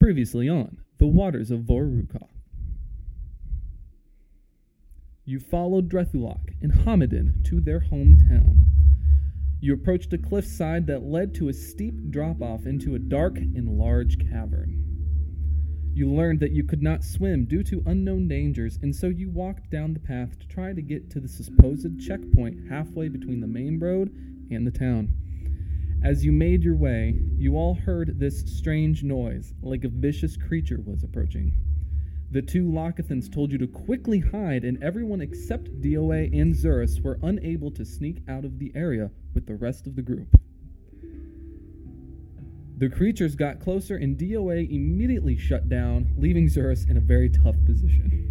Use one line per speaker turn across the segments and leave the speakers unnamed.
Previously on the waters of Vorukov. You followed Drethulak and Hamadan to their hometown. You approached a cliffside that led to a steep drop off into a dark and large cavern. You learned that you could not swim due to unknown dangers, and so you walked down the path to try to get to the supposed checkpoint halfway between the main road and the town. As you made your way, you all heard this strange noise, like a vicious creature was approaching. The two Locathans told you to quickly hide, and everyone except DOA and Zurus were unable to sneak out of the area with the rest of the group. The creatures got closer, and DOA immediately shut down, leaving Zurus in a very tough position.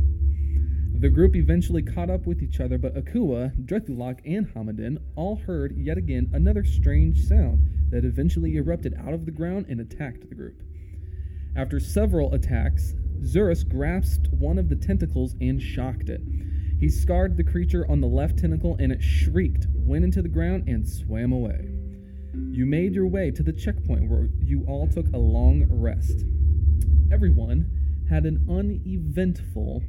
The group eventually caught up with each other, but Akua, Drethulak, and Hamadan all heard yet again another strange sound that eventually erupted out of the ground and attacked the group. After several attacks, Zurus grasped one of the tentacles and shocked it. He scarred the creature on the left tentacle and it shrieked, went into the ground, and swam away. You made your way to the checkpoint where you all took a long rest. Everyone had an uneventful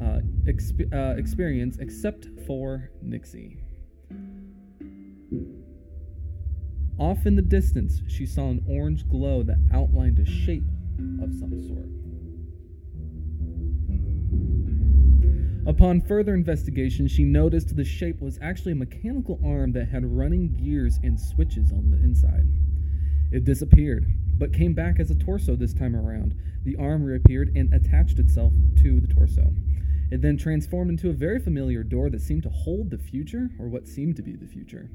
uh, exp- uh, experience except for Nixie. Off in the distance, she saw an orange glow that outlined a shape of some sort. Upon further investigation, she noticed the shape was actually a mechanical arm that had running gears and switches on the inside. It disappeared, but came back as a torso this time around. The arm reappeared and attached itself to the torso. It then transformed into a very familiar door that seemed to hold the future, or what seemed to be the future.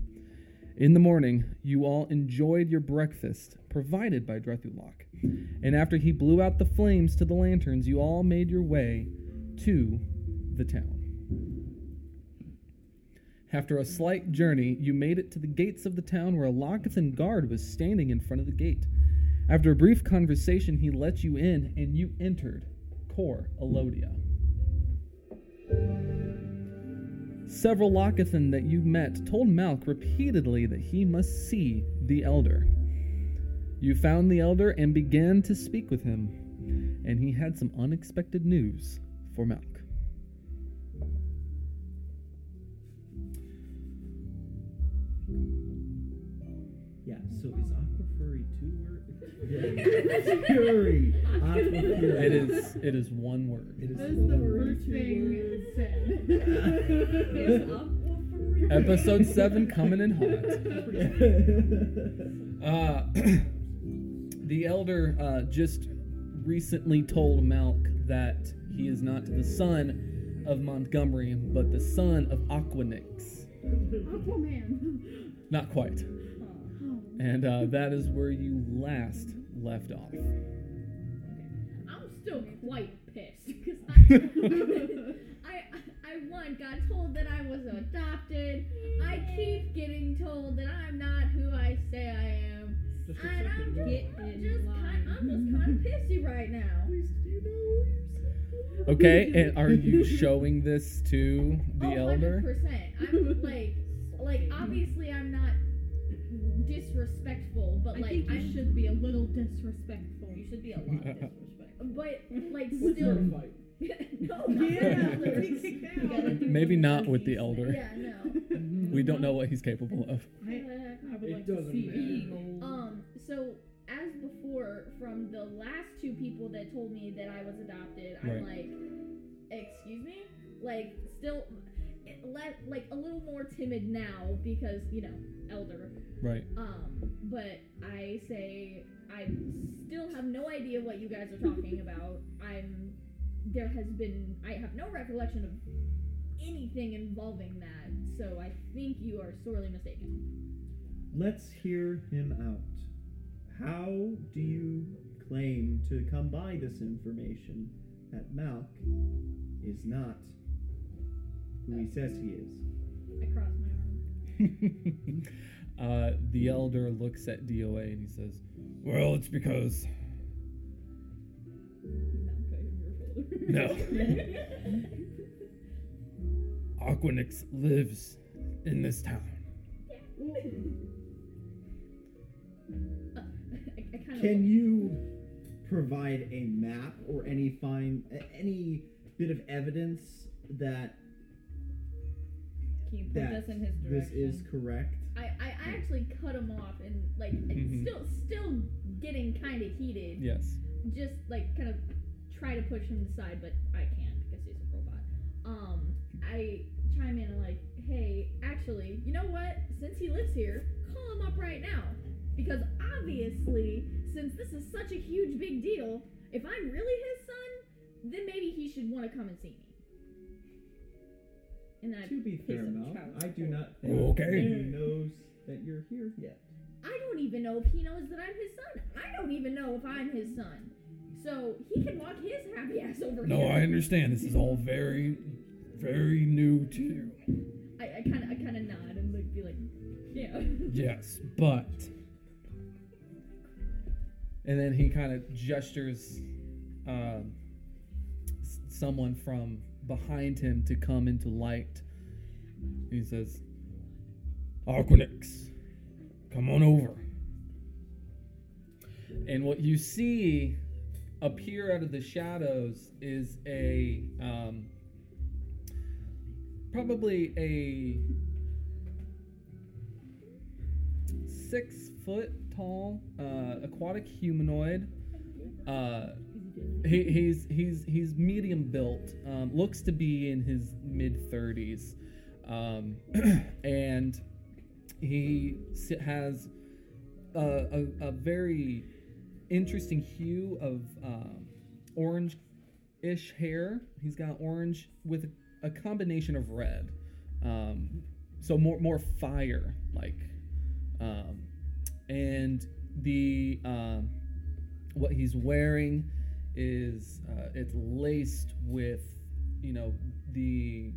In the morning, you all enjoyed your breakfast, provided by Drethulok. And after he blew out the flames to the lanterns, you all made your way to the town. After a slight journey, you made it to the gates of the town where a Lockethan guard was standing in front of the gate. After a brief conversation, he let you in and you entered Cor Elodia. Several Lockethan that you met told Malk repeatedly that he must see the Elder. You found the Elder and began to speak with him, and he had some unexpected news for Malk.
Yeah, so is Aquafurry two word? Fury. Aquafury.
It is it is one word.
It is
That's
full
the
of
first
two
thing
words.
it said.
Episode seven coming in hot. Uh, the elder uh, just recently told Malk that he is not the son of Montgomery, but the son of Aquinix.
Aquaman.
Not quite. And uh, that is where you last left off.
I'm still quite pissed because I, I, I one got told that I was adopted. I keep getting told that I'm not who I say I am,
Just a
and I'm
second.
just,
Get
I'm
in
just kind, I'm just kind of pissy right now.
Okay, and are you showing this to the
oh,
elder?
percent. I'm like, like
Mm-hmm.
obviously I'm not disrespectful, but
I
like
think you
I'm,
should be a little disrespectful.
you should be a lot disrespectful, but like
It's not
still
a fight.
no, not
Yeah,
really.
let's be kicked out.
Maybe not with the elder.
Yeah, no.
We don't know what he's capable of.
I, I would
It
like to
doesn't
see
matter.
evil.
Um, so as before, from the last two people that told me that I was adopted, I'm like, excuse me, like still, it le- like a little more timid now because you know elder.
Right.
Um, but I say I still have no idea what you guys are talking about. I'm there has been I have no recollection of anything involving that, so I think you are sorely mistaken.
Let's hear him out. How do you claim to come by this information that Malk is not who he says he is?
I cross my arms.
uh, the elder looks at DOA and he says, Well, it's because. No. Aquinix lives in this town.
Uh, I, I kind of
Can you provide a map or any find a- any bit of evidence that
Can you point
that
us in his direction?
this is correct.
I, I, I actually cut him off and like and
Mhm.
still still getting kind of heated.
Yes.
Just like kind of try to push him aside, but I can't because he's a robot. Um, I chime in and like, hey, actually, you know what? Since he lives here, call him up right now because obviously, since this is such a huge big deal, if I'm really his son, then maybe he should want to come and see me. And then I
To be fair,
of
Mel,
child
I do
support.
not think
Okay.
he knows that you're here yet.
I don't even know if he knows that I'm his son. I don't even know if I'm his son. So he can walk his happy ass over
No,
here.
I understand. This is all very, very new to you.
I I kind of I kind of nod and like be like, yeah.
Yes, but. And then he kind of gestures um, s- someone from behind him to come into light. He says, Aquinix, come on over. And what you see appear out of the shadows is a. Um, probably a six foot tall uh, aquatic humanoid. Uh, he, he's he's he's medium built. Um, looks to be in his mid thirties, um, and he si- has a, a, a very interesting hue of um, orange ish hair. He's got orange with a combination of red. Um, so more more fire like um, and the um, what he's wearing is uh, it's laced with you know the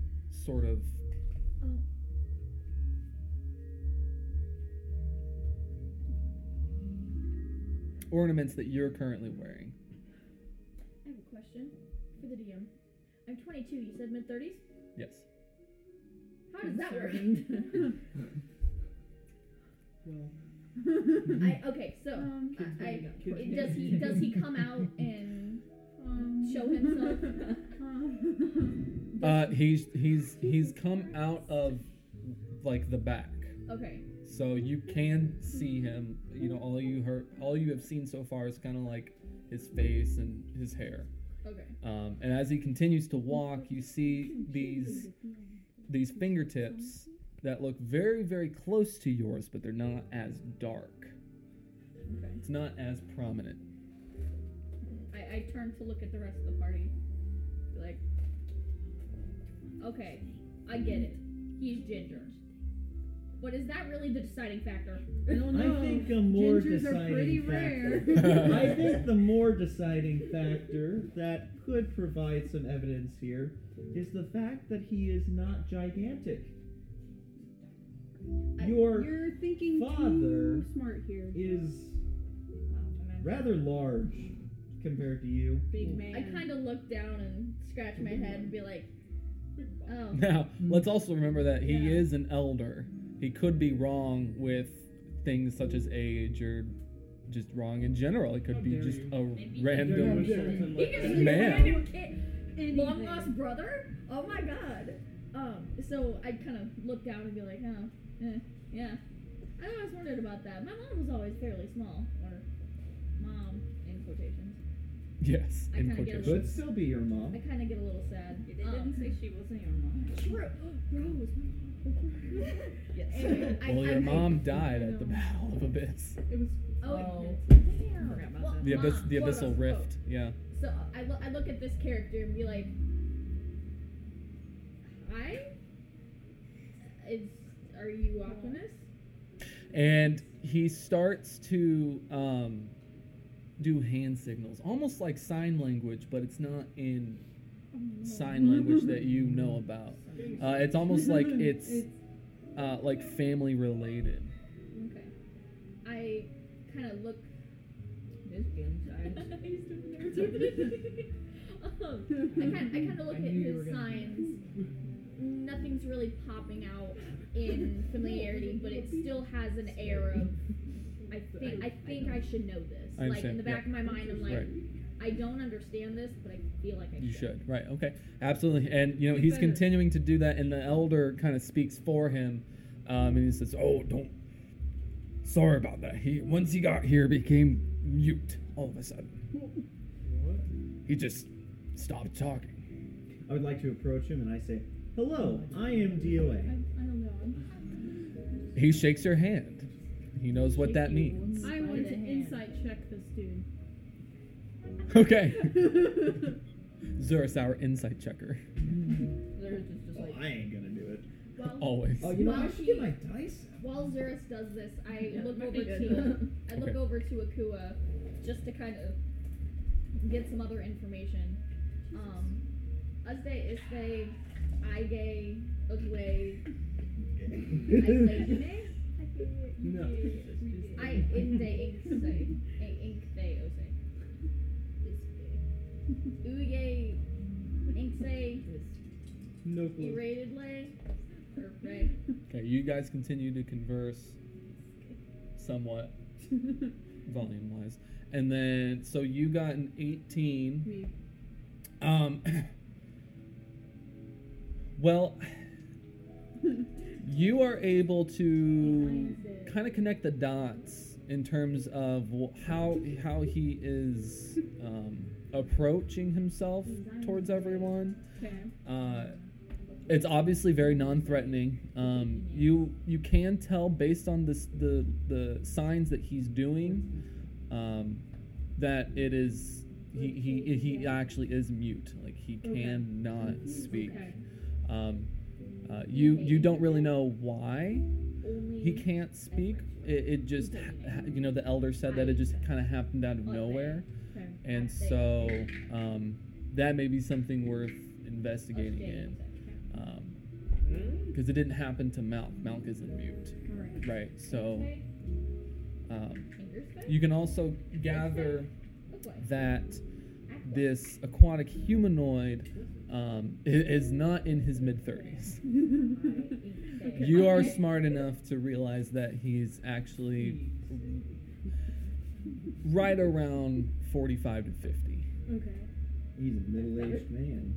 sort of
Oh.
ornaments that you're currently wearing
I have a question for the DM. I'm 22. You said mid 30s.
yes
Oh,
How does that work?
Concerned.
Well,
I, okay, so
Um,
I,
kids
I,
hanging out, kids
does he
hanging out.
does he come out and
um,
show himself?
um,
uh, he's he's he's come out of like the back
Okay,
so you can see him you know all you heard all you have seen so far is kind of like his face and his hair
okay.
Um, and as he continues to walk, you see these these fingertips that look very, very close to yours, but they're not as dark. It's not as prominent.
I, I turn to look at the rest of the party. Be like, okay, I get it. He's ginger. But is that really the deciding factor?
I don't know.
I think a more
Gingers are
deciding
pretty
factor.
rare.
I think the more deciding factor that could provide some evidence here is the fact that he is not gigantic.
I-
Your
You're thinking
father
too smart here.
is
Wow,
rather large compared to you.
Big man.
I kind of look down and scratch my head and be like, oh,
Now, let's also remember that he
Yeah.
is an elder. He could be wrong with things such as age or just wrong in general. It could
How
be
dare
just
you.
a
Maybe.
random.
Yeah, something
he
like
could
that.
be a
Man.
random kid.
Anything.
Long lost brother? Oh my god. Um, so I kind of look down and be like, oh, eh, yeah. I always wondered about that. My mom was always fairly small, or mom in quotations.
Yes,
I
in
kinda get a
quotations.
Could still be your
I
mom.
kind of get a little sad.
They didn't
Um,
say she wasn't your mom.
Sure. Rose.
Yes.
Anyway, I-
Well,
I-
your
I-
mom died at the Battle of Abyss.
It was
Oh,
Oh.
damn.
Forgot about
Well,
that.
The abyss,
mom,
the
well,
abyssal
oh.
rift. Yeah.
So I, lo- I look at this character and be like, "Hi, is are you Aquanus?"
and he starts to um, do hand signals, almost like sign language, but it's not in sign language that you know about.
Um,
Uh, it's almost like it's uh, like family related.
Okay. I kind of look.
This gun side.
um, I kind I kind of look
I
at
knew you were
his
gonna do
signs. Nothing's really popping out in familiarity, but it still has an air of I think I think I should know this.
I
like in
understand,
the
yeah.
back of my mind, I'm like,
Right.
I don't understand this, but I feel like I
You should. Right. Okay. Absolutely. And you know he's
better.
continuing to do that, and the elder kind of speaks for him, um, and he says, "Oh, don't. Sorry about that. He once he got here, became mute all of a sudden.
What?
He just stopped talking.
I would like to approach him and I say, Hello, I am DOA.
I don't know.
He shakes your hand. He knows what that means.
I want to insight check this dude.
Okay. Zurus, our insight checker,
There's just, just
Oh,
like
I ain't gonna do it.
Well,
always.
Oh, you know,
Well,
I should
she-
get my dice
While Zerus does this, I
Yeah,
look
that'd
over
be
to
good.
I look
Okay.
over to Akua just to kind of get some other information. Um, Azde Isde Ige Ogwe
out.
Islejime
No.
I Inde Inkse Inkse Ose Uye Inkse
No clue.
Erated Lay or Ray.
Okay. You guys continue to converse, somewhat volume wise, and then so you got an eighteen.
Me.
Um. Well, you are able to kind of connect the dots in terms of wh- how how he is um, approaching himself towards everyone.
Okay.
Uh, it's obviously very non-threatening. Um, you you can tell based on this the the signs that he's doing um, that it is he, he he actually is mute. Like he
Okay.
cannot speak.
Okay.
Um, uh, you you don't really know why he can't speak. It, it just ha- ha- you know the elder said that it just kind of happened out of nowhere,
Okay.
and so um, that may be something worth investigating in because Um, it didn't happen to Malk. Malk isn't mute,
All right.
right? So um,
Fingers fit?
you can also gather
Look what?
that
Act what?
this aquatic humanoid um, i- is not in his mid thirties. You are smart enough to realize that he's actually right around forty-five to fifty.
Okay.
He's a middle-aged man.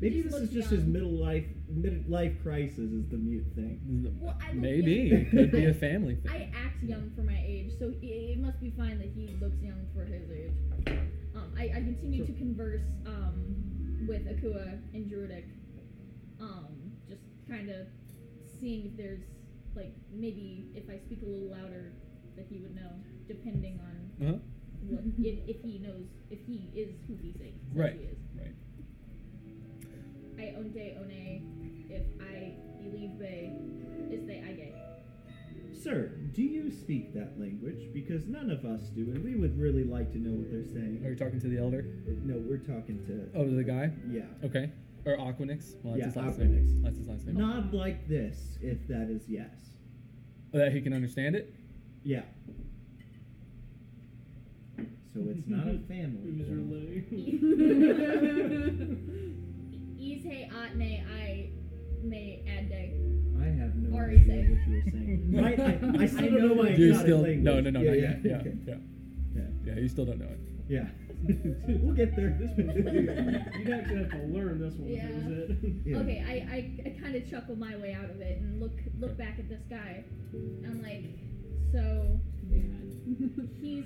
Maybe
He
this is
looks
just his
young.
middle life mid life crisis is the mute thing.
Well, I look
Maybe
young.
it could be
I-
a family
I
thing.
act young for my age, so it, it must be fine that he looks young for his age. Um, I, I continue to converse um, with Akua and Druidic, um, just kind of seeing if there's like maybe if I speak a little louder that he would know, depending on
Uh-huh.
what, if, if he knows if he is who he thinks that
Right.
he is.
Right.
I onde one if I believe they is they I gay.
Sir, do you speak that language? Because none of us do, and we would really like to know what they're saying.
Are you talking to the elder?
No, we're talking to
Oh, the guy.
yeah.
Okay. Or Aquanix. Well, that's
Yeah,
his last name.
Aquanix.
That's his last name.
Nod like this, if that is yes.
Oh, that he can understand it.
Yeah. So it's not a family. thing.
Ise atne I may add day.
I have no
Or
idea
say.
what you were saying. right? I, I still don't know my
Do you
exotic
still?
language.
No, no, no,
yeah,
not
yeah.
yet. Yeah,
okay.
yeah,
Yeah.
yeah. You still don't know it.
Yeah. we'll get there.
This one, you'd actually have to learn this one.
Yeah.
Is it?
Yeah.
Okay, I, I, I kind of chuckle my way out of it and look look back at this guy. I'm like, so he's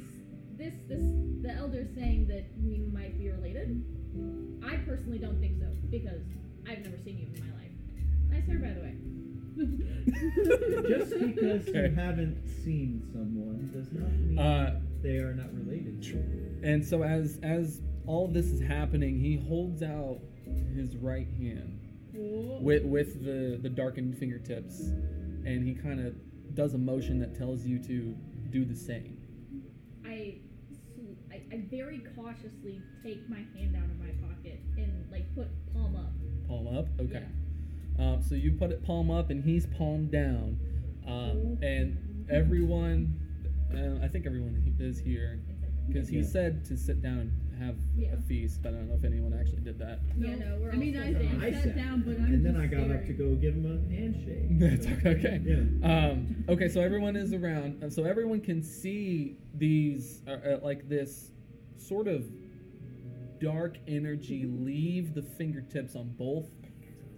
this this the elder's saying that we might be related. I personally don't think so because I've never seen you in my life. Nice hair, by the way.
Just because
Okay.
you haven't seen someone does not mean
Uh,
they are not related.
and so as as all of this is happening, he holds out his right hand with with the the darkened fingertips, and he kind of does a motion that tells you to do the same.
I, sl- I, I very cautiously take my hand out of my pocket and like put palm up.
Palm up. Okay. Um, so you put it palm up, and he's palm down, um, and everyone. Uh, I think everyone is here.
It's like,
Because he
Yeah.
said to sit down and have
Yeah.
a feast, but I don't know if anyone actually did that.
Yeah, no, we're
I mean,
all
I,
still
I
down.
sat down, but I'm
and then
just
I got
staring.
up to go give him a handshake.
That's okay.
Yeah.
Um, okay, so everyone is around, and so everyone can see these, uh, uh, like this sort of dark energy leave the fingertips on both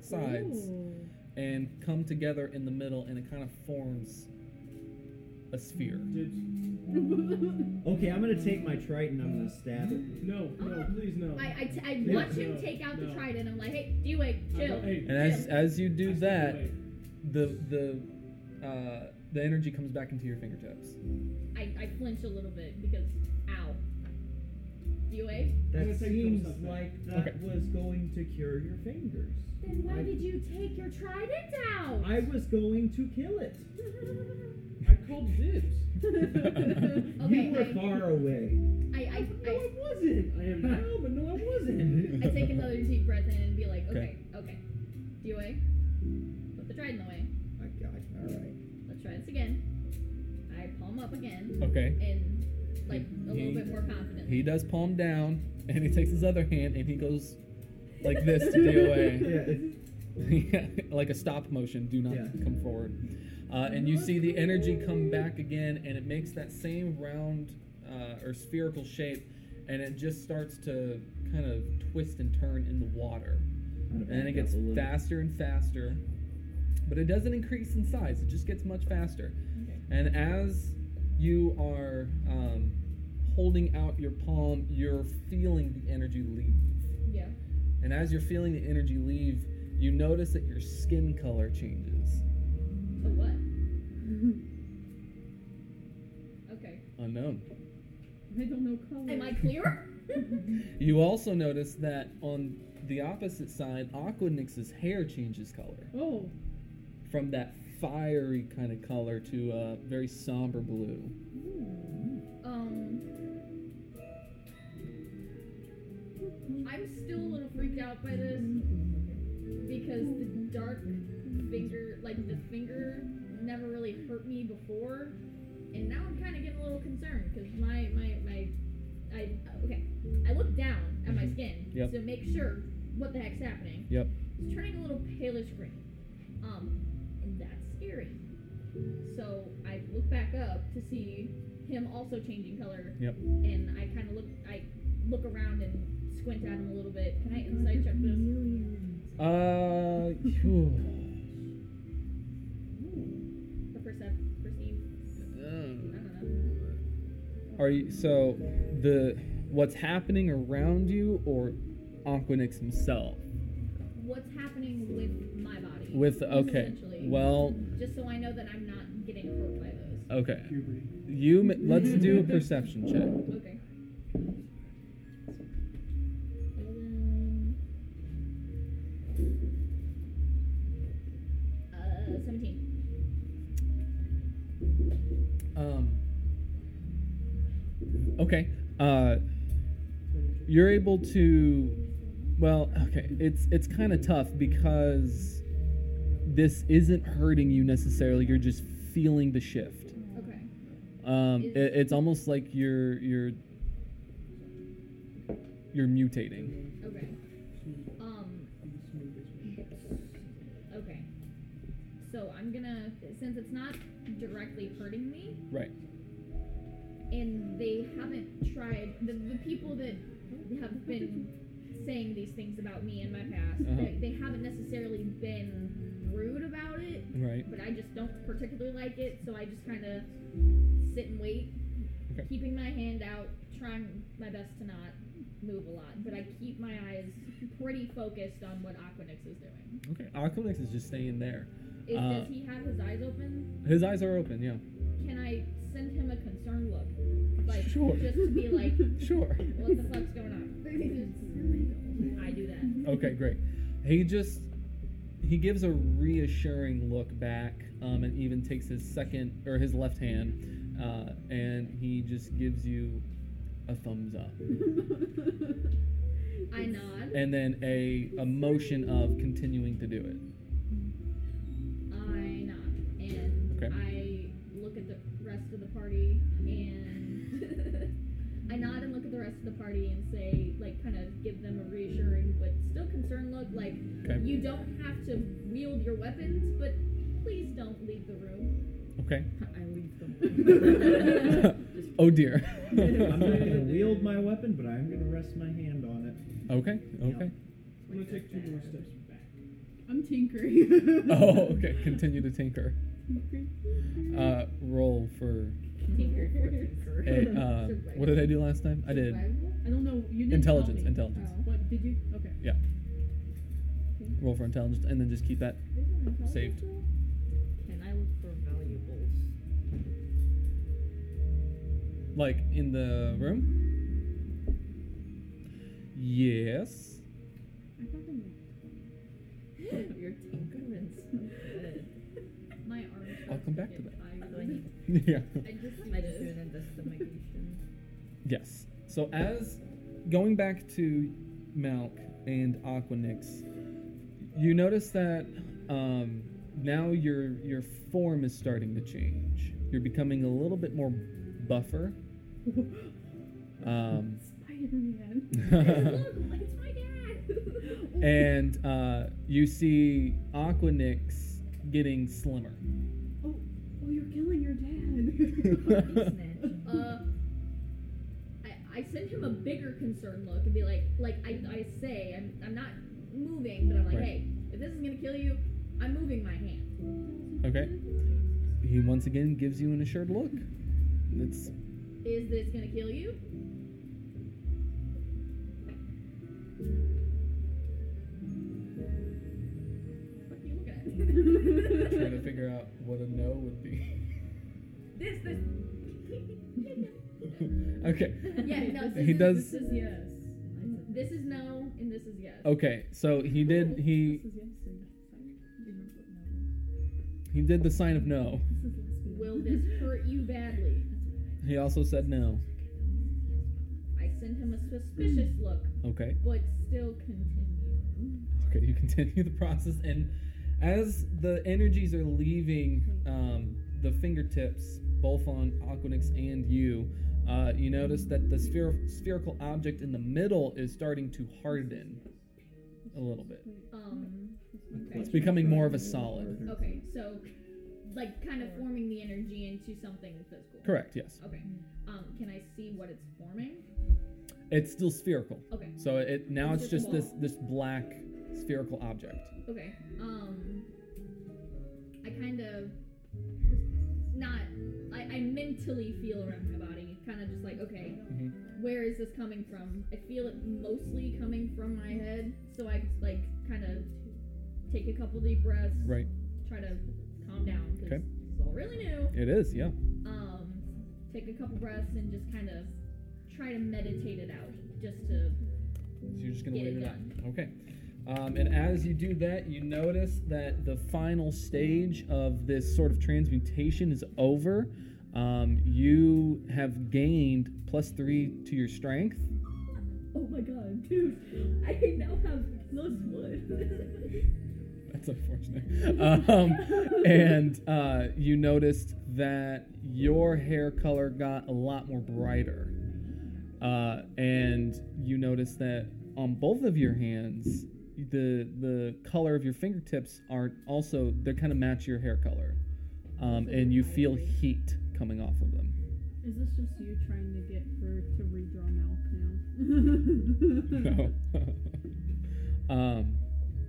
sides
Ooh.
and come together in the middle, and it kind of forms a sphere.
Did,
Okay, I'm gonna take my Triton. I'm gonna stab it.
no, no, please no.
"Oh." I, I, t- I
Yeah,
watch
no,
him take out the
no.
trident. I'm like, hey, D Wade,
I
chill.
go, hey,
And as
Yeah.
as you
I
do
step
that,
away.
the the uh, the energy comes back into your fingertips.
I, I flinch a little bit because, ow. D Wade?
I'm
That
gonna take a couple
seems
steps back.
like that
Okay.
was going to cure your fingers.
Then why
I-
did you take your trident out?
I was going to kill it.
I called dibs.
Okay,
you were
I-
far away.
I, I,
No,
I,
I wasn't. I am now, but no, I wasn't.
I take another deep breath in and be like,
Okay.
okay, okay. D Wade, put the trident away.
I got it. All right.
Let's try this again. I palm up again
Okay.
and like a
He-
little bit more confidently.
He does palm down, and he takes his other hand and he goes like this to DOA,
Yeah. it's-
like a stop motion. Do not
Yeah.
come forward. Uh, and you see the energy come back again, and it makes that same round uh, or spherical shape, and it just starts to kind of twist and turn in the water,
I'm gonna
and then it
back up
gets
a little.
faster and faster. But it doesn't increase in size; it just gets much faster. And as you are um, holding out your palm, you're feeling the energy leave.
yeah.
And as you're feeling the energy leave, you notice that your skin color changes.
To what? okay.
Unknown.
I don't know color.
Am I clear?
You also notice that on the opposite side, Aquanix's hair changes color
Oh,
from that fiery kind of color to a very somber blue.
Hmm.
Um. I'm still a little freaked out by this because the dark finger, like the finger, never really hurt me before, and now I'm kind of getting a little concerned because my my my, I okay, I look down at my skin
Yep.
to make sure what the heck's happening.
Yep.
It's turning a little palish green, um, and that's scary. So I look back up to see him also changing color.
Yep.
And I kind of look, I look around and squint at him a little bit. Can I insight check this?
Uh, phew.
The perceive, perceive.
Uh.
I don't know.
Are you so the what's happening around you or Aquanix himself?
What's happening with my body?
With okay.
Essentially.
Well,
Just so I know that I'm not getting hurt by those.
okay.
Puberty.
You ma- let's do a perception check.
Okay. Eleven. Uh, seventeen.
Um Okay. Uh you're able to well, okay. It's it's kind of tough because this isn't hurting you necessarily. You're just feeling the shift.
Okay.
Um,
Is-
it, it's almost like you're you're you're mutating.
Okay. Um. Okay. So I'm gonna, since it's not directly hurting me,
Right.
and they haven't tried the, the people that have been saying these things about me in my past,
Uh-huh.
like, they haven't necessarily been rude about it,
Right.
but I just don't particularly like it, so I just kind of sit and wait,
Okay.
keeping my hand out, trying my best to not move a lot, but I keep my eyes pretty focused on what Aquanix is doing.
Okay. Aquanix is just staying there.
Is,
Uh,
does he have his eyes open?
His eyes are open. Yeah.
Can I send him a concerned look? Like,
Sure.
just to be like,
Sure.
what the fuck's going on? I do that.
Okay. Great. He just he gives a reassuring look back, um, and even takes his second or his left hand, uh, and he just gives you a thumbs up,
I nod.
and then a, a motion of continuing to do it.
I nod. And
Mm. Okay.
I look at the rest of the party and I nod and look at the rest of the party and say, like, kind of give them a reassuring but still concerned look. Like,
Okay.
you don't have to wield your weapons, but please don't leave the room.
Okay.
I leave them.
oh dear.
I'm not gonna wield my weapon, but I'm gonna rest my hand on it.
okay. Okay.
I'm gonna take two more steps back.
I'm tinkering.
Oh, okay. Continue to tinker. Uh, roll for
Tinker, tinker.
a. Uh, what did I do last time? I did
I don't know. You didn't
intelligence.
Tell me. Oh.
Intelligence.
What did you? Okay.
Roll for intelligence, and then just keep that. Saved.
Can I look for valuables?
Like in the room. Yes.
I thought they were
Your tinkering's so good.
My arms.
I'll come back to
get
that.
tired.
Do I need
yeah.
I just
am I just doing an investigation?
Yes. So as going back to Malk and Aquanix, you notice that um, now your your form is starting to change. You're becoming a little bit more buffer. Um,
Spider-Man.
look, it's my dad.
and uh, you see Aquanix getting slimmer.
Oh, oh, you're killing your dad.
Snatch.
Uh, I, I send him a bigger concern look and be like, like I, I say, I'm, I'm not moving, but I'm like,
Right.
hey, if this is gonna kill you, I'm moving my hand.
Okay. He once again gives you an assured look. It's
Is this gonna kill you? What are you looking
trying to figure out what a no would be.
at? this, this.
Okay.
yeah, no. This
He
is,
does-
This is yes. This is no, and this is yes.
Okay. So he did he
This is yes. and
He did the sign of no.
This is lesbian.
Will this hurt you badly?
He also said no.
I send him a suspicious look,
Okay.
but still continue.
Okay, you continue the process and as the energies are leaving um, the fingertips, both on Aquanix and you, uh, you notice that the sphere- spherical object in the middle is starting to harden a little bit.
Um,
It's becoming more of a solid.
okay, so like kind of forming the energy into something physical.
Correct, yes.
Okay. Um, can I see what it's forming?
It's still spherical.
Okay.
So it now it's
It's just
just
a
this
ball.
this black spherical object.
Okay. Um, I kind of not. I, I mentally feel around my body, kind of just like, okay,
Mm-hmm.
where is this coming from? I feel it mostly coming from my head, so I like kind of take a couple deep breaths,
Right.
try to calm down because
Okay.
this is all really new.
It is, yeah.
Um, take a couple breaths and just kind of try to meditate it out, just to
So you're just gonna
Get
wait
it
it out. Okay. Um, and as you do that, you notice that the final stage of this sort of transmutation is over. Um, you have gained plus three to your strength.
Oh my god, dude! I now have plus one.
That's unfortunate. Um, and uh, you noticed that your hair color got a lot more brighter. Uh, and you noticed that on both of your hands, the the color of your fingertips are also they kind of match your hair color, um, and you feel heat coming off of them.
Is this just you trying to get her to redraw milk now?
No. um,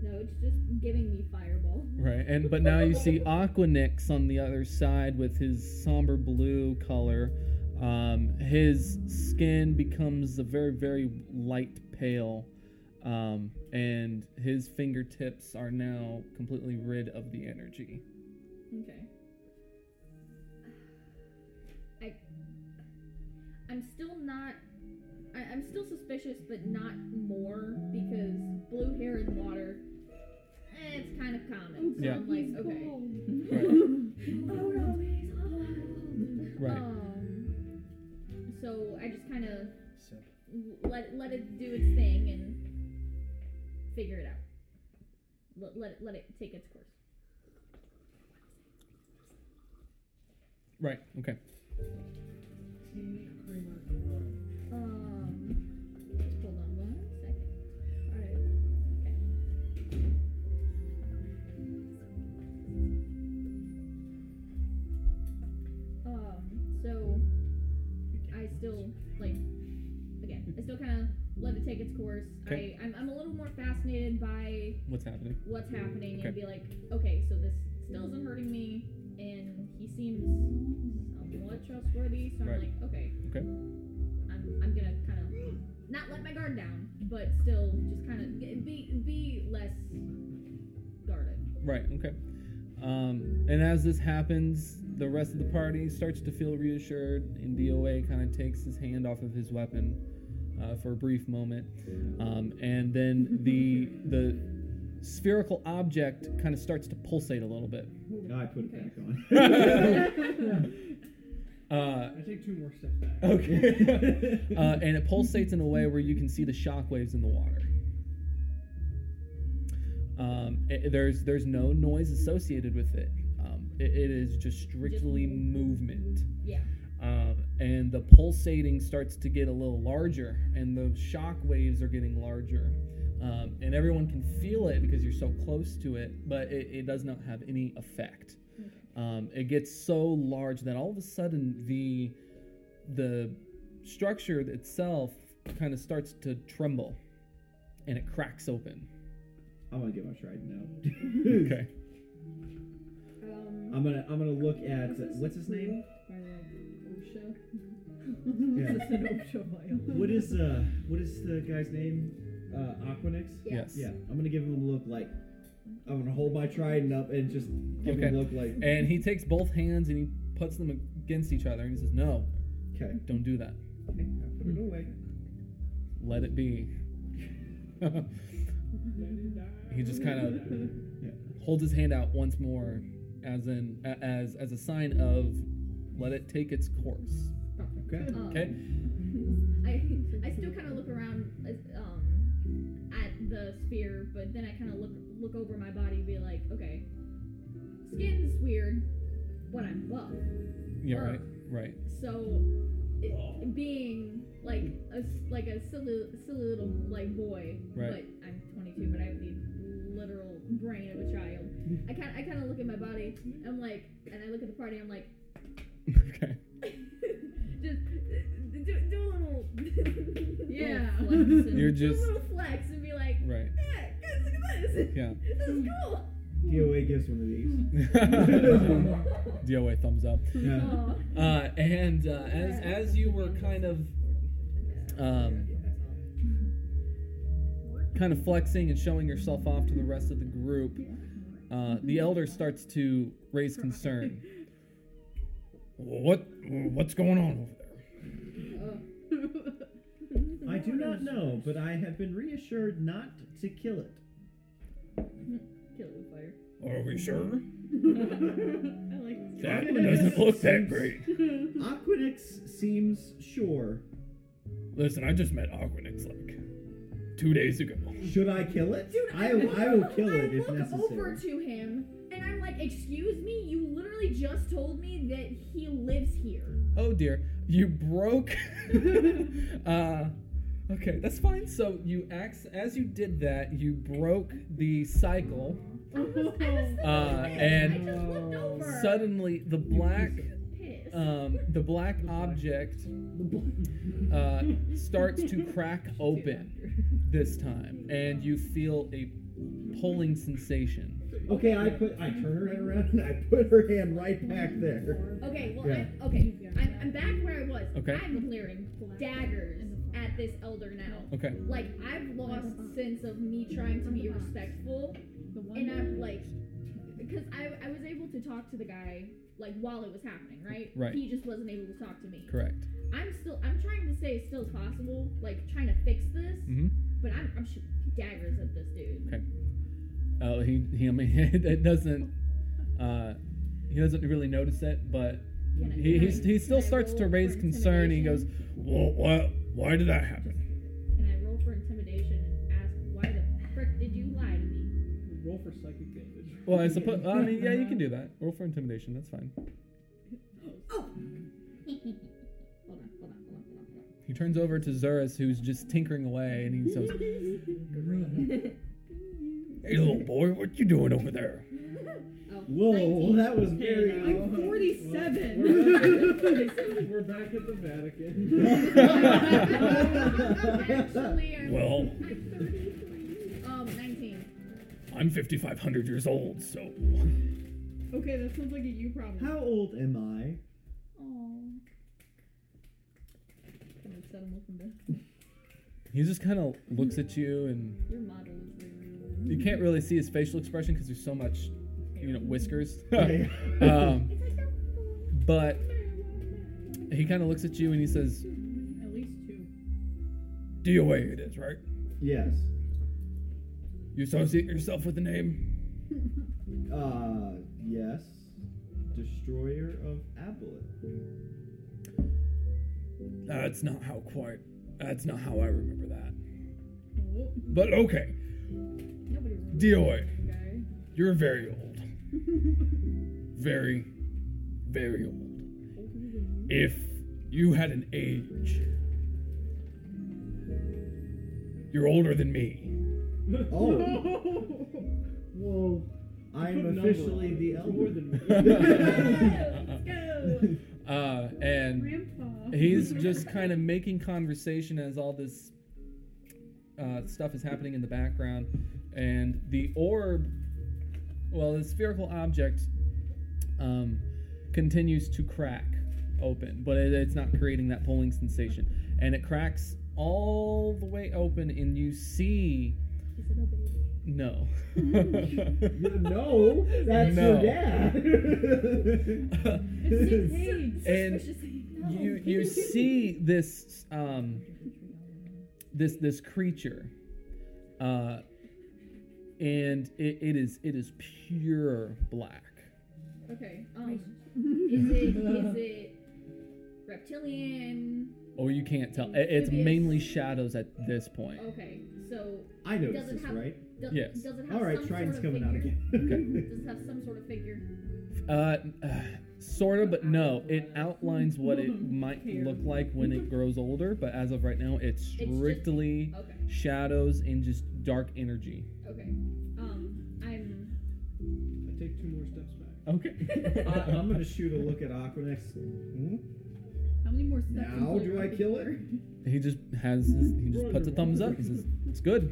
no, it's just giving me fireball.
Right, and but now you see Aquanix on the other side with his somber blue color. Um, his skin becomes a very, very light pale, um, and his fingertips are now completely rid of the energy.
Okay. I. I'm still not. I, I'm still suspicious, but not more because blue hair and water. eh, it's kind of common. So
Yeah.
I'm like, okay.
Right.
Um, so I just kind of let let it do its thing and figure it out. Let let it, let it take its course.
Right. Okay.
Uh, Um, let it take its course.
Okay.
I, I'm, I'm a little more fascinated by
What's happening?
what's happening
Okay.
and be like, okay, so this still isn't hurting me, and he seems somewhat trustworthy, so
Right.
I'm like, okay.
Okay.
I'm, I'm gonna kind of not let my guard down, but still just kind of be be less guarded.
Right. Okay. Um, and as this happens, the rest of the party starts to feel reassured, and DOA kind of takes his hand off of his weapon uh, for a brief moment, um, and then the the spherical object kind of starts to pulsate a little bit.
No, I put it back on.
Uh,
I take two more steps back.
okay. uh, and it pulsates in a way where you can see the shock waves in the water. Um, it- there's there's no noise associated with it. Um, it- it is just strictly movement.
Yeah.
Um, and the pulsating starts to get a little larger, and the shock waves are getting larger. Um, and everyone can feel it because you're so close to it, but it, it does not have any effect. Um, it gets so large that all of a sudden the the structure itself kind of starts to tremble, and it cracks open.
I want to get my trident out.
Okay.
Um,
I'm gonna I'm gonna look at
was this
what's his name?
By like
Yeah.
This is an OSHA violation.
What is uh what is the guy's name? Uh, Aquanix.
Yeah.
Yes.
Yeah, I'm gonna give him a look like I'm gonna hold my trident up and just give him
Okay.
a look like
And he takes both hands and he puts them against each other, and he says, "No,
okay.
don't do that.
Okay, I put it away.
Let it be." he just kind of
Yeah.
holds his hand out once more as in a- as as a sign of let it take its course
Okay.
Um,
okay
I I still kind of look around as- um at the sphere, but then I kind of look look over my body and be like, okay, skin's weird when I'm buff.
yeah
Or-
right right
So it, being like a s- like a silly silly little like boy,
Right.
but I'm 22, but I have the literal brain of a child. I kind I kind of look at my body. I'm like, and I look at the party. I'm like,
okay
just uh, do, do a little
Yeah.
little flex and-
You're
do
just-
a little flex and be like,
right
yeah, guys, look at this.
yeah
This is cool.
DOA gives one of these.
doa thumbs up
Yeah.
Aw.
uh and uh, as as you were kind of um kind of flexing and showing yourself off to the rest of the group uh the elder starts to raise concern what what's going on over there
I do not know, but I have been reassured not to kill it.
Kill it with fire.
Are we sure?
That one doesn't look that great. Aquanix seems sure.
Listen, I just met Aquanix like two days ago.
Should I kill it?
Dude,
I, I will kill it
I
if
look over
necessary.
to him and I'm like, "Excuse me, you literally just told me that he lives here."
Oh dear, you broke. uh, okay, that's fine. So you ax- as you did that, you broke the cycle.
I was, I was thinking
Uh,
this.
and
I just looked over.
Suddenly, the black
Pissed.
uh,
um, the black object uh, starts to crack open this time, and you feel a pulling sensation.
Okay, I put I turn her head around and I put her hand right back there.
okay, well,
Yeah.
I'm, okay, I'm, I'm back where I was.
Okay.
I'm glaring daggers at this elder now.
Okay.
Like I've lost sense of me trying to be respectful,
the one.
and I'm like, because I, I was able to talk to the guy like while it was happening, right?
Right.
He just wasn't able to talk to me.
Correct.
I'm still I'm trying to stay as still as possible, like trying to fix this,
Mhm.
but I'm I'm shooting daggers at this dude.
Oh, he, he I mean, it doesn't. Uh, he doesn't really notice it, but
Can I-
he,
can I-
he, he
can I
still starts to
roll
raise
for
concern. He goes,
intimidation?
well, why, why did that happen?
Can I roll for intimidation and ask why the frick did you lie to me?
Roll for psychic damage.
Well, I suppose, I mean, yeah, you can do that. Roll for intimidation, that's fine.
Oh. hold on, hold on, hold on, hold on, hold on.
He turns over to Zurus, who's just tinkering away, and he says,
Green.
Hey, little boy, what you doing over there?
Oh,
Whoa,
19.
that was very.
Hey, now.
I'm 47.
We're back at the Vatican.
Actually, I'm,
Well.
I'm 33. Um, 19.
I'm 5,500 years old, so.
Okay, that sounds like a you problem.
How old am I?
Oh.
Can we set him up and down?
He just kind of looks at you, and
Your model is very
you can't really see his facial expression because there's so much, you know, whiskers.
Okay.
um,
It's like that.
but he kind of looks at you and he says,
At least two.
DOA it is, right?
yes.
You associate yourself with the name?
Uh, yes. Destroyer of Abelet.
That's not how quite. That's not how I remember that.
Oh,
Whoa.
But okay,
Nobody remembers
DOA,
that guy.
you're very old. very, very old.
Older than you.
If you had an age, you're older than me.
Oh,
Whoa.
whoa.
Put a
I'm
number on
officially
it.
the
It's
elder.
More than
Let's go.
Uh, and
Grandpa.
he's just kind of making conversation as all this uh, stuff is happening in the background. And the orb, well, the spherical object um, continues to crack open, but it, it's not creating that pulling sensation. And it cracks all the way open, and you see.
Is it a baby?
No.
no, that's
No.
your dad.
It's Nick Cage.
And
Suspiciously
you
enough.
you see this um this this creature uh and it, it is it is pure black
Okay. Um, is it is it reptilian?
oh you can't tell It- it's
It is-
mainly shadows at this point
Okay, so
I noticed
Doesn't
this,
have-
right?
do-
Yes.
does it have
All right,
some
Triton's
sort of
coming out
figure?
again.
Does it have some sort of figure?
uh, uh sort of but no it outlines what it might
Hair.
look like when it grows older but as of right now it's
just-
strictly
Okay,
shadows and just dark energy
okay. Um, I'm.
I take two more steps back.
okay
I, I'm gonna shoot a look at Aquanex. Hmm?
How many more steps?
Now
until
do I
you're
kill
ready?
it?
he just has his, he just puts a thumbs up he says it's good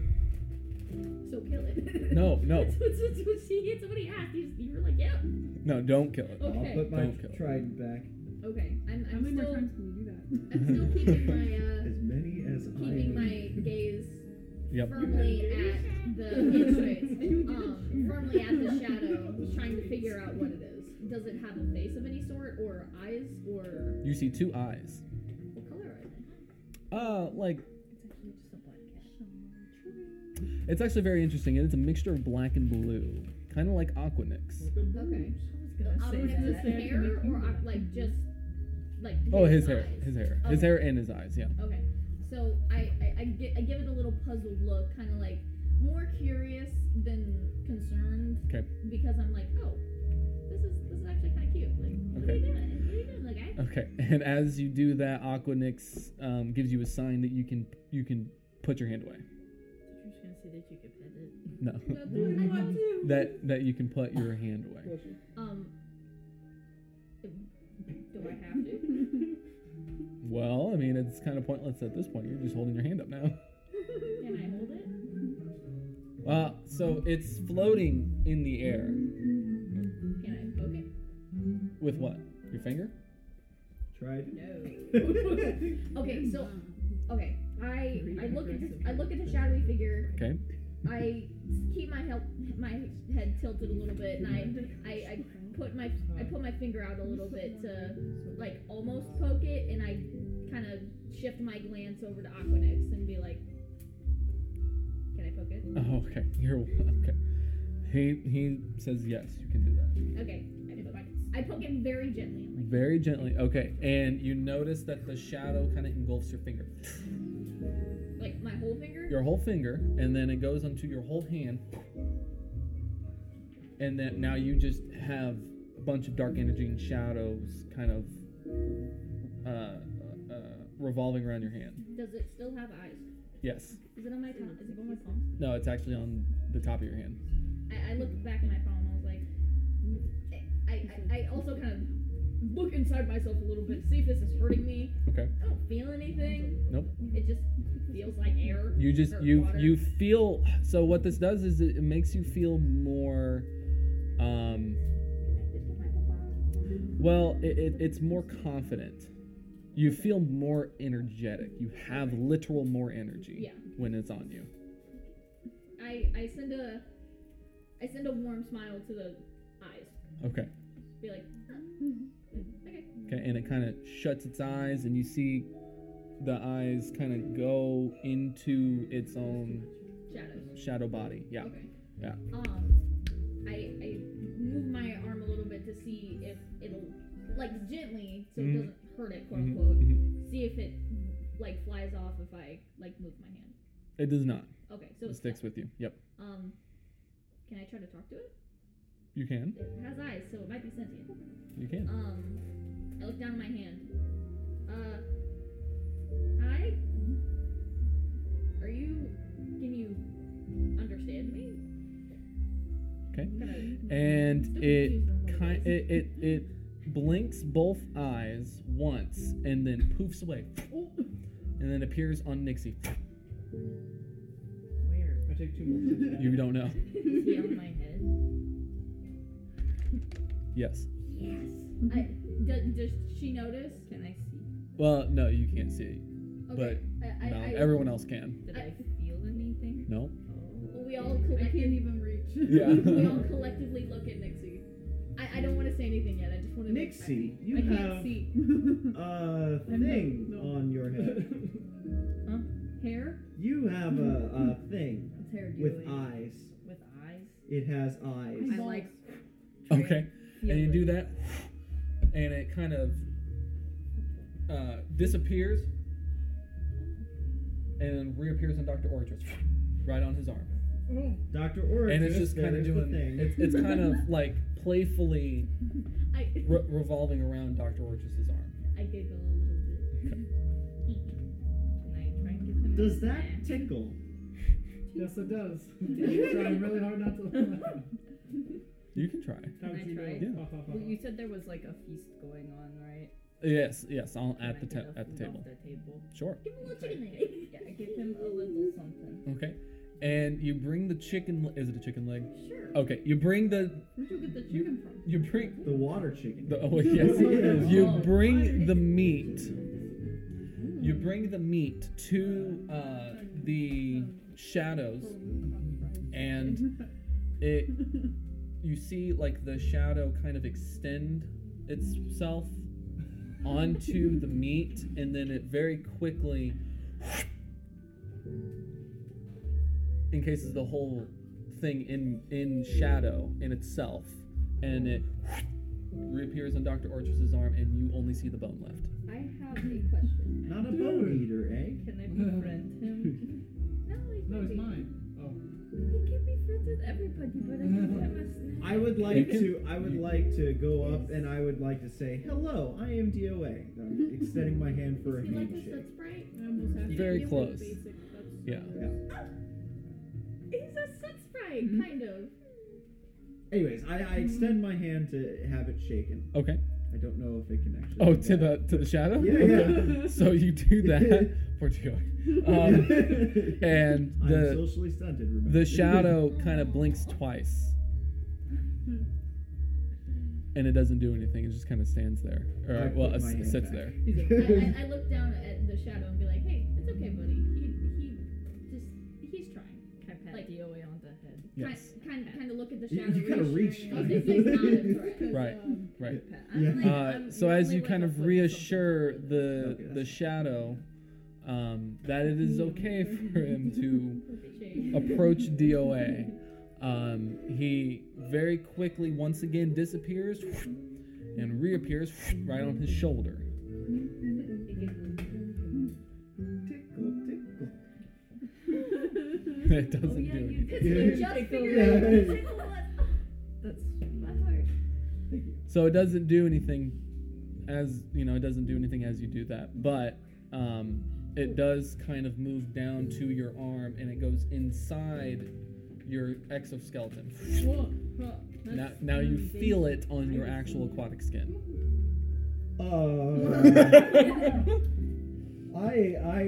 So kill it.
No, no.
that's, what- that's what she, that's what he asked. He's, you were like, yeah.
No, don't kill it.
Okay.
I'll put my
Don't kill it.
trident back.
Okay. I'm,
How
I'm
many more
still.
times can you do that?
I'm still keeping my. Uh,
As many as
keeping
I.
my gaze
Yep.
firmly at the entrance, um, firmly at the shadow, trying to figure out what it is. Does it have a face of any sort, or eyes, or
You see two eyes.
what color are they?
Uh, like
It's actually just a black cat.
it's actually very interesting, and it's a mixture of black and blue, kind of like Aquanix.
Like a bruise.
Okay.
I
The
was gonna say
object is
that.
say
hair, or uh, like just like
Oh, his hair,
eyes?
his hair, his
Okay.
hair and his eyes. Yeah.
Okay, so I I, I, gi- I give it a little puzzled look, kind of like more curious than concerned.
'Kay.
Because I'm like, oh, this is this is actually kind of cute. Like, what are you
Okay.
doing? What are you doing, little guy?
Okay. And as you do that, Aquanix um, gives you a sign that you can you can put your hand away. Uh,
You're just gonna say that you could pet it.
No,
That's what I want to.
that that you can put your hand away.
Bless you.
Um, do I have to?
Well, I mean, it's kind of pointless at this point. You're just holding your hand up now.
Can I hold it?
Uh, so it's floating in the air
Can I poke it?
with what? Your finger?
Trident.
Okay, so okay, I I look at the, I look at the
Aggressive.
shadowy figure.
Okay.
I keep my help my head tilted a little bit, and I I, I put my I put my finger out a little bit to like almost poke it, and I kind of shift my glance over to Aquanix and be like, "Can I poke it?"
Oh, okay. You're okay. He he says yes, you can do that.
Okay, I poke, I poke it very gently. I'm like,
Very gently. Okay. And you notice that the shadow kind of engulfs your finger.
like my whole finger.
Your whole finger and then it goes onto your whole hand. And then now you just have a bunch of dark energy and shadows kind of uh, uh, revolving around your hand.
Does it still have eyes?
Yes.
Is it on my palm? Is it on my palm?
No, it's actually on the top of your hand.
I, I looked back at my palm. I was like, I, I, I also kind of look inside myself a little bit to see if this is hurting me.
Okay.
I don't feel anything.
Nope.
It just feels like air.
You just
or
you
water.
you feel so what this does is it, it makes you feel more um well it, it, it's more confident. You feel more energetic. You have literal more energy
Yeah.
when it's on you.
I, I send a I send a warm smile to the eyes.
Okay.
Be like, huh. okay.
Okay, and it kind of shuts its eyes and you see the eyes kind of go into its own
Shadows.
shadow body. Yeah.
Okay.
Yeah.
Um, I, I move my arm a little bit to see if it'll, like, gently, so
Mhm.
it doesn't hurt it, quote
Mhm,
unquote.
mhm.
See if it, like, flies off if I, like, move my hand.
It does not.
Okay, so
It
it's
sticks with you. Yep.
Um, can I try to talk to it?
You can.
It has eyes, so it might be sentient.
You can.
Um, I look down at my hand. Uh, hi. Are you? Can you understand me?
Okay.
Can
And it
kind
kind it, it it blinks both eyes once and then poofs away and then appears on Nixie.
Where?
I take two more steps back.
You don't know.
Is he on my head?
Yes.
Yes. I, does, does she notice?
Can I see?
Well, no, you can't see.
Okay. I, I,
No,
I,
everyone else can.
Did I feel anything?
No.
Oh.
We all
I can't
collectively,
even reach.
Yeah.
we all collectively look at Nixie. I, I don't want to say anything yet. I just want to
Nixie, you
I
have
can't see
a
I'm not-
Uh, thing
no.
on your head.
hair.
You have a, a thing
What's hair doing?
with eyes.
With eyes?
It has eyes.
I like.
Okay.
Yeah,
and you
but-
do that, and it kind of uh, disappears, and then reappears in Doctor Orchard's, right on his arm,
Oh.
Doctor Orchis,
and it's just kind of
there's the
doing
thing.
it's, it's kind of like playfully
I
re- revolving around Doctor Orchard's arm.
I giggle a little bit.
Can I try and give him a
Does that
snack?
tickle?
Yes, it does. I'm trying really hard not to laugh.
You can try.
I
How'd you
try
know?
it?
Yeah.
Ha, ha, ha,
Well,
ha.
you said there was like a feast going on, right?
Yes, yes, on,
Can I
at the
get
ta-
a
at the
food
table.
off The table.
Sure.
Give him a little
Okay.
chicken leg.
Yeah, I give him a little something.
Okay. And you bring the chicken. le- Is it a chicken leg?
Sure.
Okay. You bring the.
Where'd you get the chicken from?
Oh. You bring.
The water chicken.
The, oh yes.
Yeah.
You
Oh,
bring the meat. You bring the meat to uh, the shadows, and it you see like the shadow kind of extend itself onto the meat, and then it very quickly encases the whole thing in in shadow in itself, and it reappears on Doctor Orchard's arm, and you only see the bone left.
I have a question.
Not a bone eater, eh?
Can I befriend him?
No, he's
No, it's
not.
mine. Oh.
He can be friends with everybody, but I can have a snack.
I would
You
like
can-
to. I would
you-
like to go up and I would like to say hello. I am DOA. I'm extending my hand for a
Does he like us
handshake.
that's bright?
I almost had to
Very
give, like,
close.
basic, that's-
Yeah.
Yeah.
He's a sun sprite,
Mm-hmm.
Mhm.
kind of.
Anyways, I, I extend my hand to have it shaken.
Okay.
I don't know if it can actually.
Oh,
do
to
that.
the to the shadow.
Yeah, yeah.
So you do that for Joey, um, and
I'm
the
socially stunted. Remember.
the shadow kind of blinks twice, and it doesn't do anything. It just kind of stands there,
I
or
put
well,
my
it
hand
s- sits
back.
there.
I, I, I look down at the shadow and be like, hey, it's okay, buddy. He, he just, he's trying.
Can I pat
Like-
DOA on the head?
Yes.
Kind, kind, kind of look at the
You-
shadow.
you kinda reached.
reassuring him. He's not a threat.
Because,
Right.
um,
Right.
Pat. I'm
Yeah.
like-
Uh,
Um,
I'm
so as
only
you
like
kind
a
of
foot
reassure
something.
the
Okay, that's
the
fine.
shadow um, that it is okay for him to
Appreciate it.
approach DOA. Um, he very quickly once again disappears and reappears right on his shoulder.
tickle, tickle.
It doesn't
Oh, yeah,
do anything.
Because
you did.
we
Yeah.
just
Take the
figured out
lead.
what it was.
That's
My heart.
Thank you.
So it doesn't do anything as you know, it doesn't do anything as you do that, but um, it does kind of move down to your arm and it goes inside your exoskeleton.
Whoa, huh,
Now,
that's
now you
amazing.
feel it on your
I just-
actual aquatic skin.
Uh,
okay.
I I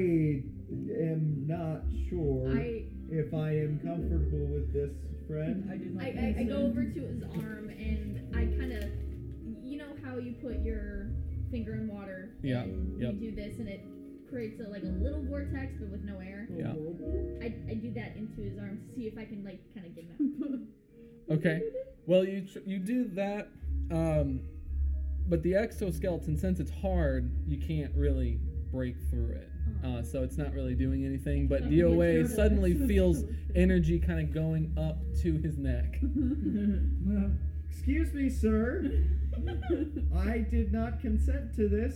am not sure
I,
if I am comfortable with this, friend.
I
Oh,
do
I,
not.
I, I go over to his arm and I kind of, you know how you put your finger in water.
Yeah,
And
yep.
You do this and it creates a, like a little vortex but with no air.
Yeah.
I, I do that into his arm to see if I can like kind of get him out.
Well, you tr- you do that, um, but the exoskeleton, since it's hard, you can't really break through it. Uh, so it's not really doing anything. But
Okay,
DOA
Oh, terrible.
suddenly feels energy kind of going up to his neck.
Excuse me, sir. I did not consent to this.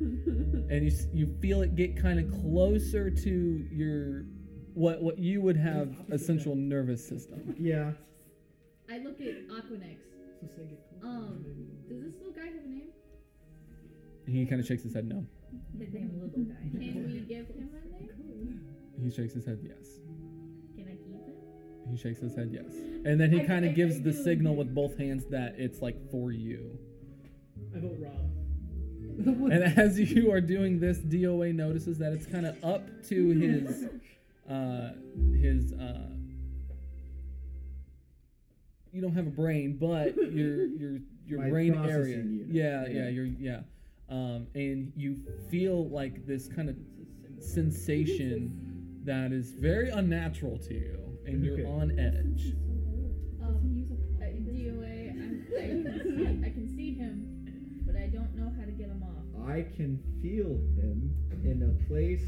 and you s- you feel it get kind of closer to your what what you would have a central nervous system.
Yeah.
I look at Aquanex. Um, Does this little guy have a name?
He kind of shakes his head no.
The damn little guy.
Can we give him a name?
He shakes his head yes.
Can I keep him?
He shakes his head yes. And then he
I-
kind
I-
of gives
I
the
do.
signal with both hands that it's like for you.
I vote Rob.
And as you are doing this, DOA notices that it's kind of up to his uh his uh you don't have a brain, but your your your
My
brain
processing
area.
unit.
Yeah,
Yeah.
yeah, your yeah. Um and you feel like this kind of sensation that is very unnatural to you and you're
Okay.
on edge.
Um, uh, DOA. I'm, I, can see, I can see him, but I don't know how to get him off.
I can feel him in a place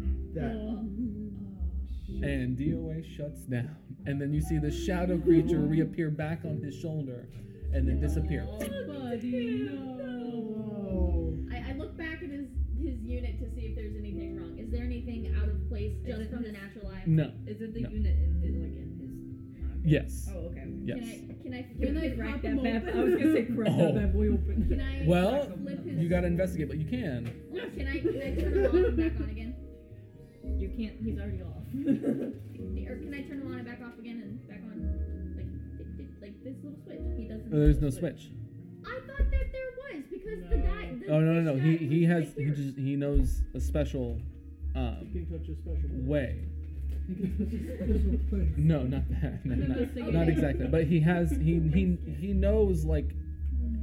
Oh,
that.
And DOA shuts down. And then you see the shadow creature reappear back on his shoulder and then disappear.
Buddy, no.
I, I look back at his his unit to see if there's anything wrong. Is there anything out of place just from the natural eye?
No.
Is it the
No.
unit in his like in his?
Yes.
Oh okay.
Yes.
Can I can
Can
I
I
flip,
crack
them
that bad?
open?
I was gonna say crack
Oh.
that bad boy open.
can I
Well,
flip his
You gotta investigate, but you can.
can I can I turn him on and back on again?
You can't. He's already off.
Or can I turn him on and back off again and back on like it, it, like this little switch? He doesn't.
Oh, there's no switch.
I thought that there was because the
No.
guy. The
Oh no no no.
fish
He
guy
he
was
has
right
he
here.
just he knows a special
You
um
can touch a special one.
way.
What?
No, not that. No,
I'm
not,
investigating.
not exactly. But he has he he he knows like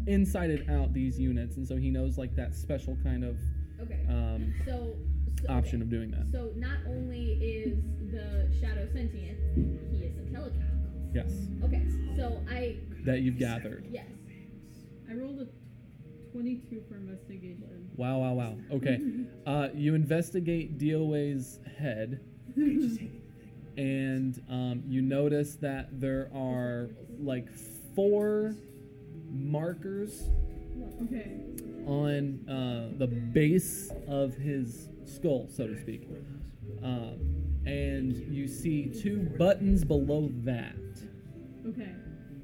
inside and out these units, and so he knows like that special kind of
Okay.
um
So, so
option of doing that.
So not only is the shadow sentient, he is intelligent.
Yes.
Okay. So I
That you've gathered.
yes.
I rolled a 22 for investigation.
Wow, wow, wow. Okay. Uh, you investigate DOA's head, and um, you notice that there are like four markers
Okay.
on uh, the base of his skull, so to speak. Um, and you see two buttons below that.
Okay.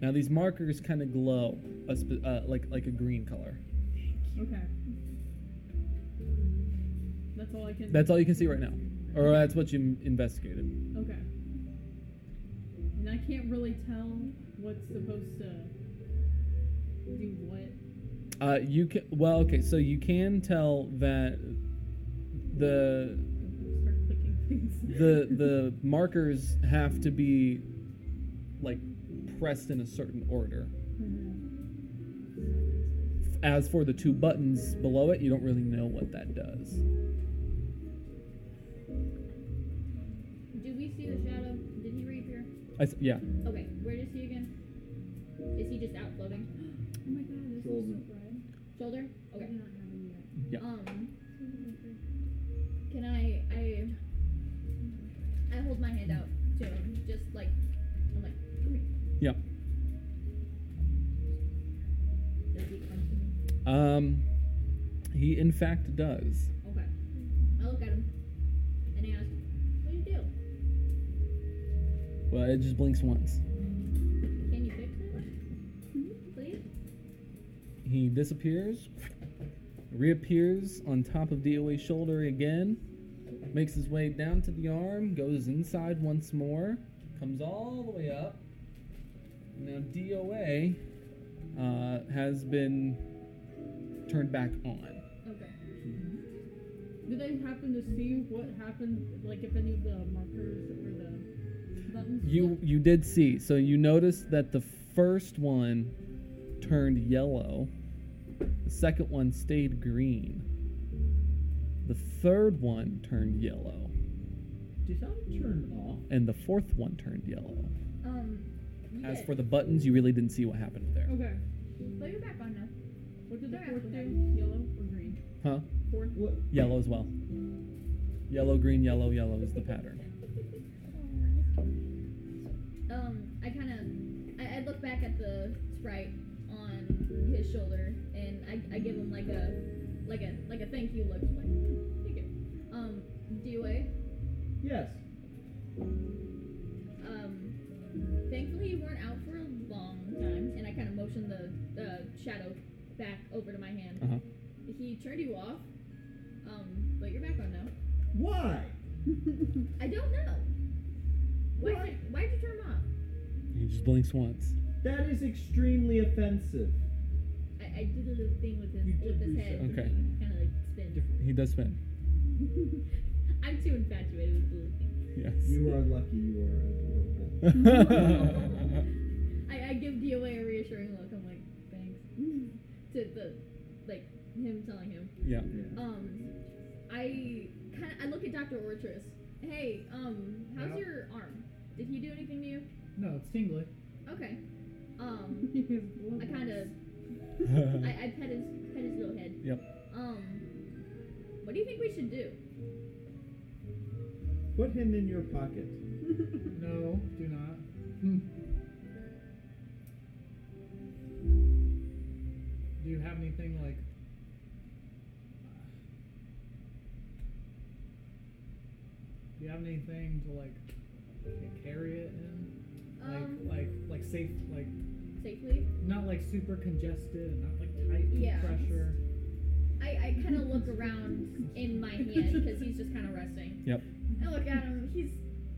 Now these markers kind of glow, a sp- uh, like like a green color.
Okay. That's all I can.
That's all you can see right now, or that's what you investigated.
Okay. And I can't really tell what's supposed to do what.
Uh, you can well, okay. So you can tell that the
Start clicking things.
the the markers have to be like pressed in a certain order.
Oh
As for the two buttons below it, you don't really know what that does.
Do we see the shadow? Did he reappear?
I s yeah,
Okay. Where is he again? Is he just out floating?
oh my god, this is so
Shoulder.
bright.
Shoulder?
I
Okay.
do not have any yet.
Yeah.
Um. Can I? I. I hold my hand out to him, just like I'm like. Come here.
yeah.
Does he come to me?
Um, he in fact does.
Okay. I look at him, and I ask, "What do you do?
Well, it just blinks once.
Can you fix it, please?"
He disappears, reappears on top of DOA's shoulder again, makes his way down to the arm, goes inside once more, comes all the way up. Now DOA uh, has been turned back on.
Okay. Did I happen to see what happened? Like, if any of the markers or the buttons?
You you did see. So you noticed that the first one turned yellow. The second one stayed green. The third one turned yellow,
Did I turn off?
and the fourth one turned yellow.
Um,
As
yeah.
for the buttons, you really didn't see what happened there.
Okay.
But you're back on now.
What did the
They're
fourth
after
do? Yellow or green?
Huh?
Fourth.
What?
Yellow as well. Yellow, green, yellow, yellow is the pattern.
Um, I kind of, I, I look back at the sprite on his shoulder, and I, I give him like a, like a, like a thank you look. Like, "Hmm, thank you. Um, DOA.
Yes.
Um, thankfully you weren't out for a long time, and I kind of motioned the uh, shadow back over to my hand.
Uh-huh.
He turned you off. Um, but you're back on now.
Why?
I don't know. Why?
Why?
Why'd you turn him off?
He just blinks once.
That is extremely offensive.
I, I did a little thing with his
You
with
did
his
reset.
head.
Okay.
Kind of like spin.
He does spin.
I'm too infatuated with blue things.
Yes.
You are lucky you are adorable.
I, I give DOA a reassuring look. I'm like, thanks. to the, like, him telling him.
yeah.
Yeah.
Um, I kind of I look at Doctor Ortrus. Hey, um, how's
Yeah.
your arm? Did he do anything to you?
No, it's tingly.
Okay. Um, I kind of I, I pet his pet his little head.
Yep.
Um, what do you think we should do?
Put him in your pocket.
No, do not. Hmm. Do you have anything like? Do you have anything to like ca- carry it in? Like
Um,
like like safe like
safely.
not like super congested and not like tight with
Yeah.
pressure.
I, I kind of look around in my hand because he's just kind of resting.
Yep.
I look at him. He's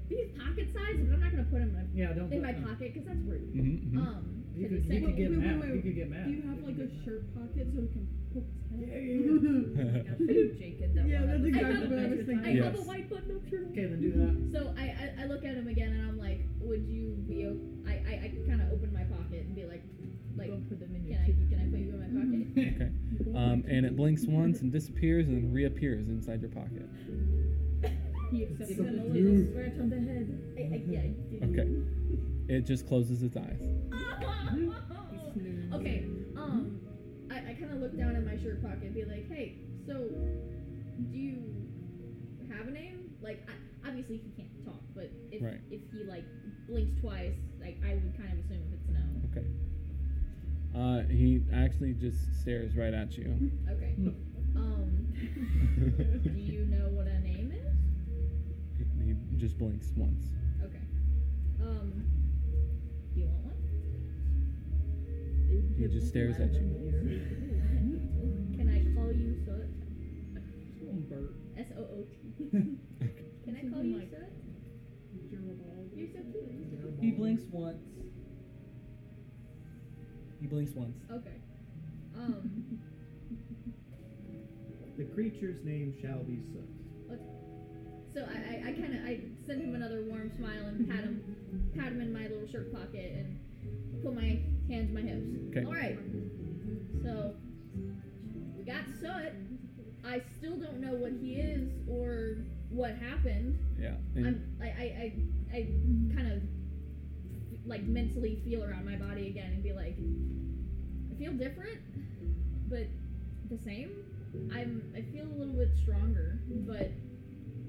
he's pocket sized, but I'm not gonna put him in,
Yeah, don't.
in
put-
my
no.
pocket because that's rude.
Mm-hmm.
Um,
You
'cause
could,
he's
you
saying,
could get
Wait, wait,
mad.
wait,
You could get mad.
Do you have like a shirt pocket so it can poke his head?
Now, shoot Jake in that one.
Yeah, that's
I
exactly
thought
what I
about
was
your
thinking.
I
time.
have a
Yes.
white button up shirt.
Okay, then do that.
So I, I I look at him again and I'm like, would you be? o- I I, I kind of open my pocket and be like, like,
Don't put them in
can
your
I
teeth.
can I put you in my pocket?
Okay. Um, and it blinks once and disappears and then reappears inside your pocket. Mm-hmm.
He accepted
Give
it.
him a little scratch on the head.
I, I, yeah, I did.
Okay. It just closes its eyes.
He's snoozing.
okay. Um, I, I kind of look down at my shirt pocket and be like, hey, so do you have a name? Like, I, obviously he can't talk, but if
Right.
if he like blinks twice, like I would kind of assume if it's no.
Okay. Uh, he actually just stares right at you.
Okay. Um, do you know what a name is?
he just blinks once.
Okay. Um, do you want one?
He just stares at you.
Can I call you Soot?
Bert.
S O O T.
Okay.
Can I call you Soot? You're so cute.
He blinks once. He blinks once.
Okay. Um,
The creature's name shall be Soot.
so I, I, I kind of I send him another warm smile and pat him, pat him in my little shirt pocket and put my hands to my hips.
'Kay.
All right. So we got Soot. I still don't know what he is or what happened.
Yeah. and-
I'm, I, I, I, I kind of like mentally feel around my body again and be like, I feel different, but the same. I'm, I feel a little bit stronger, but.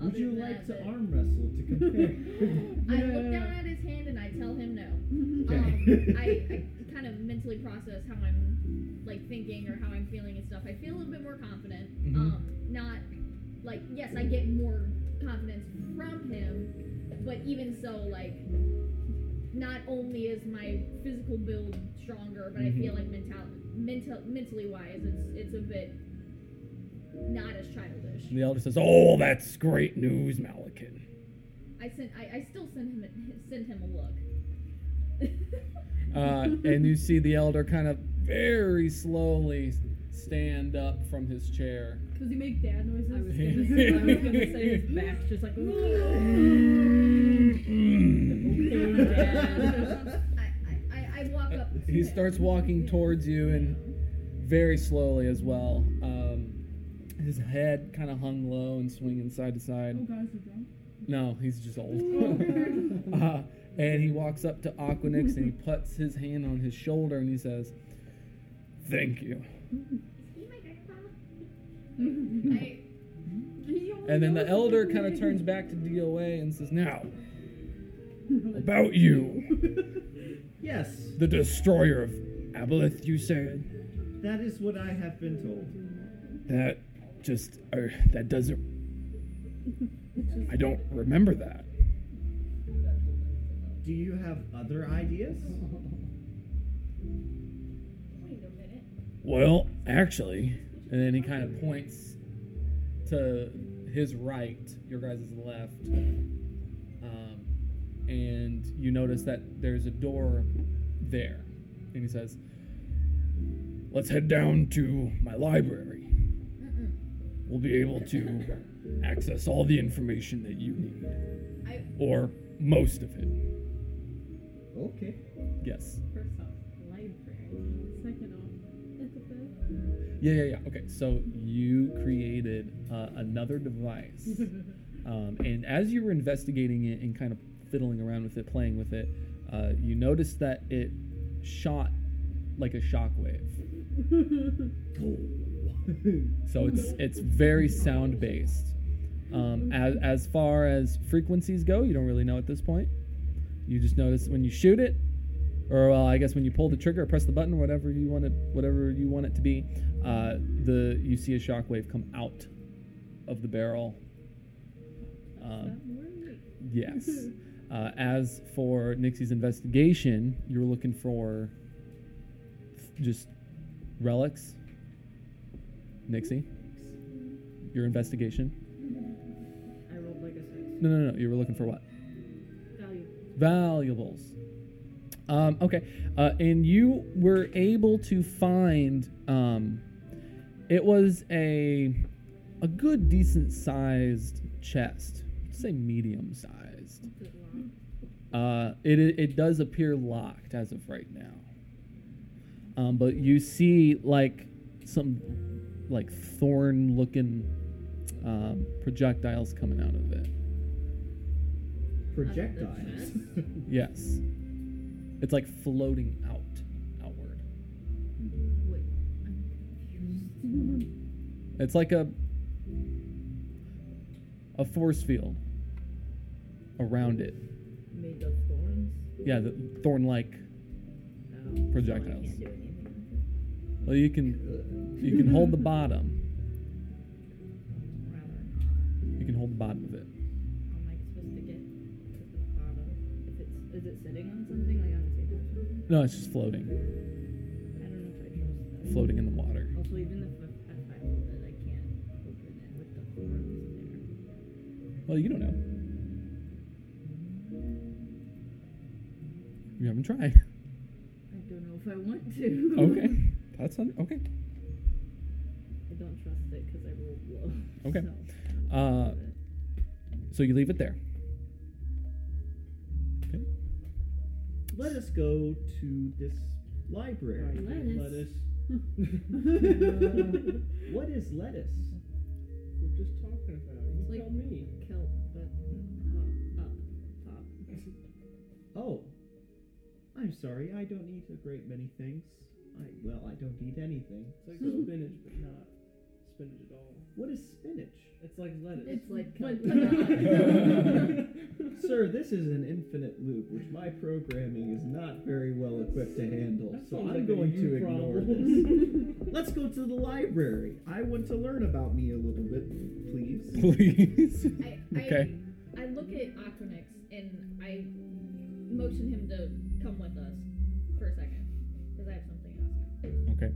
Would
other
you
than
like
that,
to
but-
arm wrestle to compare?
I look down at his hand and I tell him no. Um, I, I kind of mentally process how I'm like thinking or how I'm feeling and stuff. I feel a little bit more confident.
Mhm.
Um, not like yes, I get more confidence from him, but even so, like not only is my physical build stronger, but
Mm-hmm.
I feel like mental, mental, mentally wise, it's it's a bit not as childish.
And the elder says, "Oh, that's great news, Malakin.
I sent. I, I still send him. A, send him a look.
Uh, and you see the elder kind of very slowly stand up from his chair.
Does he make dad noises?
I was gonna say, I was gonna say his back's just like.
I, I, I, I walk up. to
he
him.
starts walking towards you and very slowly as well. Um, his head kind of hung low and swinging side to
Oh,
side.
guys, you're drunk.
No, he's just old.
Oh,
uh, and he walks up to Aquanix and he puts his hand on his shoulder and he says, "Thank you."
Is he my grandpa? I,
And then the elder kind of turns back to DOA and says, "Now, about you,
Yes,
the destroyer of Aboleth, you said."
that is what I have been told.
That just or that doesn't. I don't remember that.
Do you have other ideas?
wait a minute.
Well, actually, and then he kind of points to his right, your guys' left, um, and you notice that there's a door there, and he says, "Let's head down to my library. We'll be able to access all the information that you need,
I-
or most of it."
Okay.
Yes.
First off, library. Second off, ethical.
Yeah, yeah, yeah. Okay, so you created uh, another device, um, and as you were investigating it and kind of fiddling around with it, playing with it, uh, you noticed that it shot like a shockwave. So it's it's very sound based. Um, as as far as frequencies go, you don't really know at this point. You just notice when you shoot it, or well, I guess when you pull the trigger, or press the button, whatever you want it, whatever you want it to be, uh, the you see a shockwave come out of the barrel. Um, yes. Uh, as for Nixie's investigation, you were looking for just relics. Nixie, your investigation.
I rolled like a six.
No, no, no. You were looking for what?
Value.
valuables. Um, okay, uh, and you were able to find um, it was a a good decent sized chest, I'd say medium sized. Uh, it it does appear locked as of right now, um, but you see like some like thorn looking um, projectiles coming out of it.
Projectiles.
Yes. It's like floating out, outward.
Wait.
It's like a a force field around it.
Made of thorns.
Yeah, the thorn-like.
Oh,
Projectiles.
I can't do anything.
Well, you can you can hold the bottom.
Rather not.
You can hold the bottom of it.
How am I supposed to get to the bottom? If it's is it sitting on something like on the table or something?
No, it's just floating,
I don't know if I trust that.
floating in the water.
Also, even if I, if I hold it, I can't open it with the thorns
Well, you don't know. You haven't tried.
there. I don't know if I want to.
Okay, that's un- okay.
I don't trust it because I rolled low.
Okay.
So,
Uh, so you leave it there.
Let us go to this library.
Lettuce.
Lettuce. what is lettuce?
You're just talking about it. You
Like-
tell me.
kelp, but uh, up top.
Oh, I'm sorry. I don't eat a great many things. I well, I don't eat anything.
It's like spinach, but not spinach at all.
What is spinach?
It's like lettuce.
It's like kelp.
But- but not.
Sir, this is an infinite loop, which my programming is not very well equipped to handle,
That
so
sounds
I'm
like a
going
you
to ignore
problem.
this. Let's go to the library. I want to learn about me a little bit, please.
Please.
I,
Okay.
I, I look at Aquanix and I motion him to come with us for a second because I have something to ask him.
Okay.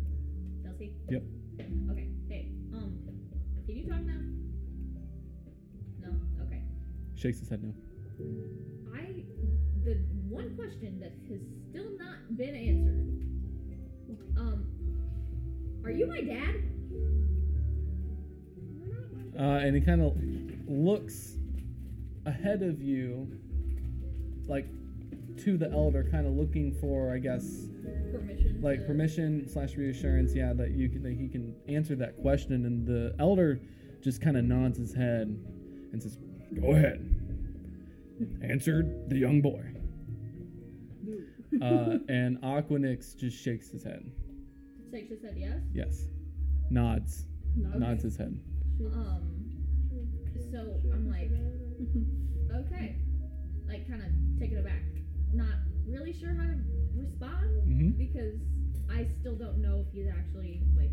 Does he?
Yep.
Okay. Hey, um, can you talk now? No. Okay.
Shakes his head no.
I the one question that has still not been answered. Um, are you my dad?
Uh, and he kind of looks ahead of you, like to the elder, kind of looking for, I guess,
Permission.
like
to-
permission slash reassurance. Yeah, that you can, that he can answer that question. And the elder just kind of nods his head and says, "Go ahead." Answered the young boy. Uh, and Aquinix just shakes his head.
Sage just said yes.
Yes, nods, nods his head.
Um, so I'm like, okay, like kind of taken aback. Not really sure how to respond
Mm-hmm.
because I still don't know if he's actually like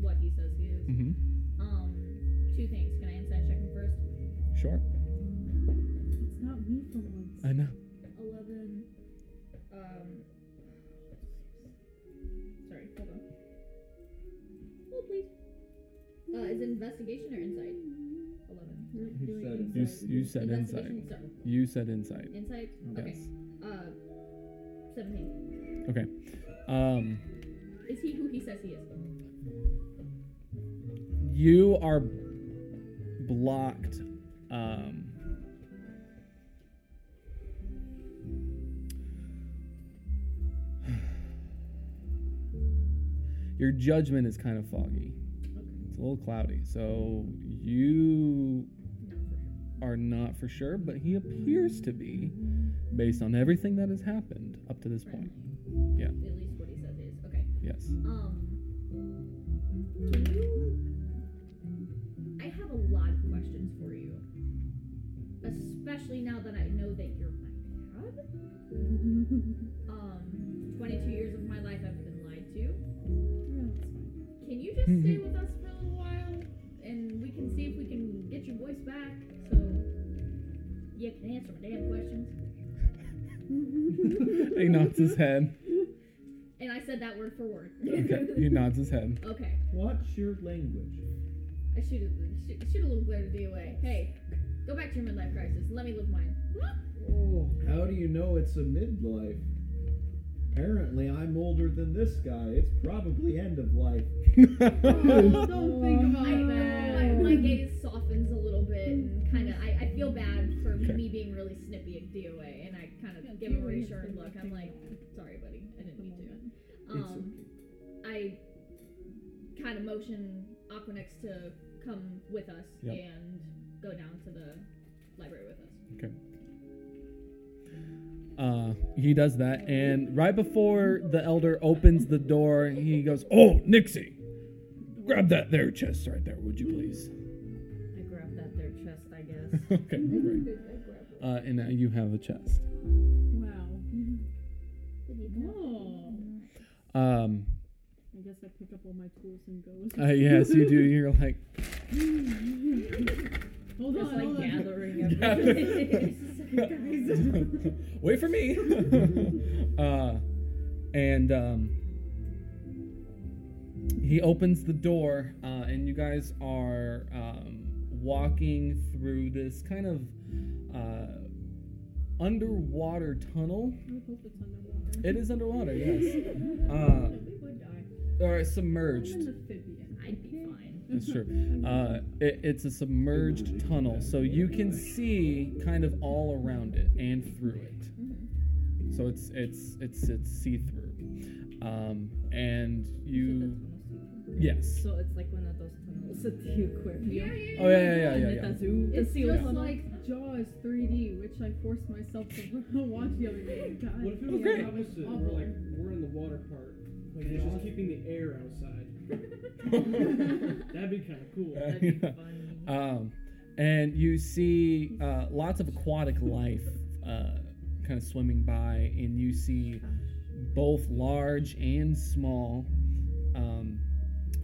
what he says he is.
Mm-hmm.
Um, two things. Can I inside check him first?
Sure.
It's not me for once.
I know.
11. Um, sorry, hold on. Hold, please. Uh, is it investigation or insight? 11.
You're
He
doing
said
inside.
You s- you said insight.
investigation, sorry.
You said insight.
Insight? Okay.
Yes.
Uh, 17.
Um,
Is he who he says he is?
you are blocked. Um, your judgment is kind of foggy. It's a little cloudy. So you
Not for sure.
are not for sure, but he appears to be based on everything that has happened up to this point.
Friendly.
Yeah.
At least what he says he is. Okay.
Yes.
Um, can you? I have a lot of questions for you, especially now that I know that you're my dad. Um, 22 years of my life I've been lied to. Can you just stay with us for a little while, and we can see if we can get your voice back, so you can answer my damn questions.
he nods his head.
And I said that word for word.
Okay. He nods his head.
okay.
What's your language?
I shoot a, shoot, shoot a little glare to be away. Hey, go back to your midlife crisis. Let me live mine.
Oh, how do you know it's a midlife? Apparently, I'm older than this guy. It's probably end of life.
Oh, Don't think
Oh,
about
I, my,
that.
my gaze softens a little bit and kind of, I, I feel bad for
Okay.
me being really snippy at DOA, and I kind of give him a reassuring look. I'm like, sorry, buddy. I didn't mean to.
It's
Um, I kind of motion Aquanex to come with us
Yep.
and go down to the library with us.
Uh, he does that, and right before the elder opens the door, he goes, "Oh, Nixie, grab that there chest right there, would you please?"
I grabbed that their chest, I guess.
okay, great. Uh, and now you have a chest.
Wow. Whoa.
Um,
I guess I pick up all my tools and go.
uh, yes, you do. You're like,
Hold on,
Just like
hold on.
gathering
wait for me. uh, and um, he opens the door, uh, and you guys are um, walking through this kind of uh, underwater tunnel.
I hope it's underwater.
It is underwater, yes. Uh,
We would die.
or
I'm an
submerged.
amphibian.
I'd be fine.
That's true. Uh, it, it's a submerged tunnel, so you can see kind of all around it and through it. So it's it's it's it's see through, um, and you yes.
So it's like one of those tunnels at the aquarium.
Oh yeah yeah yeah yeah.
And
yeah.
at the zoo, the
It's
seal
just
tunnel.
like Jaws 3D, which I forced myself to watch the other day. God.
What if it was the opposite? We're like we're in the water part, like it's just keeping the air outside. That'd be kind of cool.
Yeah.
That'd be funny.
Um, and you see uh, lots of aquatic life uh, kind of swimming by, and you see both large and small um,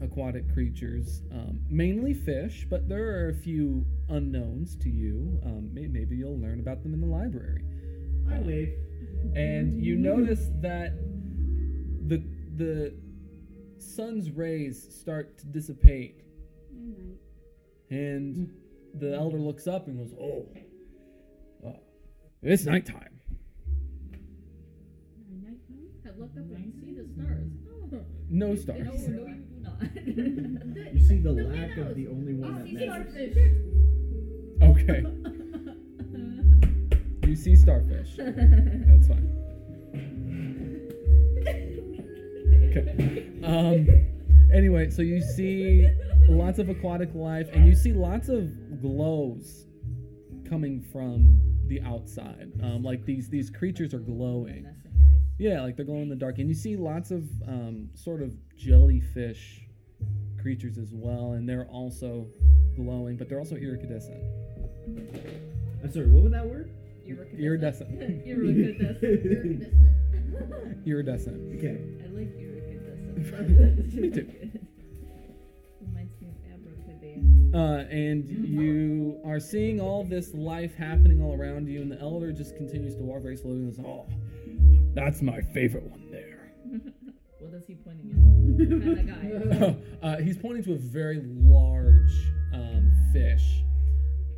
aquatic creatures, um, mainly fish, but there are a few unknowns to you. Um, may- maybe you'll learn about them in the library.
I
Uh,
wave.
and you notice that the the sun's rays start to dissipate Mm. and the elder looks up and goes, "Oh, oh It's nighttime.
I look up and see the stars. Oh.
No
No, no,
stars.
you do not.
You see the lack of the
minnows.
only one
I
that
Oh,
Okay.
matters.
see starfish.
You see starfish. That's fine. Okay. Um, anyway, so you see lots of aquatic life and you see lots of glows coming from the outside. Um, like these these creatures are glowing. Yeah, like they're glowing in the dark. And you see lots of um, sort of jellyfish creatures as well, and they're also glowing, but they're also iridescent.
I'm sorry, what was that word?
Iridescent.
Iridescent.
Iridescent.
Okay.
I like iridescent.
Me too.
Reminds me of
Uh, and you are seeing all this life happening all around you, and the elder just continues to walk very slowly and goes, Oh, that's my favorite one there.
What is he pointing at? Kinda guy.
uh, he's pointing to a very large um, fish,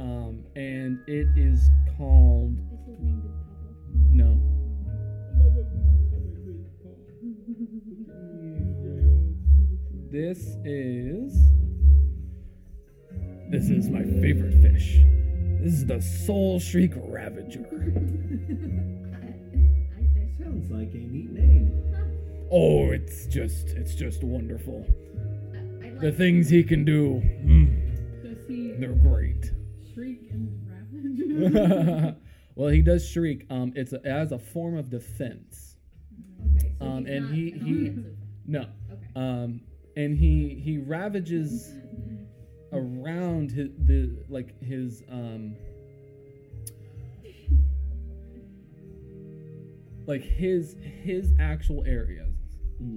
um, and it is called.
Is his name Big Papa?
No. This is. This is my favorite fish. This is the Soul Shriek Ravager.
That sounds like a neat name.
Oh, it's just, it's just wonderful.
I, I like
The things he can do, mm,
Does he
they're great.
shriek and ravage?
well, he does shriek. Um, it's a, as a form of defense.
Okay, so
Um,
he's
and
not
he-
an
he-
offensive.
No.
Okay.
Um, and he he ravages around his the like his um like his his actual areas.
Mm.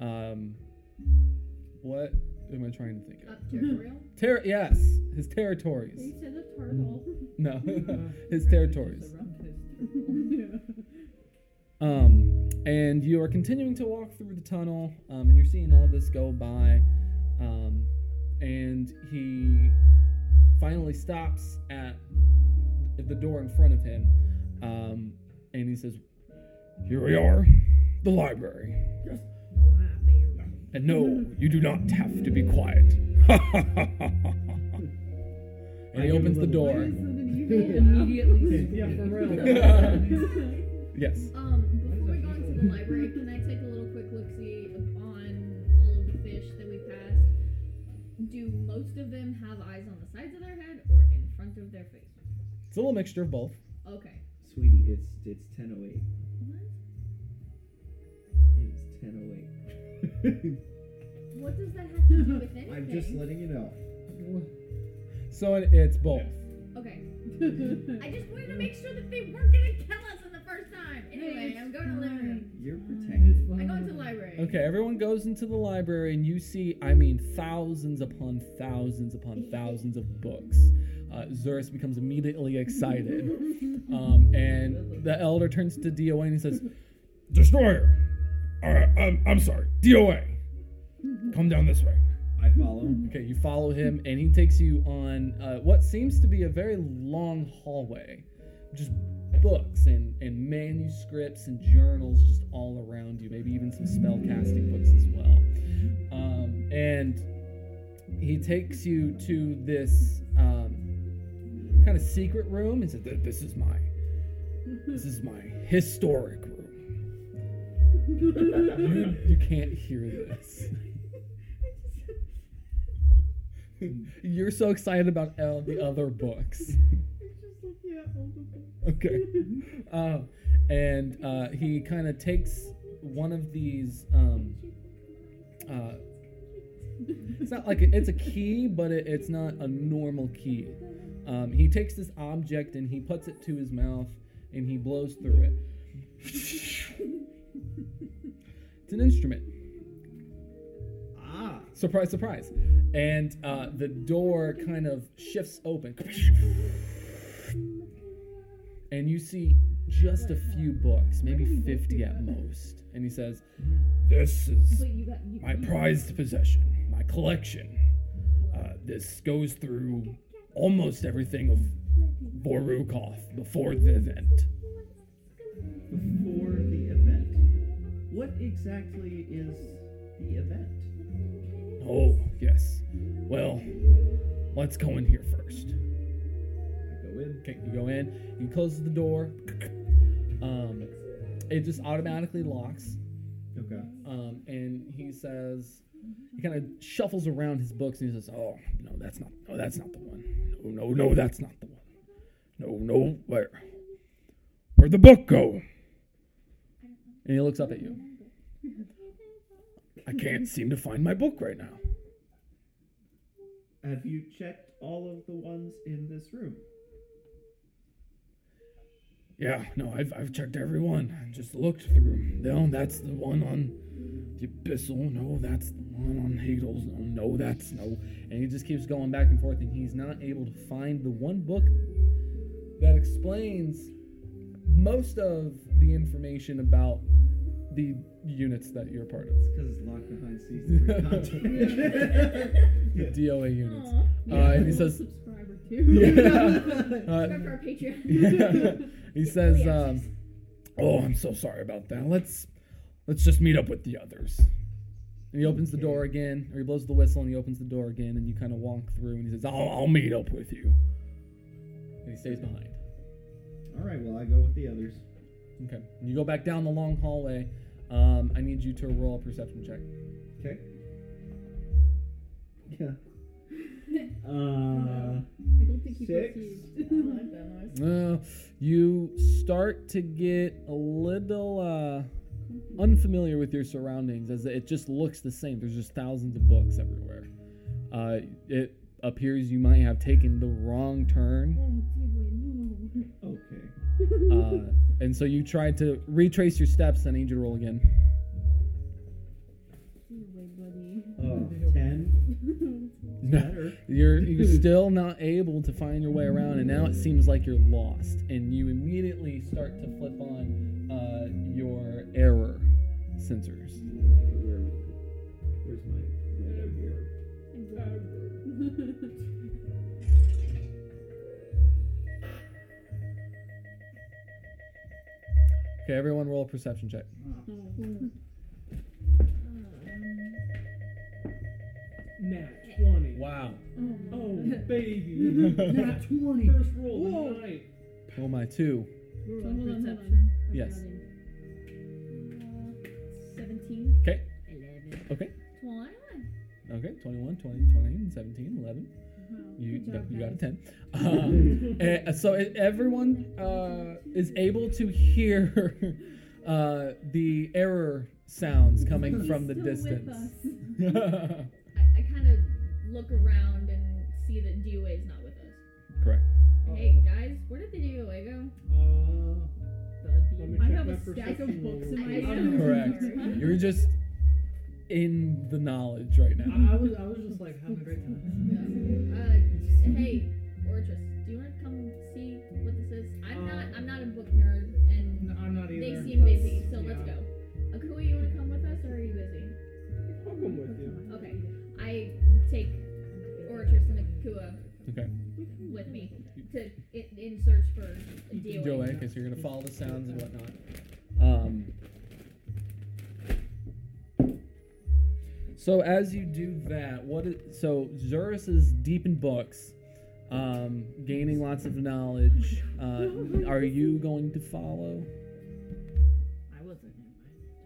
Um, what am I trying to think of?
Up territorial?
Ter- yes, his
He
territories.
said a turtle.
No, his territories.
yeah.
Um, and you are continuing to walk through the tunnel, um, and you're seeing all this go by. Um, and he finally stops at the door in front of him, um, and he says, "Here we are, the library." And no, you do not have to be quiet. and he opens the door.
Immediately.
Yeah, for
Yes.
Um, before we go into the library, can I take a little quick look see on all of the fish that we passed? Do most of them have eyes on the sides of their head or in front of their face?
It's a little mixture of both.
Okay.
Sweetie, it's it's 10:08. It's 10:08.
What does that have to do with anything?
I'm just letting you know.
So it, it's both.
Okay.
Mm-hmm.
I just wanted to make sure that they weren't gonna kill us in the first time. Anyway, I'm going to the living room.
You're protected.
I go into the library.
Okay, everyone goes into the library and you see, I mean, thousands upon thousands upon thousands of books. Uh, Zurus becomes immediately excited. Um, and the elder turns to DOA and he says, Destroyer! Uh, I'm, I'm sorry, DOA! Come down this way.
I follow.
Okay, you follow him and he takes you on uh, what seems to be a very long hallway. Just books and, and manuscripts and journals just all around you, maybe even some spell casting books as well. Um, and he takes you to this um, kind of secret room and says, "Th- This is my. This is my historic room. You, you can't hear this. You're so excited about all the other books. Okay. Um, and uh, he kind of takes one of these. Um, uh, it's not like a, it's a key, but it, it's not a normal key. Um, he takes this object and he puts it to his mouth and he blows through it. it's an instrument.
Ah,
Surprise, surprise. And uh, the door kind of shifts open. And you see just a few books, maybe 50 at most. And he says, This is
But you got you,
my prized possession, my collection. Uh, this goes through almost everything of Vorukov before the event.
before the event. What exactly is the event?
Oh, yes. Well, let's go in here first.
I go in.
Okay, you go in, you close the door. Um, it just automatically locks.
Okay.
Um, and he says, he kind of shuffles around his books and he says, "Oh no, that's not. No, that's not the one. No, no, no, that's not the one. No, no, where? Where'd the book go?" And he looks up at you. I can't seem to find my book right now.
Have you checked all of the ones in this room?
Yeah, no, I've, I've checked every one. I just looked through. No, that's the one on the Abyssal. No, that's the one on Hagel's. No, no, that's no. And he just keeps going back and forth, and he's not able to find the one book that explains most of the information about the units that you're part of
It's because it's locked behind season three content.
the
Yeah.
DOA units.
Aw.
Uh, and he says,
subscriber too.
uh,
Subscribe to our Patreon.
he says, um, "Oh, I'm so sorry about that. Let's let's just meet up with the others." And he opens the door again, or he blows the whistle, and he opens the door again, and you kind of walk through, and he says, "I'll I'll meet up with you." And he stays behind.
all right, well, I go with the others.
Okay, and you go back down the long hallway. Um, I need you to roll a perception check.
Okay. Yeah. Uh,
I don't think he
Six.
perceived.
like that noise.
Uh, you start to get a little uh, unfamiliar with your surroundings as it just looks the same. There's just thousands of books everywhere. Uh, it appears you might have taken the wrong turn.
Oh, Dewey, no.
okay.
Uh, and so you tried to retrace your steps. I need you to roll again.
Dewey, buddy.
Oh, 10. Better.
You're, you're still not able to find your way around, and now it seems like you're lost. And you immediately start to flip on uh, your error sensors.
Where, where's my light out here?
Okay, everyone roll a perception check.
Nat 20.
Wow.
Oh, baby.
Mm-hmm.
Nat 20. First roll
Whoa.
of the night.
Oh my two.
So hold on, hold on. I've
Yes.
got it.
Seventeen.
Okay.
Eleven.
Okay.
Twenty-one.
Okay. 21, 20, 20, 17, 11.
Wow,
You,
good job,
you got a
guys.
10. Um, eh, so eh, everyone uh, is able to hear uh, the error sounds coming
He's
from the
still with
distance.
us.
I, I kind of look around and see that DOA is not with us.
Correct.
Uh, Oh.
Hey guys, where did the DOA go?
Uh, let me
I
check
have
my
a stack
perception
of books
roll.
in my
I-
hand.
Correct. You're just in the knowledge right now.
I, I was I was just like having a great time.
Uh, hey, Ortrus, do you want to come see what this is? I'm
Uh,
not, I'm not a book nerd, and
No, I'm not either.
they seem
Let's-
busy, so let's
yeah.
go. Akua, you want to come with us, or are you busy?
I'll come with you.
Okay, I take Ortrus and Akua
Okay.
with me to in, in search for a DOA.
Go away because you're going to follow the sounds and whatnot. Um, so as you do that, what is so Zurus is deep in books, um, gaining lots of knowledge. Uh, are you going to follow?
I wasn't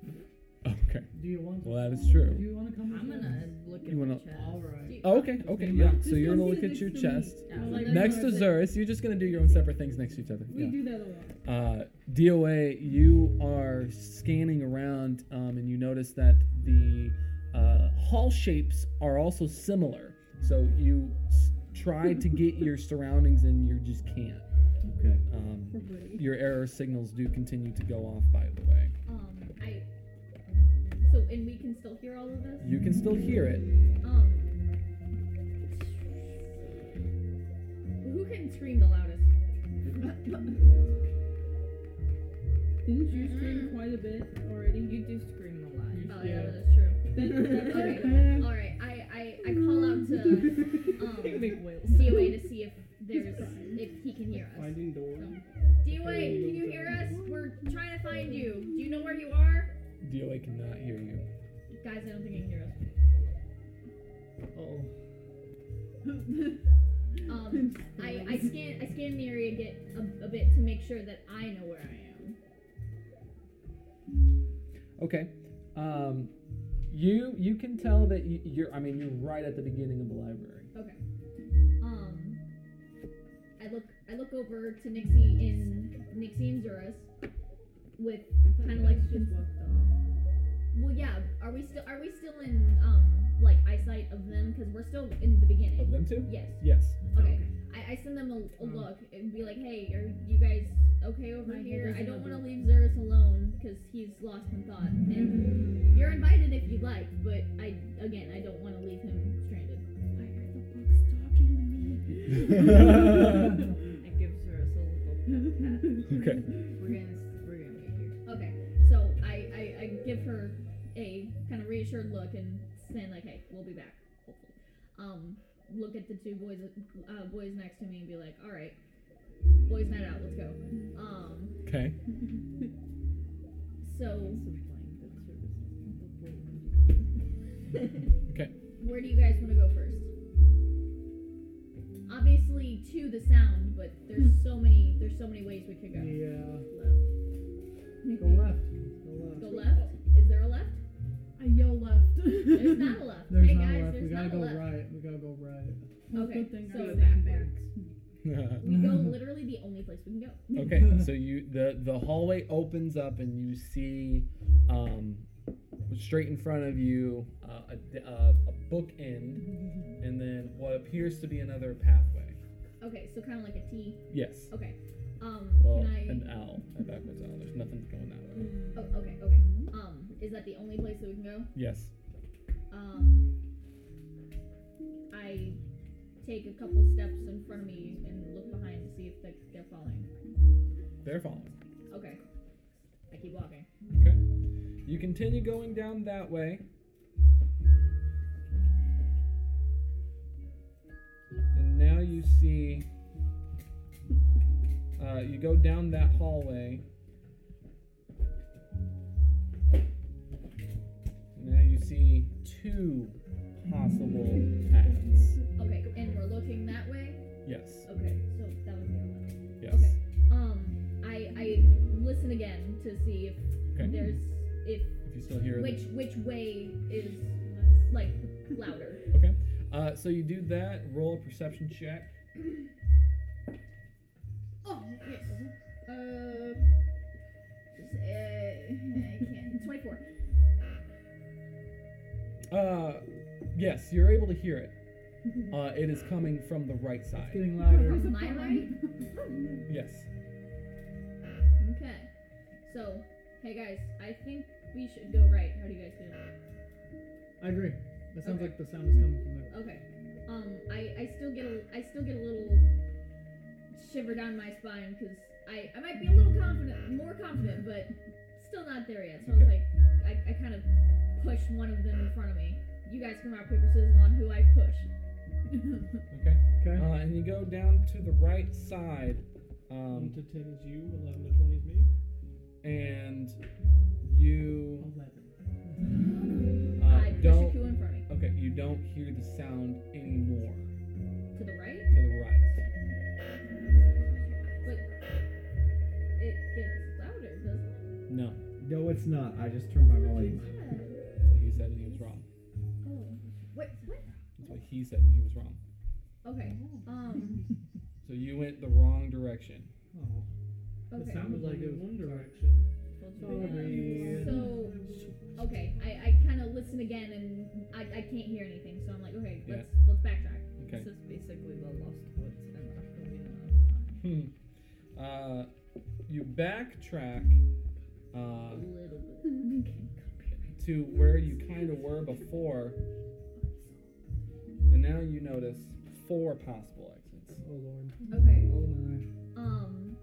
invited.
Okay,
Do you want?
well that is true.
Do you want to come? with
I'm
us?
gonna look at
You wanna-
the chest.
All right.
Oh, okay, okay, yeah. So you're gonna look at your chest.
Yeah,
Well,
like-
then
Next to
we're-
Zurus, you're just gonna do your own separate things next to each other.
We
Yeah.
do that a lot.
Uh, DOA, you are scanning around um, and you notice that the uh, hall shapes are also similar. So you s- try to get your surroundings and you just can't.
Okay.
Um,
Everybody.
your error signals do continue to go off, by the way.
Um, I. So, and we can still hear all of this.
You can still hear it.
Um. Who can scream the loudest?
Didn't you scream quite a bit already?
Mm-hmm. You do scream a lot.
Oh yeah,
Yeah.
that's true.
okay.
All right, I I, I call out to um
Big whales.
DOA to see if there's if he can hear us.
Finding door.
D-Way, can you hear us? We're trying to find you. Do you know where you are?
DOA cannot hear you.
Guys, I don't think you can hear us.
Oh,
Um, I, I scan I scan the area get a, a bit to make sure that I know where I am.
Okay. Um, you you can tell that you, you're. I mean, you're right at the beginning of the library.
Okay. Um, I look I look over to Nixie and Nixie and Zurus with kind of like
just walked off.
well yeah are we still are we still in um like eyesight of them because we're still in the
Of
beginning
them two?
yes
Yes.
okay I, I send them a, a
Um.
look and be like hey are you guys okay over
My head
here
is
I
in
don't
a
want to
book.
leave Zurus alone because he's lost in thought and you're invited if you'd like but I again I don't want to leave him stranded
Why are the books talking to me?
okay.
I give Zerus a little pat. pat. We're gonna, we're gonna get here.
Okay, so I, I, I give her a kind of reassured look and saying like, "Hey, we'll be back, hopefully." Um, look at the two boys, uh, boys next to me, and be like, "All right, boys' night out, let's go." Um,
Okay.
so
Okay.
where do you guys want to go first? Obviously, to the sound, but there's
Hmm.
so many, there's so many ways we could go.
yeah. Go
Go
left. Go left.
left. Is there a left?
I yell left.
There's not a left.
There's
hey
not
guys,
a left.
there's
We gotta
not a
go
left.
right. We gotta go right.
Okay,
Good thing
so
I
go
was back.
We go literally the only place we can go.
okay. So you the the hallway opens up and you see, um, straight in front of you uh, a, a, a book end, and then what appears to be another pathway.
Okay, so kind of like a T.
Yes.
Okay. Um,
Well,
can I?
an owl, a backwards owl. There's nothing going that way.
Oh, okay, okay. Um, is that the only place that we can go?
Yes.
Um, I take a couple steps in front of me and look behind to see if they, they're following.
They're following.
Okay. I keep walking.
You continue going down that way. And now you see. Uh, you go down that hallway. Now you see two possible paths.
Okay, and we're looking that way.
Yes.
Okay, so that would be our left.
Yes.
Okay. Um, I I listen again to see if
Okay.
there's if
If you still hear
which which way is like louder.
Uh, so you do that. Roll a perception check.
Oh, yes.
Uh, I can't.
24.
Uh, yes, you're able to hear it. Uh, it is coming from the right
It's
side.
getting louder.
From my right?
Yes.
Okay. So, hey guys, I think we should go right. How do you guys feel?
I agree. That sounds
Okay.
like the sound is coming from there.
Okay. Um, I, I still get a, I still get a little shiver down my spine because I, I might be a little confident, more confident, but still not there yet. So I was like, I, I kind of push one of them in front of me. You guys can rock paper scissors on who I push.
Okay. Uh,
Okay.
and you go down to the right side,
1
um,
to 10 is you, 11 to 20 is me.
and you
11.
uh,
I push a
don't.
two in front of me
Okay, you don't hear the sound anymore
to the right.
to the right.
It gets louder, doesn't
No,
No, it's not. I just turned my volume.
it?
that's what he said, and he was wrong.
Oh, wait, what?
That's what he said, and he was wrong.
Okay. Um.
So you went the wrong direction.
Oh.
Okay.
It sounded like it was one direction.
oh, Sorry.
So, okay, I, I kind of listen again and I, I can't hear anything, so I'm like, okay,
Yeah.
let's let's backtrack.
Okay.
This is basically the Lost Woods and Aquavina of time.
Hmm. Uh, you backtrack.
A
Uh,
little bit.
to where you kind of were before, and now you notice four possible exits.
Oh lord.
okay.
Oh my.
Um.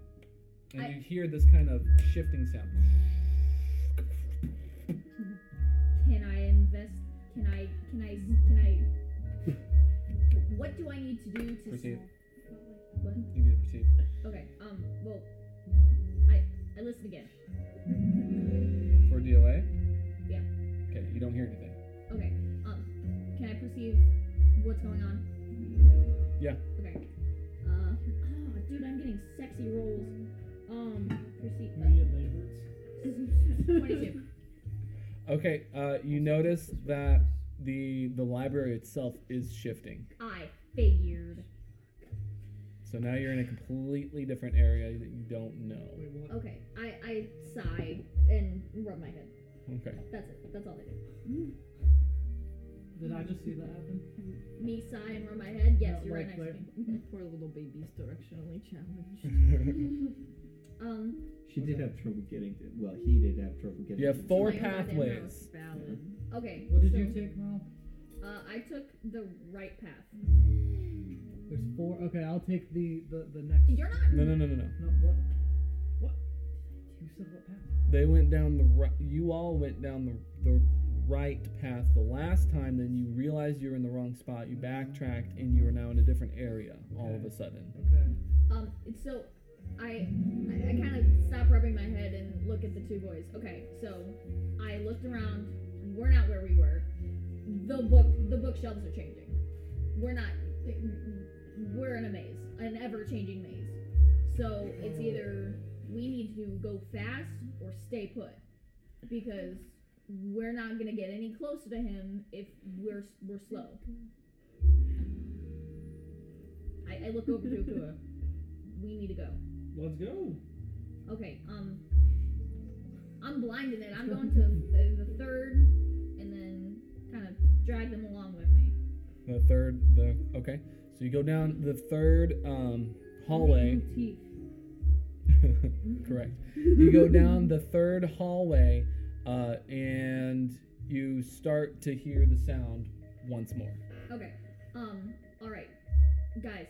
And
I-
you hear this kind of shifting sound.
Can I invest? Can I? Can I? Can I? What do I need to do to?
Proceed.
s- What?
You need to proceed.
Okay. Um. Well, I I listen again.
For DOA?
Yeah.
Okay, you don't hear anything.
Okay. Um. Can I perceive what's going on?
Yeah.
Okay. Uh. Oh, dude, I'm getting sexy rolls. Um. Perceive. uh,
Immediate labors.
Twenty-two.
Okay, uh, you notice that the the library itself is shifting.
I figured.
So now you're in a completely different area that you don't know.
Wait, what?
Okay. I I sigh and rub my head.
Okay.
That's it. That's all I do.
Did I just see that happen?
Me sigh and rub my head. Yes,
No,
you're right
like
next to
that.
me.
Poor little baby's directionally challenged.
um.
She did
Okay.
have trouble getting to. Well, he did have trouble getting.
You
to
have
the
four
Something about that
pathways.
Valid.
Okay.
What did
so,
you take, Mel?
Uh, I took the right path.
There's four. Okay, I'll take the the the next.
You're not.
No, no, no, no, no.
No, what? What? You said what path?
They went down the right. You all went down the the right path the last time. Then you realized you were in the wrong spot. You backtracked and you are now in a different area. All of a sudden.
Okay.
Um, so I I, I kind of stop rubbing my head and look at the two boys. Okay, so I looked around. We're not where we were. The book the bookshelves are changing. We're not. We're in a maze, an ever changing maze. So it's either we need to go fast or stay put because we're not gonna get any closer to him if we're we're slow. I, I look over to Akua. We need to go.
Let's go.
Okay, um, I'm blinding it. I'm going to uh, the third, and then kind of drag them along with me.
The third. The okay. So you go down the third um, hallway.
Teeth.
Correct. You go down the third hallway, uh, and you start to hear the sound once more.
Okay, um, all right, guys,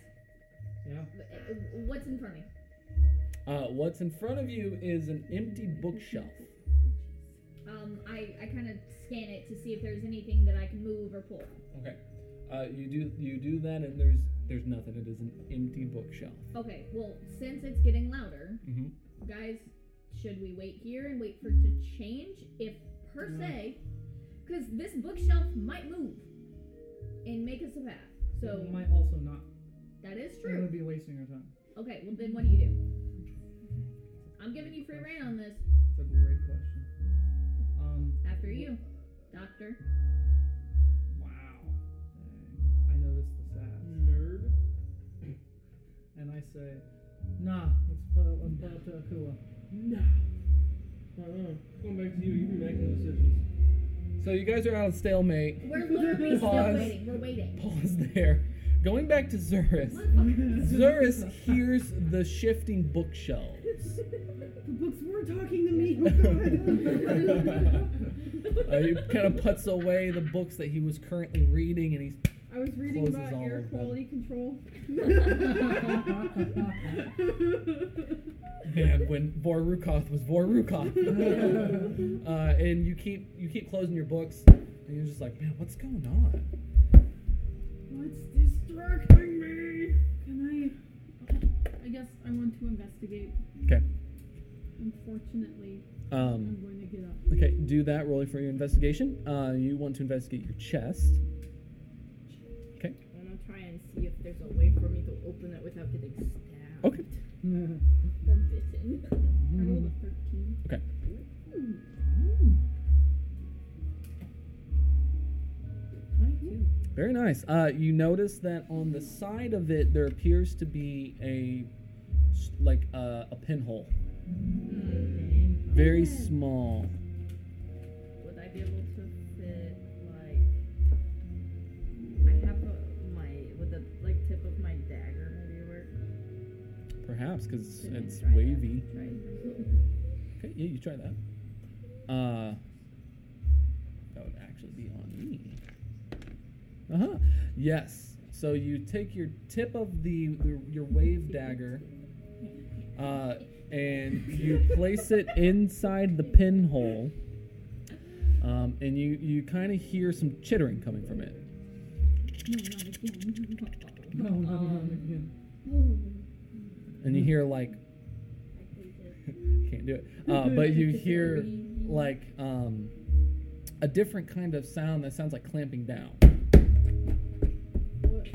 Yeah.
w- uh, what's in front of me?
Uh, what's in front of you is an empty bookshelf.
Um, I I kind of scan it to see if there's anything that I can move or pull.
Okay. Uh, you do you do that, and there's there's nothing. It is an empty bookshelf.
Okay, well, since it's getting louder,
Mhm.
guys, should we wait here and wait for it to change? If per se, because this bookshelf might move and make us a path. So
we might also not.
that is
We would
true.
be wasting our time.
Okay, well then what do you do? I'm giving you free reign on this.
That's a great question. Um.
After you, Doctor.
Wow. I noticed the sass,
Nerd.
and I say, Nah, let's put let's put up to Akua.
Nah. I don't know. Going back to you. You be making the decisions.
So you guys are out of stalemate.
We're literally still
Pause.
waiting. We're waiting.
Pause there. Going back to Zerus.
Motherfucker.
Zerus hears the shifting bookshelves.
The books were talking to me.
Uh, he kind of puts away the books that he was currently reading, and he's
I was reading
Closes
about
all
air
of them.
quality control.
man when Vorukoth was Vorukoth. uh, and you keep you keep closing your books, and you're just like, man, what's going on?
What's distracting me?
Can I? I guess I want to investigate.
'Kay.
Unfortunately,
Um,
I'm going to get up.
Okay, do that. Roll for your investigation. Uh, you want to investigate your chest.
And I'll try and see if there's a way for me to open it without getting stabbed.
Okay.
Or bitten.
I rolled a 13.
Twenty-two.
Very nice. Uh, you notice that on the side of it there appears to be a s- like uh, a pinhole, very small.
Hmm. Would I be able to fit like I have a, my would the like tip of my dagger maybe work?
Perhaps because
Didn't
it's
try that.
wavy.
Try it.
Okay, yeah, you try that. Uh, that would actually be on me. Uh huh. Yes. So you take your tip of the, the your wave dagger, uh, and you place it inside the pinhole. Um, and you you kind of hear some chittering coming from it.
No,
No,
not again.
no, no,
Um,
again.
Oh,
and you hear like can't do it. Uh, but you hear like um, a different kind of sound that sounds like clamping down.
What?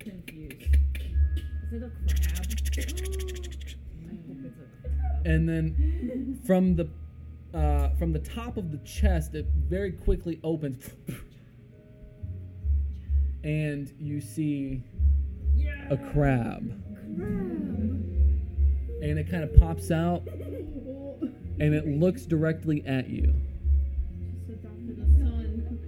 Confused. Is it a crab? I hope it's a crab.
And then from the uh, from the top of the chest, it very quickly opens, and you see a crab. And it kind of pops out, and it looks directly at you.
Just adopted a son.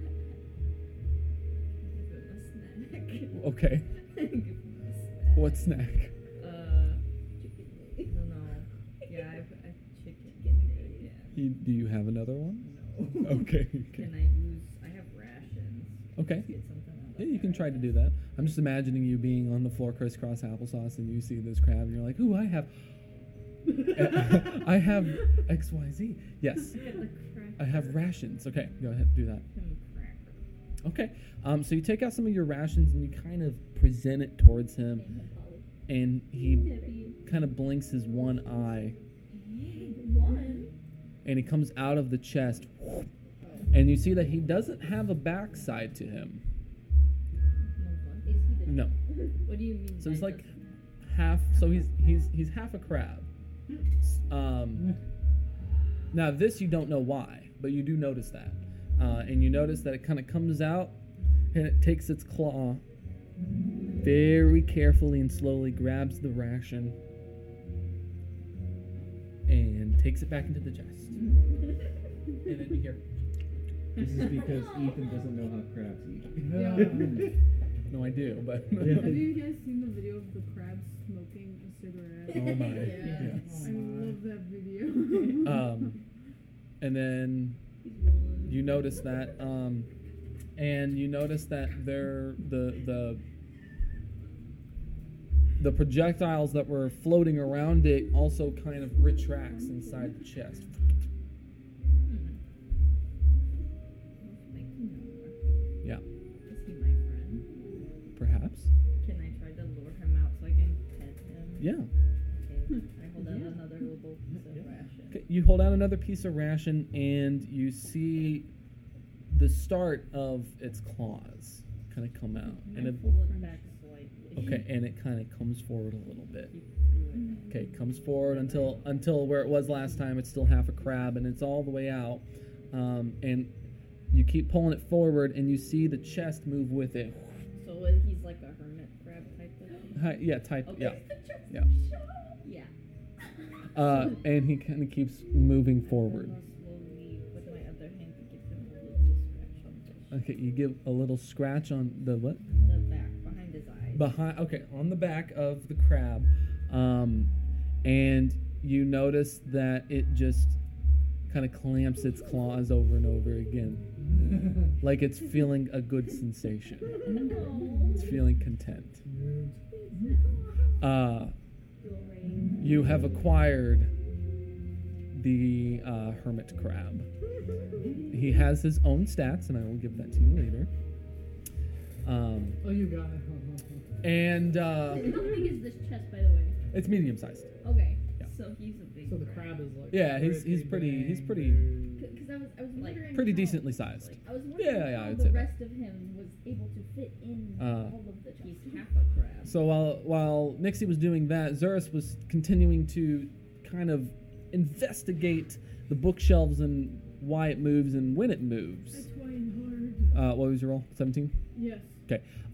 Give him a snack.
Okay,
Give him a snack.
what snack?
Uh, I don't know. Yeah, I, I chicken. Yeah.
You, do you have another one?
No.
Okay.
Can I use? I have rations.
Okay.
Get something out of
Yeah, you
that,
can try to do that. I'm just imagining you being on the floor crisscross applesauce and you see this crab and you're like, ooh, I have, I have XYZ. Yes,
Look at the crack.
I have rations. Okay, go ahead, do that.
Some crack.
Okay, um, so you take out some of your rations and you kind of present it towards him and he kind of blinks his one eye
One.
and he comes out of the chest and you see that he doesn't have a backside to him.
No blood.
No.
What do you mean?
So he's
by
like
just-
half. So he's he's he's half a crab. S- Um, now this you don't know why, but you do notice that, uh, and you notice that it kind of comes out and it takes its claw very carefully and slowly grabs the ration and takes it back into the chest. and then you hear
This is because Ethan doesn't know how crabs eat.
no, I do, but
Have you guys seen the video of the crab smoking a cigarette?
oh my,
Yeah.
yes.
Oh
I love that video.
Um, and then you notice that um and you notice that there the the the projectiles that were floating around it also kind of retracts inside the chest
Like, no.
Yeah.
Is he my friend?
perhaps
Can I try to lure him out so I can pet him?
yeah
Okay. I hold out another little piece of
Yeah.
ration.
Okay, you hold out another piece of ration and you see the start of its claws kind of come out
Can
and
I
it,
pull it back slightly.
okay and it kind of comes forward a little bit
Keep doing
Okay, comes forward until until where it was last time. It's still half a crab, and it's all the way out. Um, and you keep pulling it forward, and you see the chest move with it.
it. So uh, he's like a hermit crab type of thing.
Hi- Yeah, type.
Okay.
Yeah, yeah.
Yeah.
Uh, and he kind of keeps moving forward.
I'll slowly, with my other hand, give him a little scratch on his-
Okay, you give a little scratch on the what
the back behind his eyes.
behind. Okay, on the back of the crab, um, and you notice that it just kind of clamps its claws over and over again, like it's feeling a good sensation. It's feeling content. Uh, you have acquired the uh, hermit crab. He has his own stats, and I will give that to you later. Um,
Oh, you got it.
and uh,
How big is this chest, by the way?
it's medium sized.
Okay.
So he's a big
So the
crab.
crab is like.
Yeah, he's- he's pretty- he's pretty-
big.
Because I was, I was
Like,
wondering.
pretty
how-
decently sized.
I was wondering
Yeah, yeah,
how
I'd
the
say that.
rest of him was able to fit in
Uh,
all of the chest.
He's half a crab.
So while while Nixie was doing that, Zerus was continuing to kind of investigate the bookshelves and why it moves and when it
I
moves.
twine hard.
Uh, what was your roll? Seventeen.
Yes.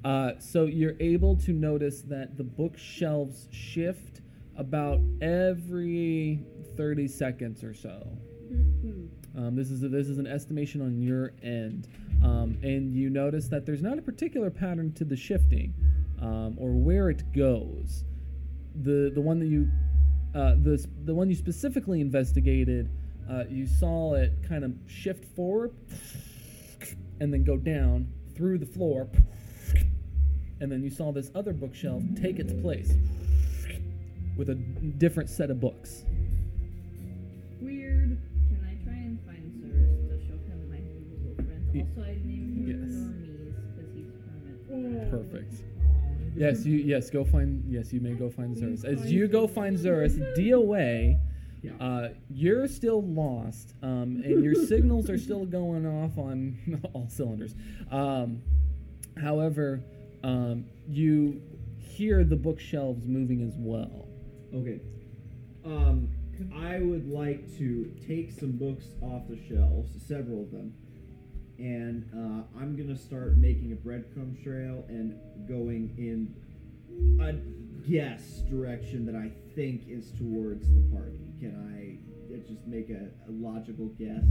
Uh, so you're able to notice that the bookshelves shift about every 30 seconds or so.
Mm-hmm.
Um, this is a, this is an estimation on your end, um, and you notice that there's not a particular pattern to the shifting, um, or where it goes. the The one that you, uh, the s- the one you specifically investigated, uh, you saw it kind of shift forward, and then go down through the floor, and then you saw this other bookshelf take its place with a different set of books.
Weird.
Can I try and find Zerus to show him my new little friend?
Ye-
Also, I named him
yes.
Hermes because he's hermit.
Oh.
Perfect.
Oh,
Yes, you yes, go find yes, you may go find Zerus. As you go find Zerus, DOA,
Yeah.
uh, you're still lost, um, and your signals are still going off on all cylinders. Um, however, um, you hear the bookshelves moving as well.
Okay. Um, I would like to take some books off the shelves, several of them, and uh, I'm gonna start making a breadcrumb trail and going in a guess direction that I think is towards the party. Can I uh, just make a, a logical guess?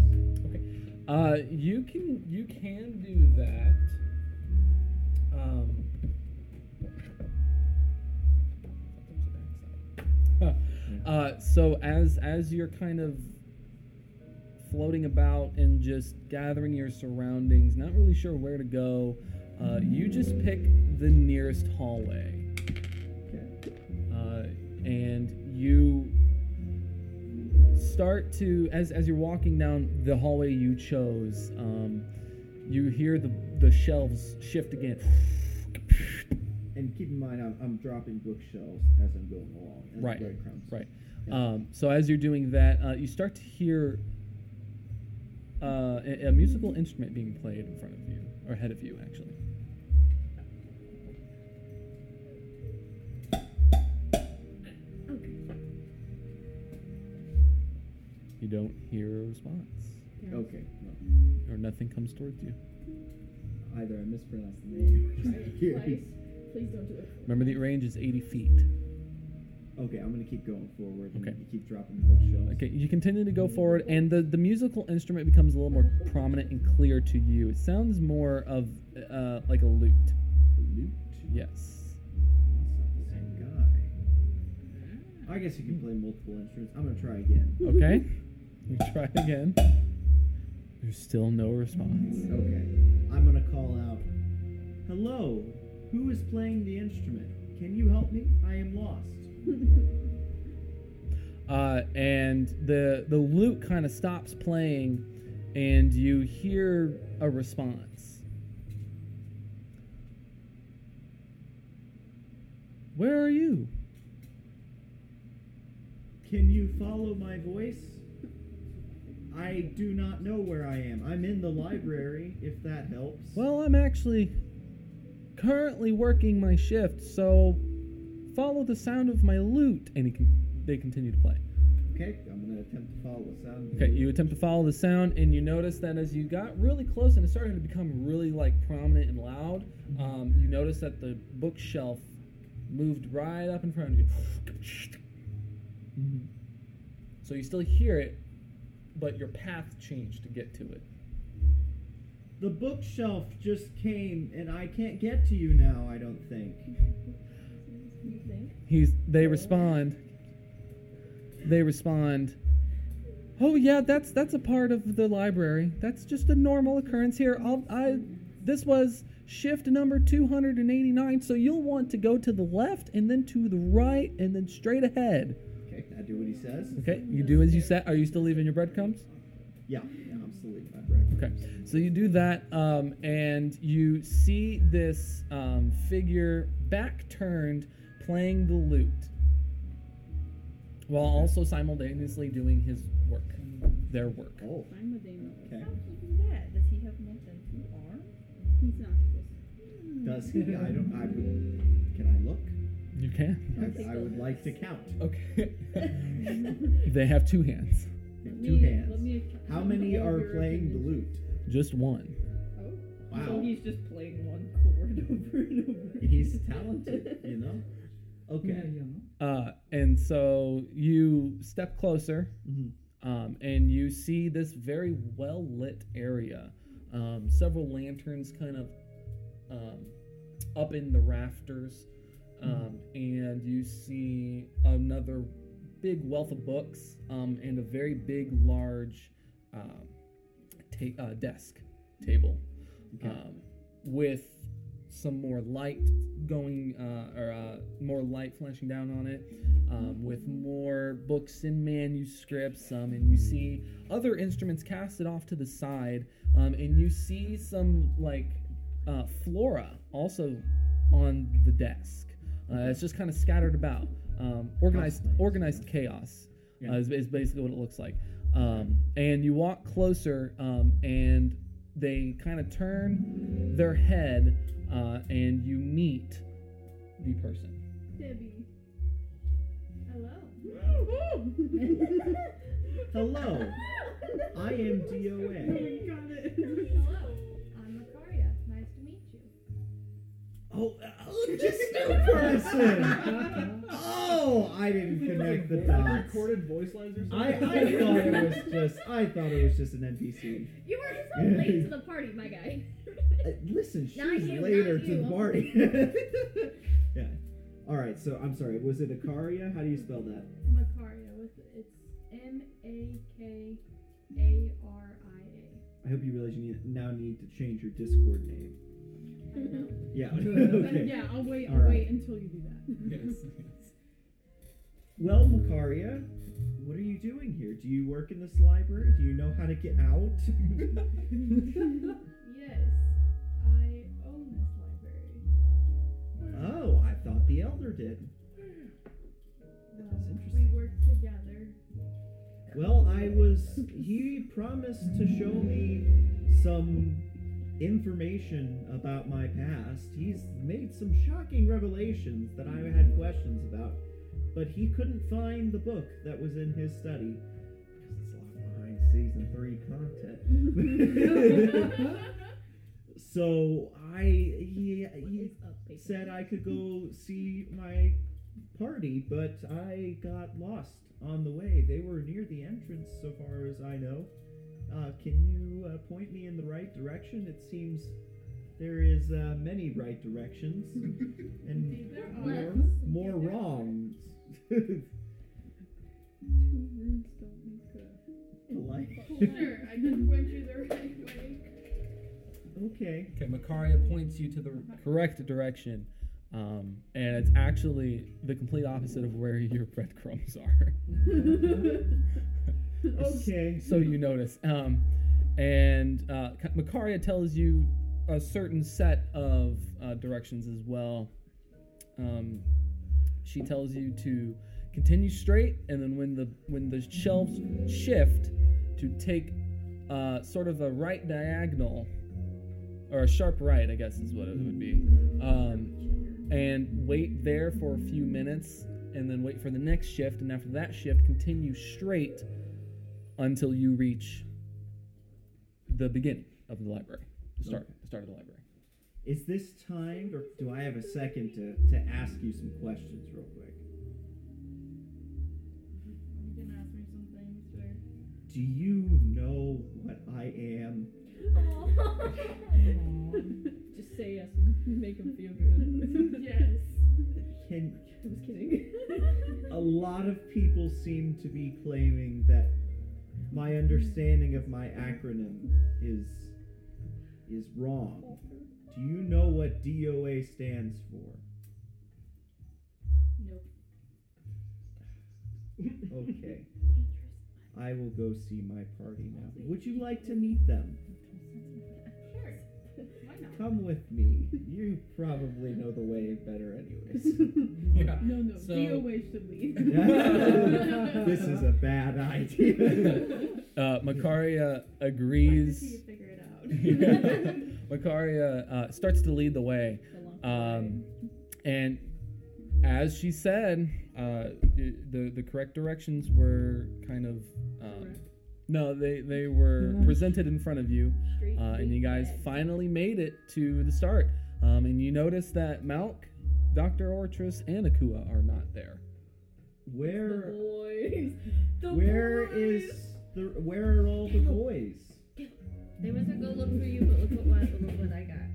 Uh, you can you can do that. Um, uh, so as as you're kind of floating about and just gathering your surroundings, not really sure where to go, uh, you just pick the nearest hallway
Okay.
uh, and you start to as as you're walking down the hallway you chose um, you hear the the shelves shift again
And keep in mind, I'm, I'm dropping bookshelves as I'm going along. and
Right,
Breadcrumbs.
right.
Yeah.
um, so as you're doing that uh, you start to hear uh, a, a musical instrument being played in front of you or ahead of you actually you don't hear a response
Mm.
Okay. Well,
or nothing comes towards you
either I mispronounced the name. or I hear-
Please, please don't do it.
Remember, the range is 80 feet.
Okay, I'm gonna keep going forward. And
Okay.
Keep dropping bookshelves.
Okay, you continue to go forward, and the, the musical instrument becomes a little more prominent and clear to you. It sounds more of uh, like a lute.
Loot.
Yes.
That's not the same guy. I guess you can play multiple instruments. I'm gonna try again.
Okay. You try again. There's still no response.
Okay. I'm gonna call out. Hello. Who is playing the instrument? Can you help me? I am lost.
Uh, and the the lute kind of stops playing, and you hear a response. Where are you?
Can you follow my voice? I do not know where I am. I'm in the library. If that helps.
Well, I'm actually currently working my shift, so follow the sound of my lute. And he con- they continue to play.
Okay. I'm gonna attempt to follow the sound.
Okay, you attempt to follow the sound, and you notice that as you got really close and it started to become really like prominent and loud, um, you notice that the bookshelf moved right up in front of you. Mm-hmm.
Mhm.
So you still hear it, but your path changed to get to it.
The bookshelf just came, and I can't get to you now. I don't think.
You think?
He's. They respond. They respond. Oh yeah, that's that's a part of the library. That's just a normal occurrence here. I'll, I. This was shift number 289 so you'll want to go to the left and then to the right and then straight ahead
Okay, I do what he says.
okay you do as you said are you still leaving your breadcrumbs
Yeah, yeah, I'm still eating my bread.
Okay, so you do that, um, and you see this um, figure back turned playing the lute while also simultaneously doing his work, their work.
Oh,
I'm a demon.
okay.
How can he do that? Does he have more than two arms?
He's an octopus.
Does he? I don't. I would. Can I look?
You can?
I, I would like to count.
Okay. they have two hands,
They
Let
have
me-
Two
Let
hands.
me,
How many
Oh,
are
you're
playing the
opinion.
lute?
just one.
Oh. So
Wow,
he's just playing one chord over and over.
he's talented. You know. Okay.
Uh, and so you step closer,
Mhm.
um, and you see this very well lit area. Um, several lanterns kind of um, up in the rafters, um, and you see another big wealth of books um, and a very big, large um, ta- uh, desk table
Okay.
um, with some more light going uh, or uh, more light flashing down on it um, with more books and manuscripts um, and you see other instruments casted off to the side um, and you see some like uh, flora also on the desk. Uh, it's just kind of scattered about. Um, organized,
Cosplays,
organized chaos
Yeah.
uh, is, is basically what it looks like. Um, and you walk closer, um, and they kind of turn their head, uh, and you meet the person.
Debbie.
Hello.
Hello, I am DOA.
Got it.
Hello. I'm Macaria. Nice to meet you.
Oh, oh, just a person. Oh, I didn't connect the dots.
Recorded voice lines or something.
I, I thought it was just I thought it was just an NPC.
You were so late to the party, my guy.
Uh, listen, she
Not
was
you,
later
not
to the
you.
party. yeah. All right. So I'm sorry. Was it Akaria? How do you spell that?
Macaria with it's M A K A R I
I hope you realize you need, now need to change your Discord name.
A.
Yeah.
But
okay.
yeah, I'll wait.
All
I'll
right.
wait until you do that.
Yes.
Well, Makaria, what are you doing here? Do you work in this library? Do you know how to get out?
Yes, I own this library.
oh, I thought the elder did. That's
We
interesting.
work together.
Well, I was. He promised to show me some information about my past. He's made some shocking revelations that I had questions about, but he couldn't find the book that was in his study. Because it's locked behind season three content. so I. He, he said I could go see my party, but I got lost on the way. They were near the entrance, so far as I know. Uh, can you uh, point me in the right direction? It seems there is uh, many right directions and
There
more,
are
more wrongs.
two rooms don't make a
Like-
corner. I can point you the right way.
okay.
Okay, Makaria points you to the correct direction, um, and it's actually the complete opposite of where your breadcrumbs are.
Okay.
so you notice. Um, and uh, Ka- Makaria tells you a certain set of uh, directions as well. Um, she tells you to continue straight, and then when the when the shelves shift, to take uh, sort of a right diagonal, or a sharp right, I guess is what it would be. Um, and wait there for a few minutes, and then wait for the next shift, and after that shift, continue straight until you reach the beginning of the library, the start, the start of the library.
Is this timed, or do I have a second to, to ask you some questions real quick?
You can ask me some things, sir.
Do you know what I am?
Just say yes.
Make him feel good. yes.
Can
I'm just kidding.
a lot of people seem to be claiming that my understanding of my acronym is is wrong. Do you know what DOA stands for?
Nope.
Okay. I will go see my party now. Would you like to meet them?
Sure. Why not?
Come with me. You probably know the way better anyways.
Yeah.
No, no.
So-
DOA should leave.
this is a bad idea.
Uh, Makaria
Why did
agrees.
you figure it out?
Makaria uh, starts to lead the way. Um, and as she said, uh, the the correct directions were kind of um, no, they they were presented in front of you,
Street
uh, and you
legal
guys
ed.
finally made it to the start. Um, and you notice that Malk, Doctor Ortrus, and Akua are not there.
Where
boys. The
Where
boys.
is the where are all the boys?
They was a go look for you, but look what was, look what I got.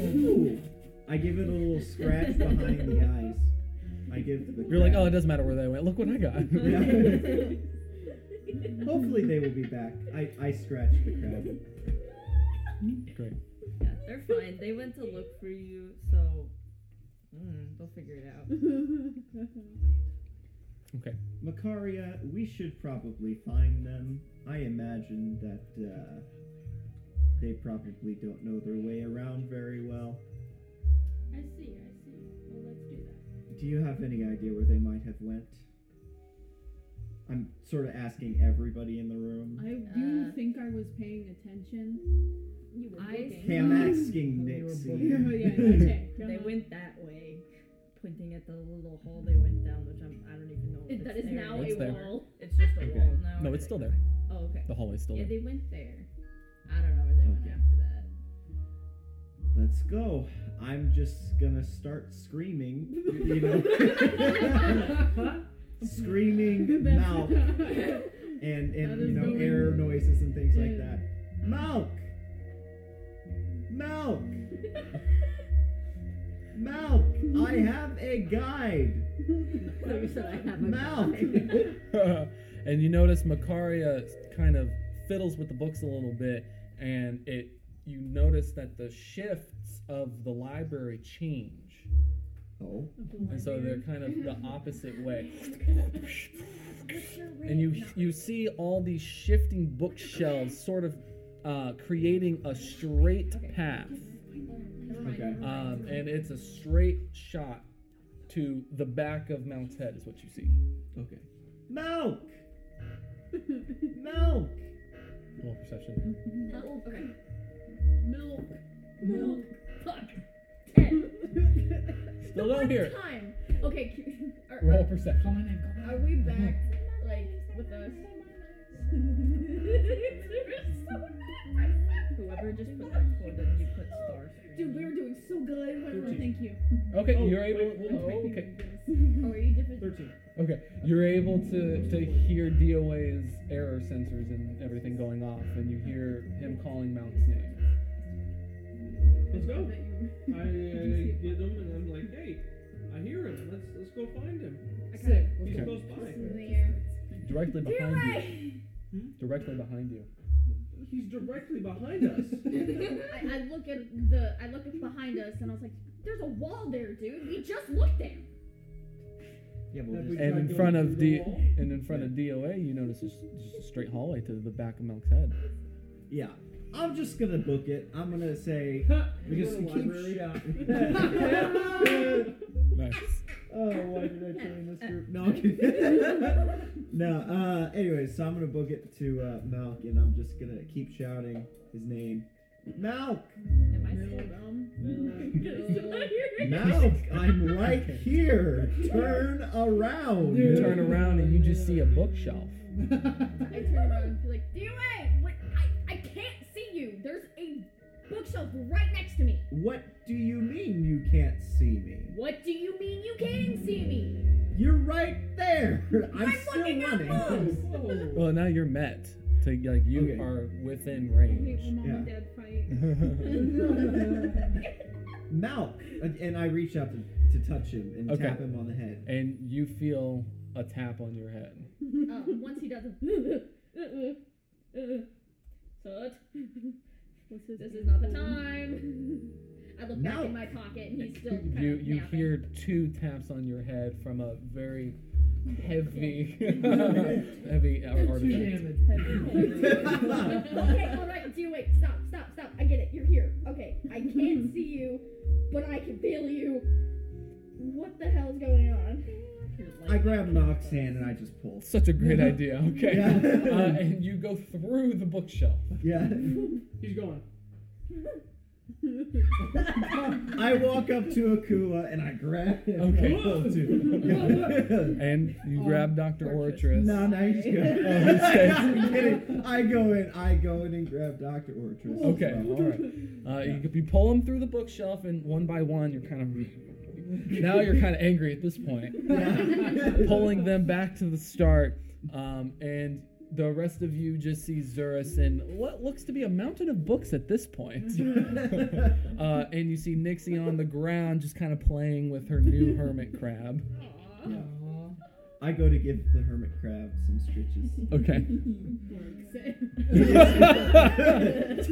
Ooh. Oh, I give it a little scratch behind the eyes. I give the
You're like, oh, it
crack.
doesn't matter where they went. Look what I got. "Oh,
Hopefully they will be back. I, I scratch the crowd.
Great.
Yeah, they're fine. They went to look for you, so mm, they'll figure it out.
Makaria, we should probably find them. I imagine that uh, they probably don't know their way around very well.
I see, I see. Well, let's do that.
Do you have any idea where they might have went? I'm sort of asking everybody in the room.
I do
Uh,
think I was paying attention.
You were
I
looking.
Okay, I'm
Mm.
asking
You were
Nixie.
both-
Oh, yeah, okay.
They
come on.
went that way, pointing at the little hole they went down, which I'm, I don't even know. if
It- that
it's
is
there
now
It's
a
there.
wall.
It's just a
Okay.
wall now.
No,
or
it's
they-
still there.
Oh, okay.
The hallway's still
Yeah,
there.
they went there. I don't know where they went
Okay.
after that.
Let's go. I'm just gonna start screaming. You know, screaming
That's-
mouth and and
That is
you know
going-
air noises and things like
Yeah.
that. Milk. Milk. Milk. I have a guide.
So you said I have a
Milk.
and you notice Macaria kind of fiddles with the books a little bit, and it you notice that the shifts of the library change,
Oh.
and so they're kind of the opposite way.
What's your rate?
And you
No.
you see all these shifting bookshelves sort of uh, creating a straight path,
Never mind,
Okay.
never mind.
um, and it's a straight shot to the back of Mount's head is what you see.
Okay. Milk. Milk.
Roll perception.
Milk. Okay.
Milk.
Milk. Fuck. Ten.
Ten.
Still
The
down
one
here.
Time. Okay. c- Are,
Roll
are,
perception.
are we back, like, with us?
Whoever just put that code in, you put stars.
Dude, we were doing so good. when we were-
Thank you.
Okay,
Oh,
you're able.
wait,
oh,
wait.
okay,
Oh, are you different?
Thirteen.
okay. You're able to to hear DOA's error sensors and everything going off, and you hear him calling Mount's name.
Let's go.
That you-
I uh, get him and I'm like, hey, I hear him. Let's let's go find him.
Sick.
He's
Okay.
close
This
by.
is in the air.
Directly behind you.
Anyway,
Directly behind you.
He's directly behind us.
I, I look at the I look at behind us and I was like, "There's a wall there, dude. We just looked there."
Yeah, we'll
Have
just
we tried
And in
going
front of
through
D,
the wall?
and in front of DOA, you notice it's just a straight hallway to the back of Mount's head.
Yeah. I'm just gonna book it. I'm gonna say we just keep shouting.
Nice.
oh, why did I join this group? No, I'm kidding. no. Uh, anyway, so I'm gonna book it to uh, Malk, and I'm just gonna keep shouting his name. Malk,
Am I still dumb?
Malk, I'm right here. Turn around.
You turn around and you just see a bookshelf.
I turn around and be like, "DOA, what? I I can't see you. There's a bookshelf right next to me.
What do you mean you can't see me?
What do you mean you can see me?
You're right there. I'm,
I'm
still
looking at
running.
books.
Whoa.
Well, now you're met to like you
Okay.
are within
I hate
range.
when mom and
Yeah.
dad fight.
Malk, and- and I reach out to, to touch him and
Okay.
tap him on the head.
and you feel a tap on your head.
Uh, once he does uh, a Soot.
What's his
uh, This
name?
is not the time. I look back
Malk.
in my pocket and he's still kind
You
of
you
napping.
hear two taps on your head from a very heavy heavy
Two
artifact.
damage.
okay, all right, do it. Stop, stop, stop. I get it. You're here. Okay, I can't see you, but I can feel you. What the hell's going on?
I grab Malk's hand and I just pull.
Such a great idea. Okay,
Yeah.
uh, and you go through the bookshelf.
Yeah.
He's gone.
I walk up to Akua and I grab him.
Okay.
I pull too. Yeah.
And you
Um,
grab Dr.
purchase.
Ortrus.
no, no, you just go.
Oh, he stays.
I'm kidding. I go in. I go in and grab Doctor Ortrus.
Okay, all right. Uh, you, could- you pull them through the bookshelf, and one by one, you're kind of. Now you're kind of angry at this point.
Yeah.
Pulling them back to the start, um, and the rest of you just see Zurus and what looks to be a mountain of books at this point. Uh, and you see Nixie on the ground, just kind of playing with her new hermit crab.
Yeah. I go to give the hermit crab some stretches.
Okay.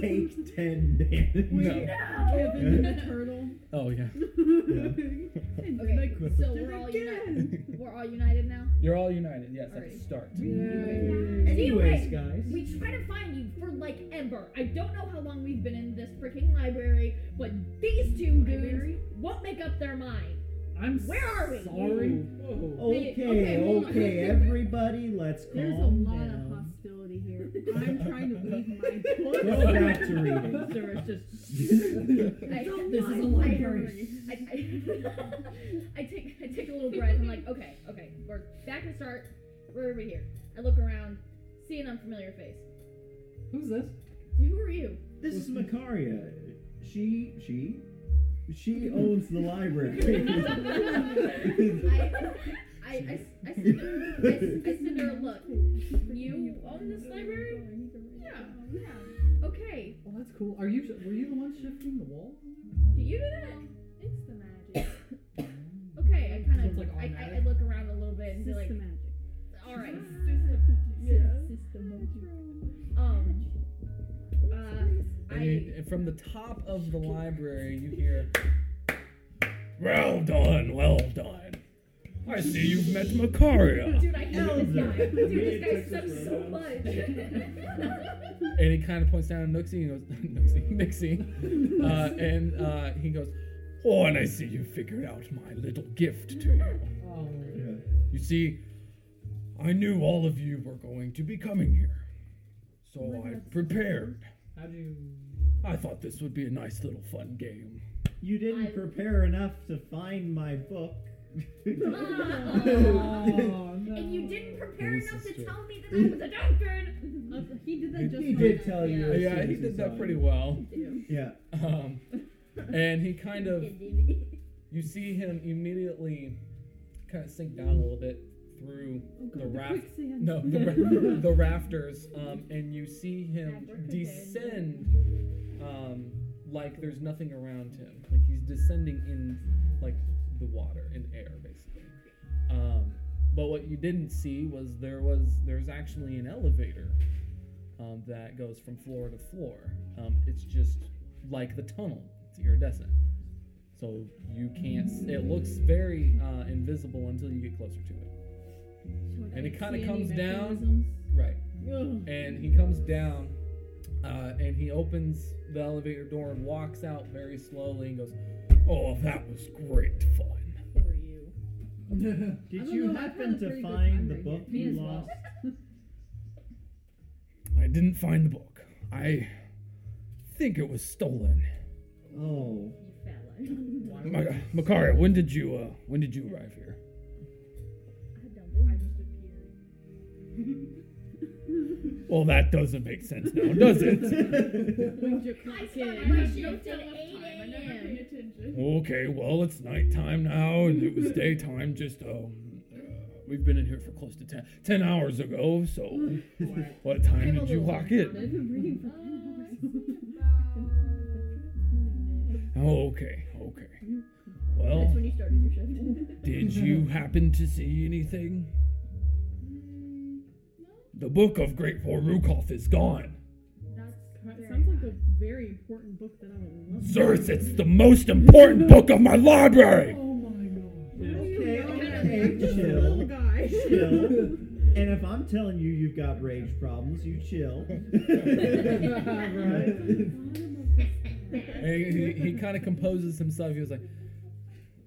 Take ten damage.
Wait,
No.
Kevin the turtle.
Oh yeah.
And then I
Okay,
quit
so
it
we're all
again.
united. We're all united now.
You're all united. Yes, at the
Alrighty.
start.
Yay. Anyways,
Anyway,
guys.
We try to find you for like ever. I don't know how long we've been in this freaking library, but these two dudes
Library?
won't make up their mind.
I'm
Where are we?
sorry.
Whoa.
Okay,
okay, hold
okay,
on.
everybody, let's calm
There's a lot of
down.
hostility here. I'm trying to read my book.
Go back to reading.
There is just
I,
This is a library.
I, I, I take I take a little breath. I'm like, okay, okay, we're back to start. We're over here. I look around, see an unfamiliar face.
Who's this?
Who are you?
This is Makaria. She, she, she owns the library.
I, I, I, I, send her, I, I send her a look. You own this library? Yeah. Okay.
Well, that's cool. Are you? sh- Were you the one shifting the wall?
Do you do that?
It's the magic.
Okay. I kind
it's
of
like
I, I, I
automatic?
look around a little bit and be like,
system magic.
all right.
Yeah. System magic.
Um. Uh.
And
I.
you, and from the top of the library, you hear, "Well done, well done. I see you've met Macaria."
Dude, I hate this guy.
Elder.
Dude, this
Texas
guy sucks so
Roadhouse.
much.
and he kind of points down at Nooksy and goes, "Nooksy, Nixie," uh, and uh, he goes, "Oh, and I see you figured out my little gift to you.
Oh.
You see, I knew all of you were going to be coming here, so I prepared.
How'd you?
I thought this would be a nice little fun game."
You didn't
I-
prepare enough to find my book.
Ah.
Oh, no.
Uh, um, and you didn't prepare
This
enough
is
to
true.
tell me that I was adopted.
Uh, he did that just
he
for
did
that.
tell you. as
Yeah,
soon
he
as
did
saw
that pretty
you.
well.
Yeah.
Um, and he kind of, you see him immediately kind of sink down a little bit through
Oh, God,
the raft.
quicksand.
No, the, ra- the rafters, um, and you see him
Advocate.
descend um, like there's nothing around him. Like he's descending in like the water in air, basically. Um, but what you didn't see was there was there's actually an elevator um, that goes from floor to floor. Um, it's just like the tunnel. It's iridescent. So you can't. s- It looks very uh, invisible until you get closer to it. And it kinda
See any
comes down.
mechanisms?
Right.
Oh,
Ugh.
and he comes down uh, and he opens the elevator door and walks out very slowly and goes, Oh, that was great fun.
Poor you.
Did
don't
you
know, I've had
happen
a
to
pretty good
find
time
the
right
book
here. Me
you
as well.
lost?
I didn't find the book. I think it was stolen.
Oh,
You fella.
Why would-
Ma- Makaria, when did you uh, when did you arrive here?
I just appeared.
Well, that doesn't make sense now, does it?
When'd you clock
I
in?
started
I
my
have no
shift at
tell-up
8
time. I never
a.m..
pay attention.
okay, well, it's nighttime now and it was daytime just um uh, we've been in here for close to 10, 10 hours ago, so what time
I'm a
did you
little
lock in?
I've been reading for
Uh,
ten
Oh, okay, okay.
hours. That's
Well,
when you started your shift.
did you happen to see anything? The book of Great Vorukov is gone.
That sounds like a very important book that I would love.
Sirs, it's the most important book of my library!
Oh my god.
Why do you
Okay,
yell
okay,
at me? I'm just a
chill.
little guy.
chill. And if I'm telling you you've got rage problems, you chill.
Right.
And he he kind of composes himself. He was like,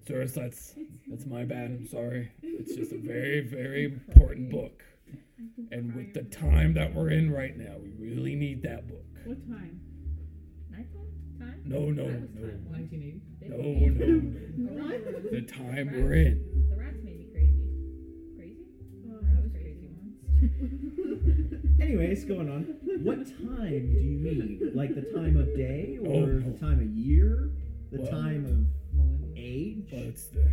Sirs, that's, that's my bad. I'm sorry. It's just a very, very important book. And with the time that we're in right now, we really need that book.
What time?
Time?
No, no,
That was
no.
time.
1980.
No, no, no. The time we're in.
The rats made me crazy. Crazy?
Uh,
was crazy
Anyways, going on. What time do you mean? Like the time of day,
Oh,
or
no.
the time of year, the
Well-
time of
Millennium.
age?
Well, it's the,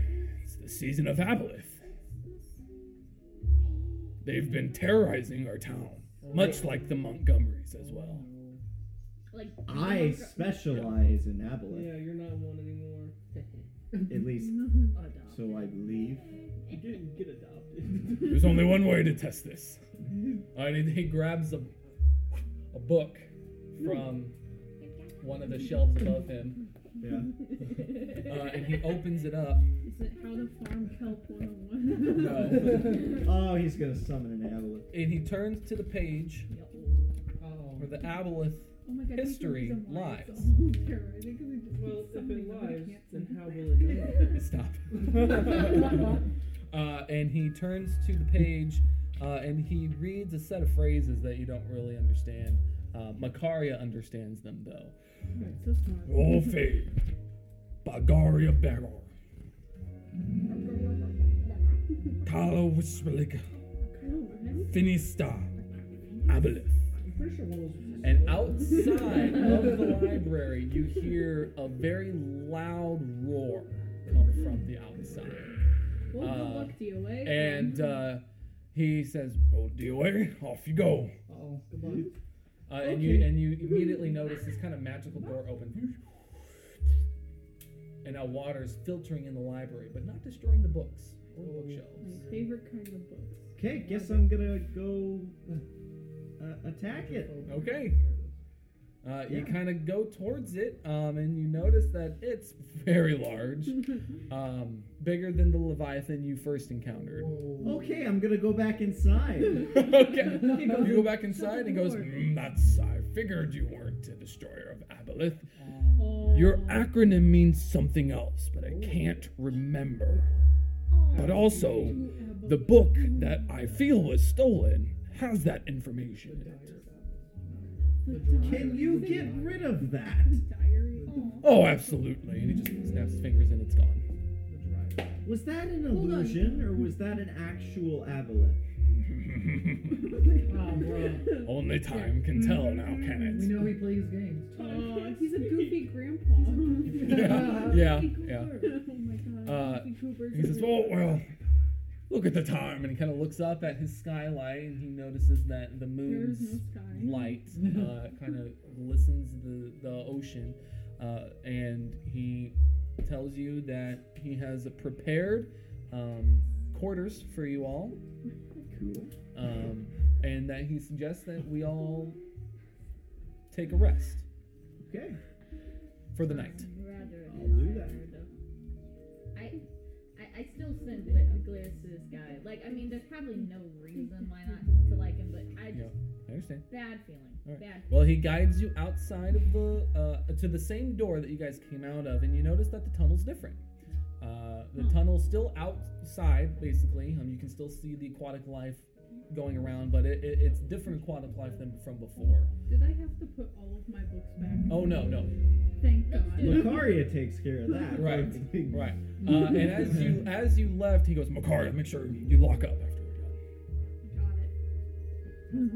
it's the season of Aboleth. They've been terrorizing our town, much like the Montgomerys as well.
Like
I specialize in aboleth,
Yeah, you're not one anymore.
at least
Mm-hmm.
Adopt.
so I believe.
You didn't get adopted.
There's only one way to test this. And he grabs a, a book from one of the shelves above him
Yeah.
Uh, and he opens it up.
Is it how to farm oh kelp 101?
No.
Oh, he's gonna summon an aboleth.
And he turns to the page
Oh.
where the aboleth.
Oh my god,
History lies.
Well, if it lies, then how will it know?
Stop. uh, and he turns to the page uh, and he reads a set of phrases that you don't really understand. Uh, Macaria understands them though.
So smart.
Orfe, Bagaria Begar, Kalo Wiswillig, Finista, Aboleth.
I'm pretty sure one of those. was-
And outside of the library, you hear a very loud roar come from the outside.
Well, good
Uh,
luck, DOA.
And uh, he says, "Oh, DOA, off you go."
Oh. Goodbye.
Uh, And you and you immediately notice this kind of magical door open, and now water's filtering in the library, but not destroying the books or the
my
bookshelves.
favorite kind of books.
Okay, guess I'm gonna go uh, attack it.
Okay. Uh, You
Yeah.
kind of go towards it, um, and you notice that it's very large, um, bigger than the leviathan you first encountered.
Whoa.
Okay, I'm gonna go back inside.
okay. You go back inside and goes, mm, that's, I figured you weren't the destroyer of Aboleth.
Um,
Oh,
Your acronym means something else, but I can't remember.
Oh,
But also, the book that I feel was stolen has that information in it.
Can you get rid of that?
diary.
Oh, absolutely. And he just snaps his fingers and it's gone.
Was that an
Hold on.
illusion or was that an actual aboleth?
Oh, bro.
Only time can tell now,
We
can
know he plays games.
Oh, he's a goofy grandpa.
it? Yeah, yeah, yeah.
oh my god.
Uh,
Goofy Cooper's
He says,
a-
"Well, well, look at the time," and he kind of looks up at his skylight, and he notices that the
There is
moon's
no sky.
light uh, kind of glistens the the ocean, uh, and he tells you that he has prepared um, quarters for you all,
Cool.
um, and that he suggests that we all take a rest
Okay.
for the night.
Rather
I'll do that.
I, I, I still send gla- glares to this guy. Like, I mean, there's probably no reason why not to like him, but I just
I understand.
bad feeling,
All right.
bad.
Well, he guides you outside of the uh, to the same door that you guys came out of, and you notice that the tunnel's different. Uh, the
Hmm.
tunnel's still outside, basically. Um, you can still see the aquatic life going around, but it, it, it's different aquatic life than from before.
Did I have to put all of my books back?
Oh no, no,
Thank
Let's
god.
do it.
Lucaria takes care of that.
Right. right. Uh, and as you as you left, he goes, Makari, make sure you lock up after you're done.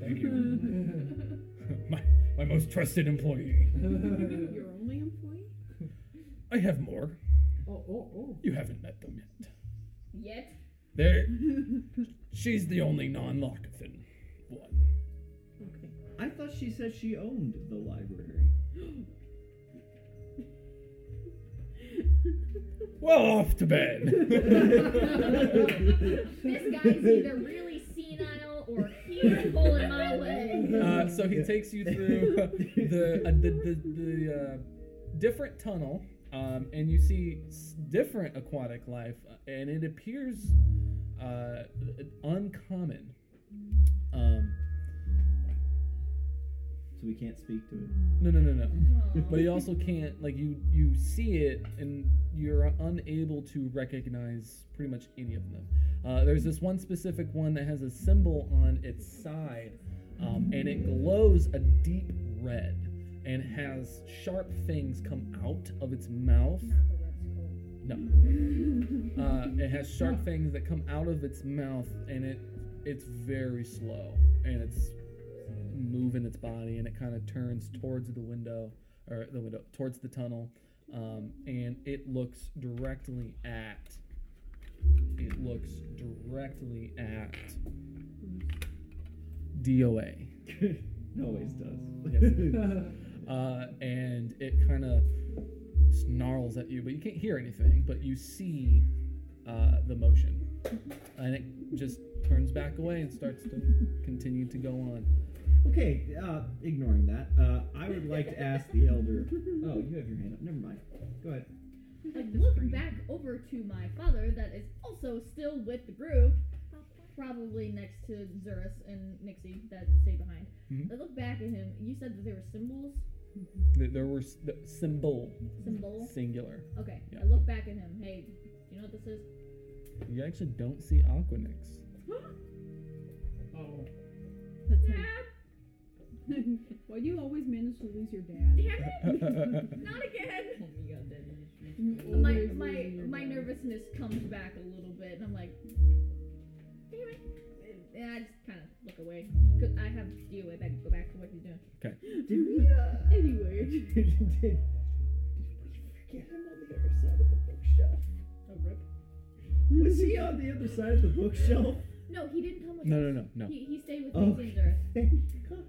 Thank you, my my most trusted employee.
Your only employee?
I have more.
oh, oh, oh.
You haven't met them yet.
Yet,
There, she's the only non-lockathan one.
Okay.
I thought she said she owned the library.
Well, off to bed.
this guy's either really senile or he's pulling my leg.
uh, so he takes you through the uh, the the, the uh, different tunnel, um, and you see s- different aquatic life, uh, and it appears uh, uncommon. Um,
So we can't speak to it.
no, no, no, no.
Aw.
But you also can't like you you see it and you're unable to recognize pretty much any of them. Uh, there's this one specific one that has a symbol on its side, um, and it glows a deep red and has sharp things come out of its mouth.
Not the red skull.
No. Uh, it has sharp things that come out of its mouth, and it it's very slow, and it's moving its body, and it kind of turns towards the window or the window towards the tunnel, um, and it looks directly at. It looks directly at DOA,
it always does.
Yes, it uh, and it kind of snarls at you, but you can't hear anything. But you see uh, the motion, and it just turns back away and starts to continue to go on.
Okay, uh, ignoring that, uh, I would like to ask the elder. Oh, you have your hand up. Never mind. Go ahead.
Like look back over to my father that is also still with the group, probably next to Zurus and Nixie that stay behind.
Mhm.
I look back at him. You said that there were symbols,
Th- There were s- the symbol
symbol.
singular.
Okay,
Yeah.
I look back at him. Hey, do you know what this is?
You actually don't see Aquanix.
Oh,
The tent. Why do you always manage to lose your dad?
Damn it! Not again.
Oh my god, that is just-
You
My
always
my
lose your
my
dad.
nervousness comes back a little bit, and I'm like, damn it. And I just kind of look away. 'Cause I have to deal with. I go back to what he's doing.
Did we, uh,
Anyway,
did, did, did we forget him on the other side of the bookshelf? Was he on the other side of the bookshelf?
No, he didn't come with.
No,
us.
no, no, no.
He, he stayed with
Oh.
Nixie and Zurus.
Thank God.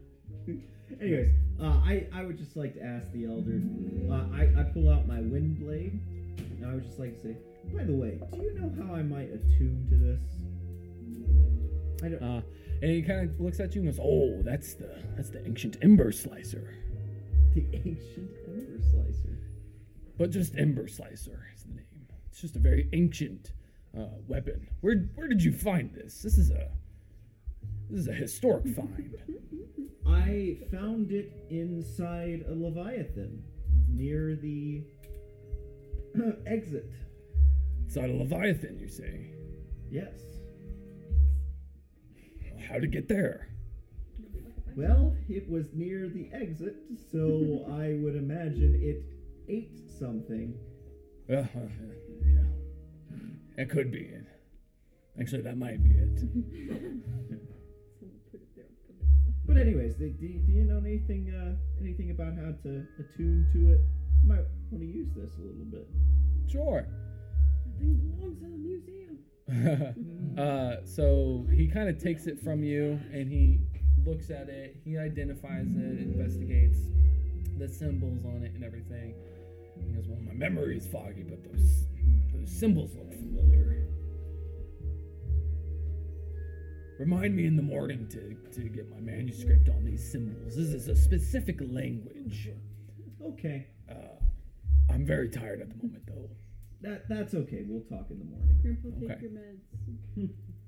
Anyways, uh, I, I would just like to ask the elder. Uh, I, I pull out my wind blade, and I would just like to say, by the way, do you know how I might attune to this? I don't.
Uh, and he kind of looks at you and goes, "Oh, that's the that's the ancient ember slicer,
the ancient ember slicer.
but just ember slicer is the name. It's just a very ancient uh, weapon. Where where did you find this? This is a this is a historic find.
I found it inside a leviathan near the exit.
It's not a leviathan, you say.
Yes.
How to get there?
Well, it was near the exit, so I would imagine it ate something.
Uh, uh, yeah, that could be it. Actually, that might be it.
But anyways, do, do, do you know anything uh, anything about how to attune to it? Might want to use this a little bit.
Sure.
That thing belongs in a museum.
uh, so he kind of takes it from you and he looks at it. He identifies it, investigates the symbols on it and everything. He goes, "Well, my memory is foggy, but those those symbols look familiar. Remind me in the morning to, to get my manuscript on these symbols. This is a specific language.
Okay,
Uh, I'm very tired at the moment, though.
that that's okay. We'll talk in the morning.
Grandpa, take
Okay.
your meds.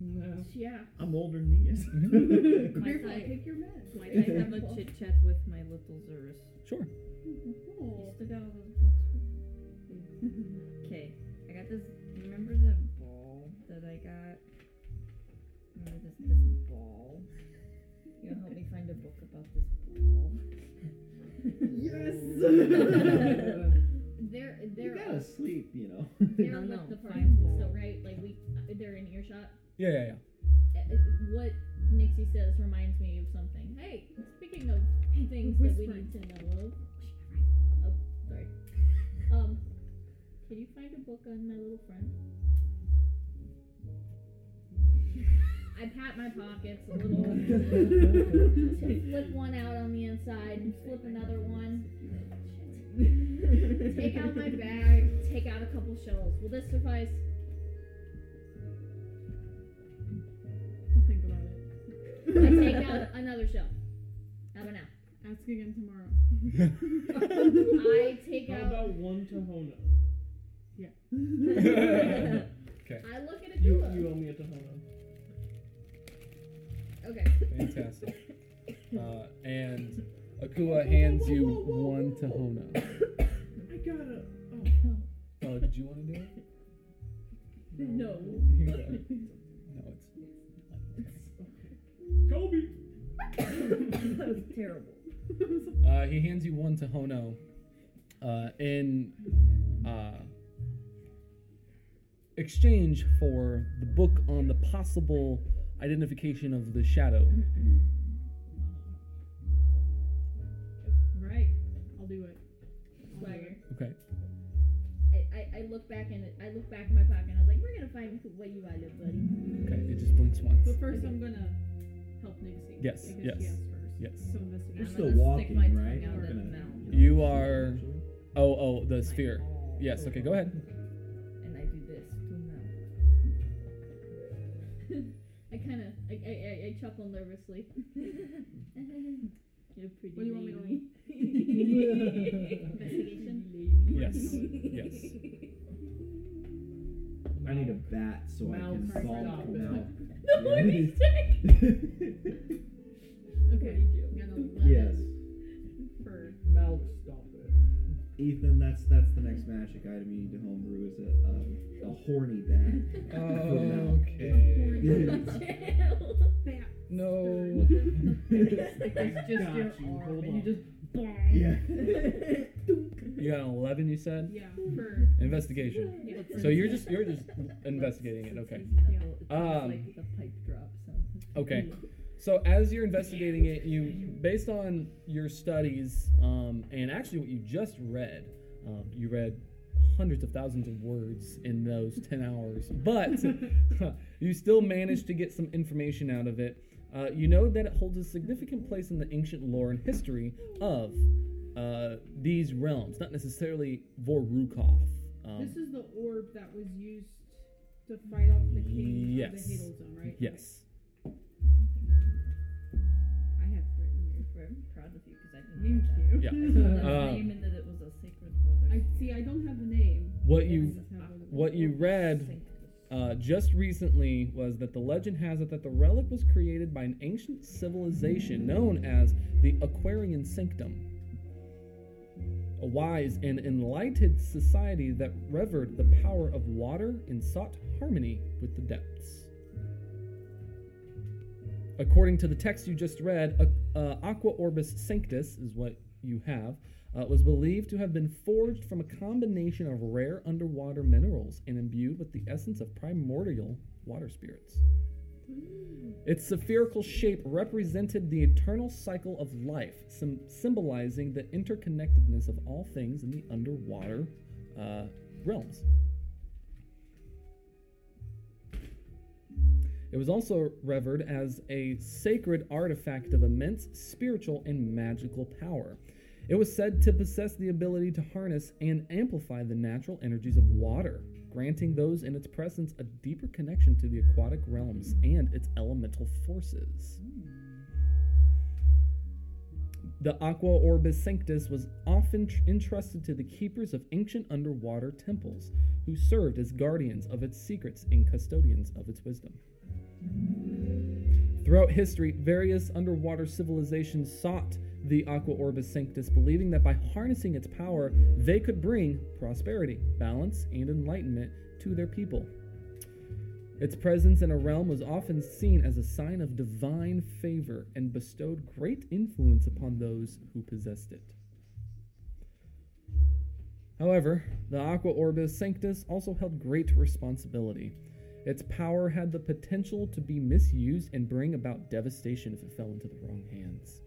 no.
Yeah.
I'm older than he is.
Might
Grandpa,
I,
take your meds.
might I have a chit chat with my little Zerus?
Sure.
You
Oh.
still got all those books? Okay, I got this. Remember the ball that I got? Remember this this ball? You gonna help me find a book about this ball?
yes.
They're
you
they're
gotta sleep, you know.
they're
No,
with
no,
the party,
fine.
so right? Like we, uh, they're in earshot.
Yeah, yeah, yeah.
Uh, uh, What Nixie says reminds me of something. Hey, speaking of things that we
Whispering.
need to know of. Oh, sorry. Um, can you find a book on my little friend? I pat my pockets a little. flip one out on the inside, flip another one. Take out my bag, take out a couple shells. Will this suffice?
I'll think about it.
I take out another shell. How about now?
Ask again tomorrow.
I take
How
out.
about one Tohono?
I look at a
You,
doula.
you owe me a Tohono.
Okay.
Fantastic. Uh, and Akua hands you
Whoa, whoa, whoa, whoa,
one
whoa.
Tohona.
I got a. Oh,
Oh, did you want to do it?
No.
no, it's
Kobe!
that was terrible.
Uh, he hands you one Tohono. Uh, in uh, exchange for the book on the possible identification of the shadow.
All right, I'll do it. I'll do
Swagger.
Okay.
I, I, I look back and I look back in my pocket and I was like, we're gonna find who- what you are, little buddy.
Okay. It just blinks once.
But first, I'm gonna help Nixie.
Yes,
because
yes,
She asked first.
yes.
So
We're
I'm
investigation.
still
gonna
walking,
stick my tongue
right?
out
We're
that
gonna,
mouth.
know,
You
sleep,
are-
actually.
Oh, oh, the
My
sphere.
ball.
Yes. Okay. Go ahead.
And I do this to mouth.
I kind of I, I, I, I chuckle nervously.
ball
stop
come
it.
out.
The morning stick.
Okay. Got an 11
yes,
For
Mouth stop it.
Ethan. That's that's the next magic item you need to homebrew is a a, a horny bat.
Uh, Okay.
Chill.
bat.
No.
It's just
Got
your
you,
arm,
hold
and you
on.
just
Yeah.
You got an eleven. You said
Yeah. For
investigation.
yeah.
So you're just you're just investigating it. Okay. Um,
like the pipe drop sound.
Okay. So as you're investigating it, you based on your studies um, and actually what you just read, um, you read hundreds of thousands of words in those ten hours, but you still managed to get some information out of it. Uh, you know that it holds a significant place in the ancient lore and history of uh, these realms, not necessarily Vorukov. Um,
This is the orb that was used to fight off the king of
Yes.
the Hadal Zone, right?
yes.
I have written
I'm proud of you because I
there.
didn't
Thank you.
Yeah.
know that.
Uh,
name and that it was a sacred
I
water.
see. I Oh, don't have the name.
What
I
you
just have it.
what you read uh, just recently was that the legend has it that the relic was created by an ancient civilization known as the Aquarian Sanctum. A wise and enlightened society that revered the power of water and sought harmony with the depths. According to the text you just read, a- uh, Aqua Orbis Sanctus is what you have uh, was believed to have been forged from a combination of rare underwater minerals and imbued with the essence of primordial water spirits. Its spherical shape represented the eternal cycle of life, sym- symbolizing the interconnectedness of all things in the underwater uh, realms. It was also revered as a sacred artifact of immense spiritual and magical power. It was said to possess the ability to harness and amplify the natural energies of water, granting those in its presence a deeper connection to the aquatic realms and its elemental forces. The Aqua Orbis Sanctus was often tr- entrusted to the keepers of ancient underwater temples, who served as guardians of its secrets and custodians of its wisdom. Throughout history, various underwater civilizations sought the Aqua Orbis Sanctus, believing that by harnessing its power, they could bring prosperity, balance, and enlightenment to their people. Its presence in a realm was often seen as a sign of divine favor and bestowed great influence upon those who possessed it. However, the Aqua Orbis Sanctus also held great responsibility. Its power had the potential to be misused and bring about devastation if it fell into the wrong hands.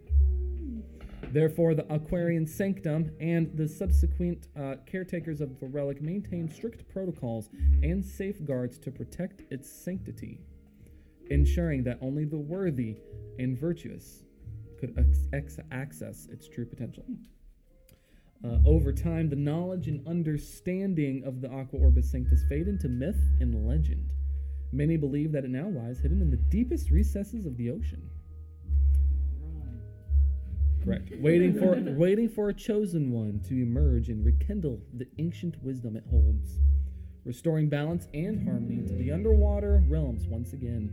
Therefore, the Aquarian Sanctum and the subsequent uh, caretakers of the relic maintained strict protocols and safeguards to protect its sanctity, ensuring that only the worthy and virtuous could ex- ex- access its true potential. Uh, over time, the knowledge and understanding of the Aqua Orbis Sanctus fade into myth and legend. Many believe that it now lies hidden in the deepest recesses of the ocean. Correct. waiting for waiting for a chosen one to emerge and rekindle the ancient wisdom it holds, restoring balance and harmony to the underwater realms once again.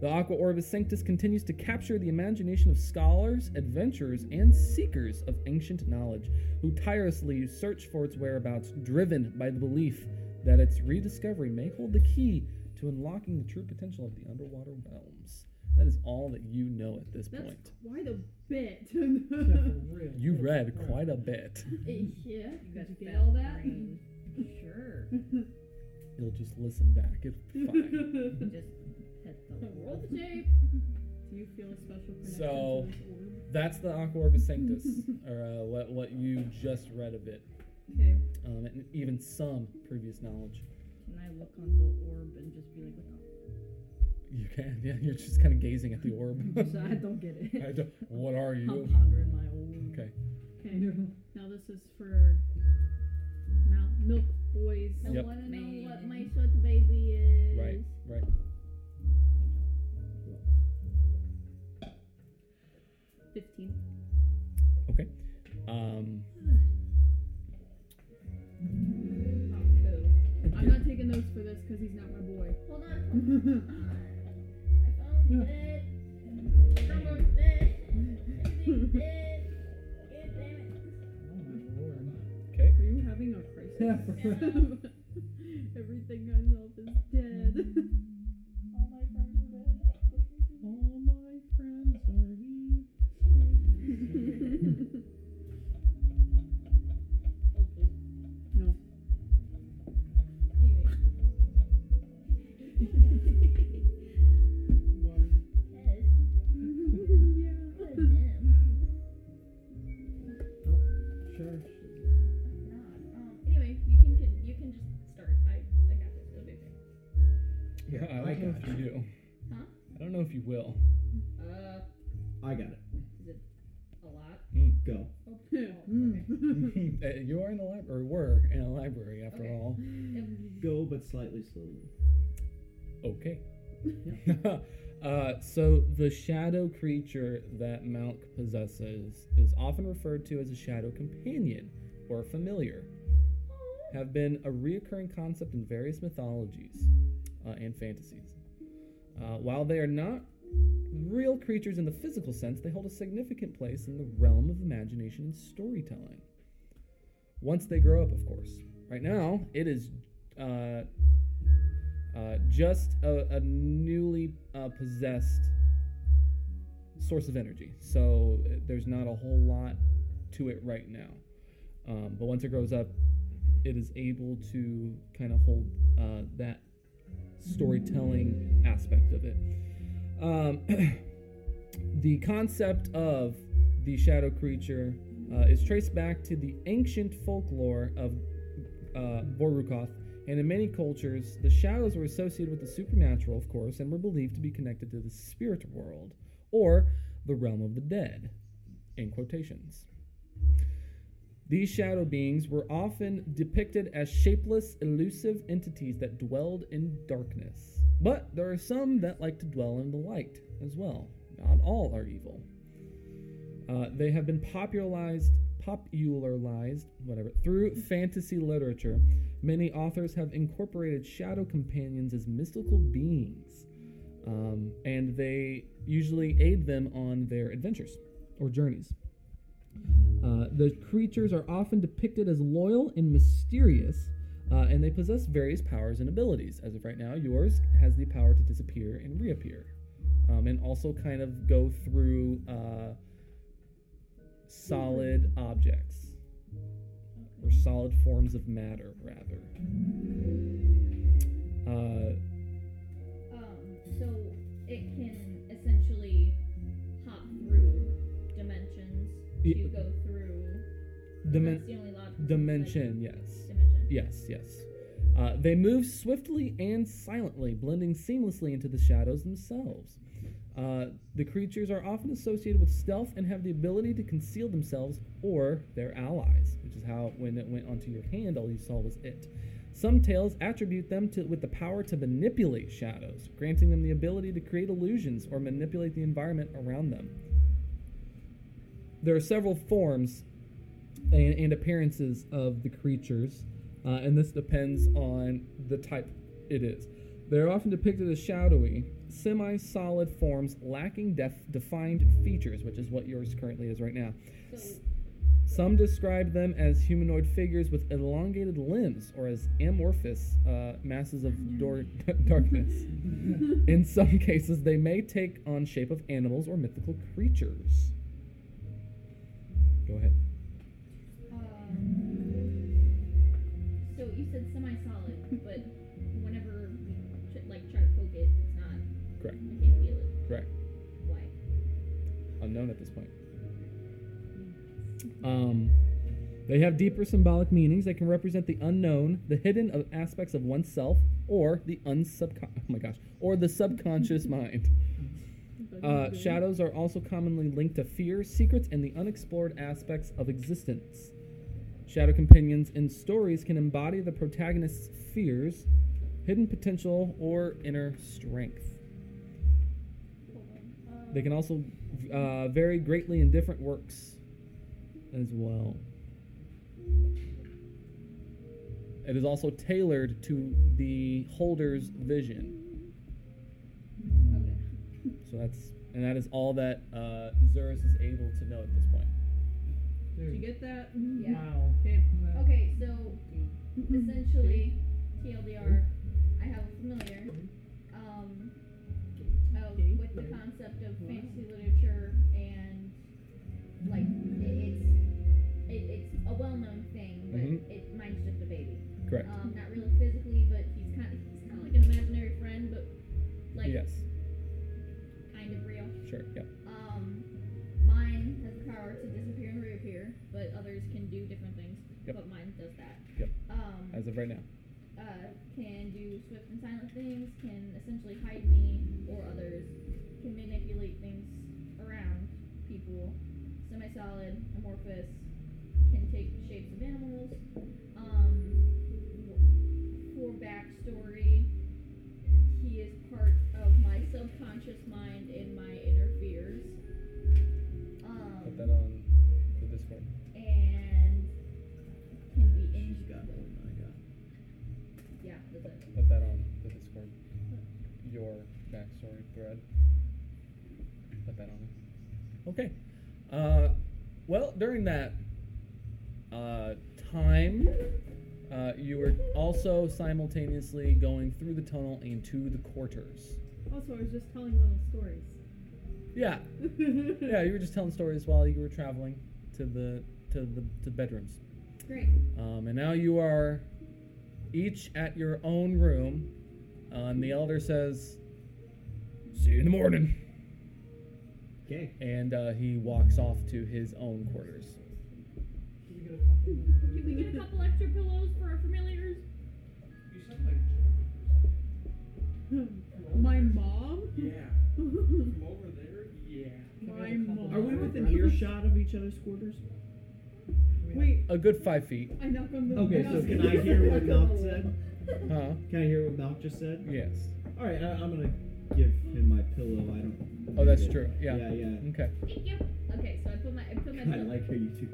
The Aqua Orbis Sanctus continues to capture the imagination of scholars, adventurers, and seekers of ancient knowledge who tirelessly search for its whereabouts, driven by the belief that its rediscovery may hold the key to unlocking the true potential of the underwater realms. That is all that you know at this
That's
point.
quite a bit.
Yeah, for real.
You read quite a bit.
yeah.
Mm. You
Did
got
you get
that
all that?
brain. Sure.
You'll just listen back. It'll be fine.
You just hit the
Roll
world.
the tape.
Do you feel a special connection
So-
to this orb?
That's the Aqua Orbis Sanctus, or uh, what, what you just read of it,
Okay.
um, and even some previous knowledge.
Can I look on the orb and just be like, what the?
You can, yeah. You're just kind of gazing at the orb.
So I don't get it.
I don't, what are
I'm
you?
pondering my orb.
Okay.
Okay. Now this is for Mount Milk Boys.
I
Yep.
wanna know what my
Man.
short baby is.
Right, right.
Fifteen.
Um,
Oh, cool. I'm not taking notes for this because he's not my boy.
Hold on. My phone's dead. Someone's dead. Everything's dead. God damn it.
Oh my lord.
Okay.
Are you having a crisis?
Yeah,
Everything I love is dead.
All my friends are dead.
All my friends are here.
no.
Anyway.
One.
Yes.
yeah.
What a dim.
Sure.
Nah, um, Anyway, you can, can you can just start. I, I got this. It'll be okay.
Yeah, I
I
don't know if you do.
Huh?
I don't know if you will.
Uh,
I got it.
a lot.
Go.
Oh,
Hmm. Uh, you are in a library, or were in a library after
Okay.
all.
Go, but slightly slowly.
Okay. uh, so the shadow creature that Malk possesses is often referred to as a shadow companion or familiar, have been a reoccurring concept in various mythologies uh, and fantasies. Uh, while they are not real creatures in the physical sense, they hold a significant place in the realm of imagination and storytelling. Once they grow up, of course. Right now, it is uh, uh, just a, a newly uh, possessed source of energy. So uh, there's not a whole lot to it right now. Um, but once it grows up, it is able to kind of hold uh, that storytelling aspect of it. Um, the concept of the shadow creature uh, is traced back to the ancient folklore of uh, Borukoth, and in many cultures, the shadows were associated with the supernatural, of course, and were believed to be connected to the spirit world or the realm of the dead, in quotations. These shadow beings were often depicted as shapeless, elusive entities that dwelled in darkness. But there are some that like to dwell in the light as well. Not all are evil. Uh, they have been popularized, popularized, whatever, through fantasy literature. Many authors have incorporated shadow companions as mystical beings, um, and they usually aid them on their adventures or journeys. Uh, the creatures are often depicted as loyal and mysterious, uh, and they possess various powers and abilities. As of right now, yours has the power to disappear and reappear, um, and also kind of go through uh, solid objects or solid forms of matter, rather. Uh,
Um, so it can essentially hop through dimensions to
Yeah.
go through.
dimen-
that's the only logical like,
dimension, yes.
dimension.
Yes, yes. Uh, they move swiftly and silently, blending seamlessly into the shadows themselves. Uh, the creatures are often associated with stealth and have the ability to conceal themselves or their allies, which is how when it went onto your hand, all you saw was it. Some tales attribute them to, with the power to manipulate shadows, granting them the ability to create illusions or manipulate the environment around them. There are several forms and, and appearances of the creatures, uh, and this depends on the type it is. They're often depicted as shadowy, semi solid forms lacking def- defined features, which is what yours currently is right now.
So
Some describe them as humanoid figures with elongated limbs or as amorphous uh, masses of dor- darkness. In some cases, they may take on shape of animals or mythical creatures. Go ahead.
Um, so you said semi-solid, but whenever we ch- like try to poke it, it's not.
Correct.
I can't feel it.
Correct.
Why?
unknown at this point. Um, they have deeper symbolic meanings. They can represent the unknown, the hidden of aspects of oneself, or the unsubcon. Oh my gosh, or the subconscious mind. Uh, shadows are also commonly linked to fear, secrets, and the unexplored aspects of existence. Shadow companions in stories can embody the protagonist's fears, hidden potential, or inner strength. They can also uh, vary greatly in different works as well. It is also tailored to the holder's vision.
Okay.
So that's and that is all that uh, Zerus is able to know at this point.
Did you
Dude,
get that?
Yeah.
Wow.
Okay.
Okay, so essentially, TLDR, I have a familiar um, of, with the concept of fantasy literature and like it, it's it, it's a well-known thing, but
Mhm.
it mine's just a baby.
Correct.
Um, not really physically, but he's kind of he's kind of like an imaginary friend, but like
yes.
kind of real.
Sure. Yeah.
Um, mine has the power to disappear and reappear, but others can do different things.
Yep.
But mine does that.
Yep.
Um,
As of right now.
uh, can do swift and silent things, can essentially hide me or others, can manipulate things around people, semi solid, amorphous, can take shapes of animals. Um, for backstory, he is part of my subconscious mind and my inner fears.
Put
Um,
that on the Discord.
and can be in.
She's got more than I got.
Yeah, that's it.
Put that on the Discord. Your backstory thread. Put that on there. Okay. Uh, well, during that uh, time, uh, you were also simultaneously going through the tunnel and to the quarters.
Also, I was just telling little stories.
Yeah, yeah. You were just telling stories while you were traveling to the to the to bedrooms.
Great.
Um, and now you are each at your own room. Uh, and the elder says, See you in the morning.
Okay.
And uh, he walks off to his own quarters.
Did we get a copy?
Can we get a couple extra pillows for our familiars?
You sound like Jennifer.
My mom?
Yeah. From over there? Yeah.
My mom.
Are we within earshot of each other's quarters?
Wait,
A good five feet.
I knock on the
Okay,
knock
so
on
can
the-
I hear what Malk said?
Huh?
Can I hear what Malk just said?
Yes.
All right, I, I'm gonna give him my pillow. I don't.
Oh, that's
need it.
true. Yeah.
Yeah, yeah.
Okay.
Thank you. Okay, so I put my I put my
I
pillow.
like how you two.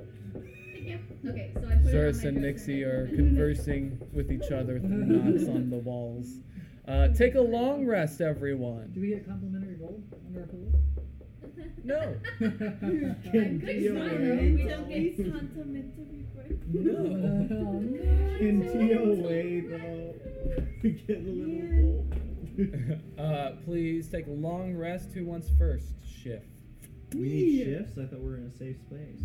Thank you. Okay, so I put it on my
Zerus and
dresser
Nixie
I
are
put it in-
conversing with each other through knocks on the walls. Uh, take a long rest, everyone.
Do we get complimentary gold under our pillow?
No.
I'm
Good
Yo,
smile.
man.
We don't get
No.
In TOA though, we get a little old.
uh, please take a long rest. Who wants first? Shift.
we need shifts. I thought we were in a safe space.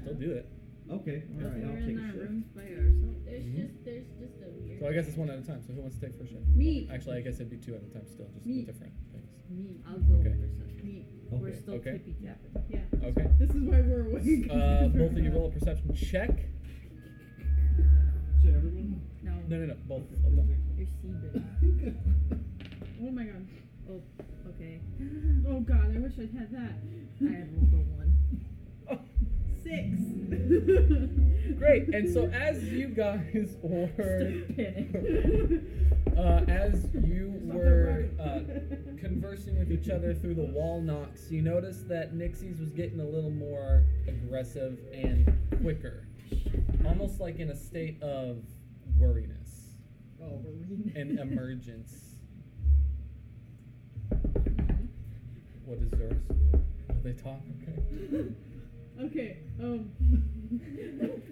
Still do it.
Okay, all
We're
right, I'll take
in
a
our
shift.
rooms by ourselves.
There's
Mhm.
just there's just a weird.
So I guess it's one at a time. So who wants to take first shift?
Me.
Actually, I guess it'd be two at a time still, just
Me.
different things.
Me.
I'll go
Okay.
first. Me.
We're
Okay.
still
okay.
tippy tapping.
Yeah.
Okay.
This is why we're awake.
Uh, both of you roll a perception check.
So everyone?
No.
No, no, no. Both of them.
You're seething.
Oh my god.
Oh, okay.
Oh god, I wish I'd had that.
I had rolled a one.
Six.
Great. And so as you guys were, uh, as you were uh, conversing with each other through the wall knocks, you noticed that Nixie's was getting a little more aggressive and quicker, almost like in a state of worriness
Oh, we're reading.
and emergence. What does Zerus do? Oh, they talk. Okay.
Okay. Um.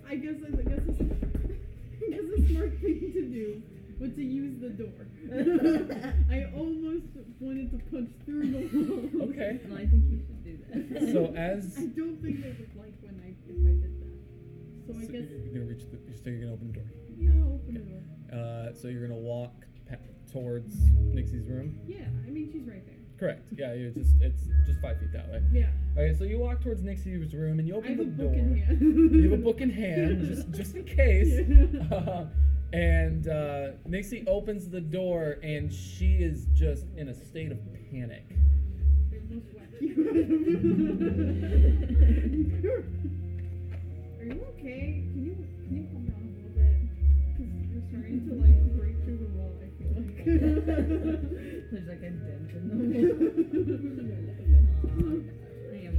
I guess I guess it's, I guess the smart thing to do was to use the door. I almost wanted to punch through the wall.
Okay.
Well, I think you should do that.
So as
I don't think they would like when I if I did that. So I
so
guess
you're gonna reach the, so you're gonna open the door.
yeah, I'll open the door.
Uh, so you're gonna walk pa- towards Nixie's room.
Yeah, I mean she's right there.
Correct. Yeah, you're just it's just five feet that way.
Yeah.
Okay, so you walk towards Nixie's room and you
I
open
have
the
a
door.
book in hand.
You have a book in hand, just just in case. Uh, and uh, Nixie opens the door and she is just in a state of panic.
They almost whacked you. Are you okay? Can you can you calm down a little bit? Because you're starting to like break through the wall. I feel like.
There's like a dent in the wall. Aw, I am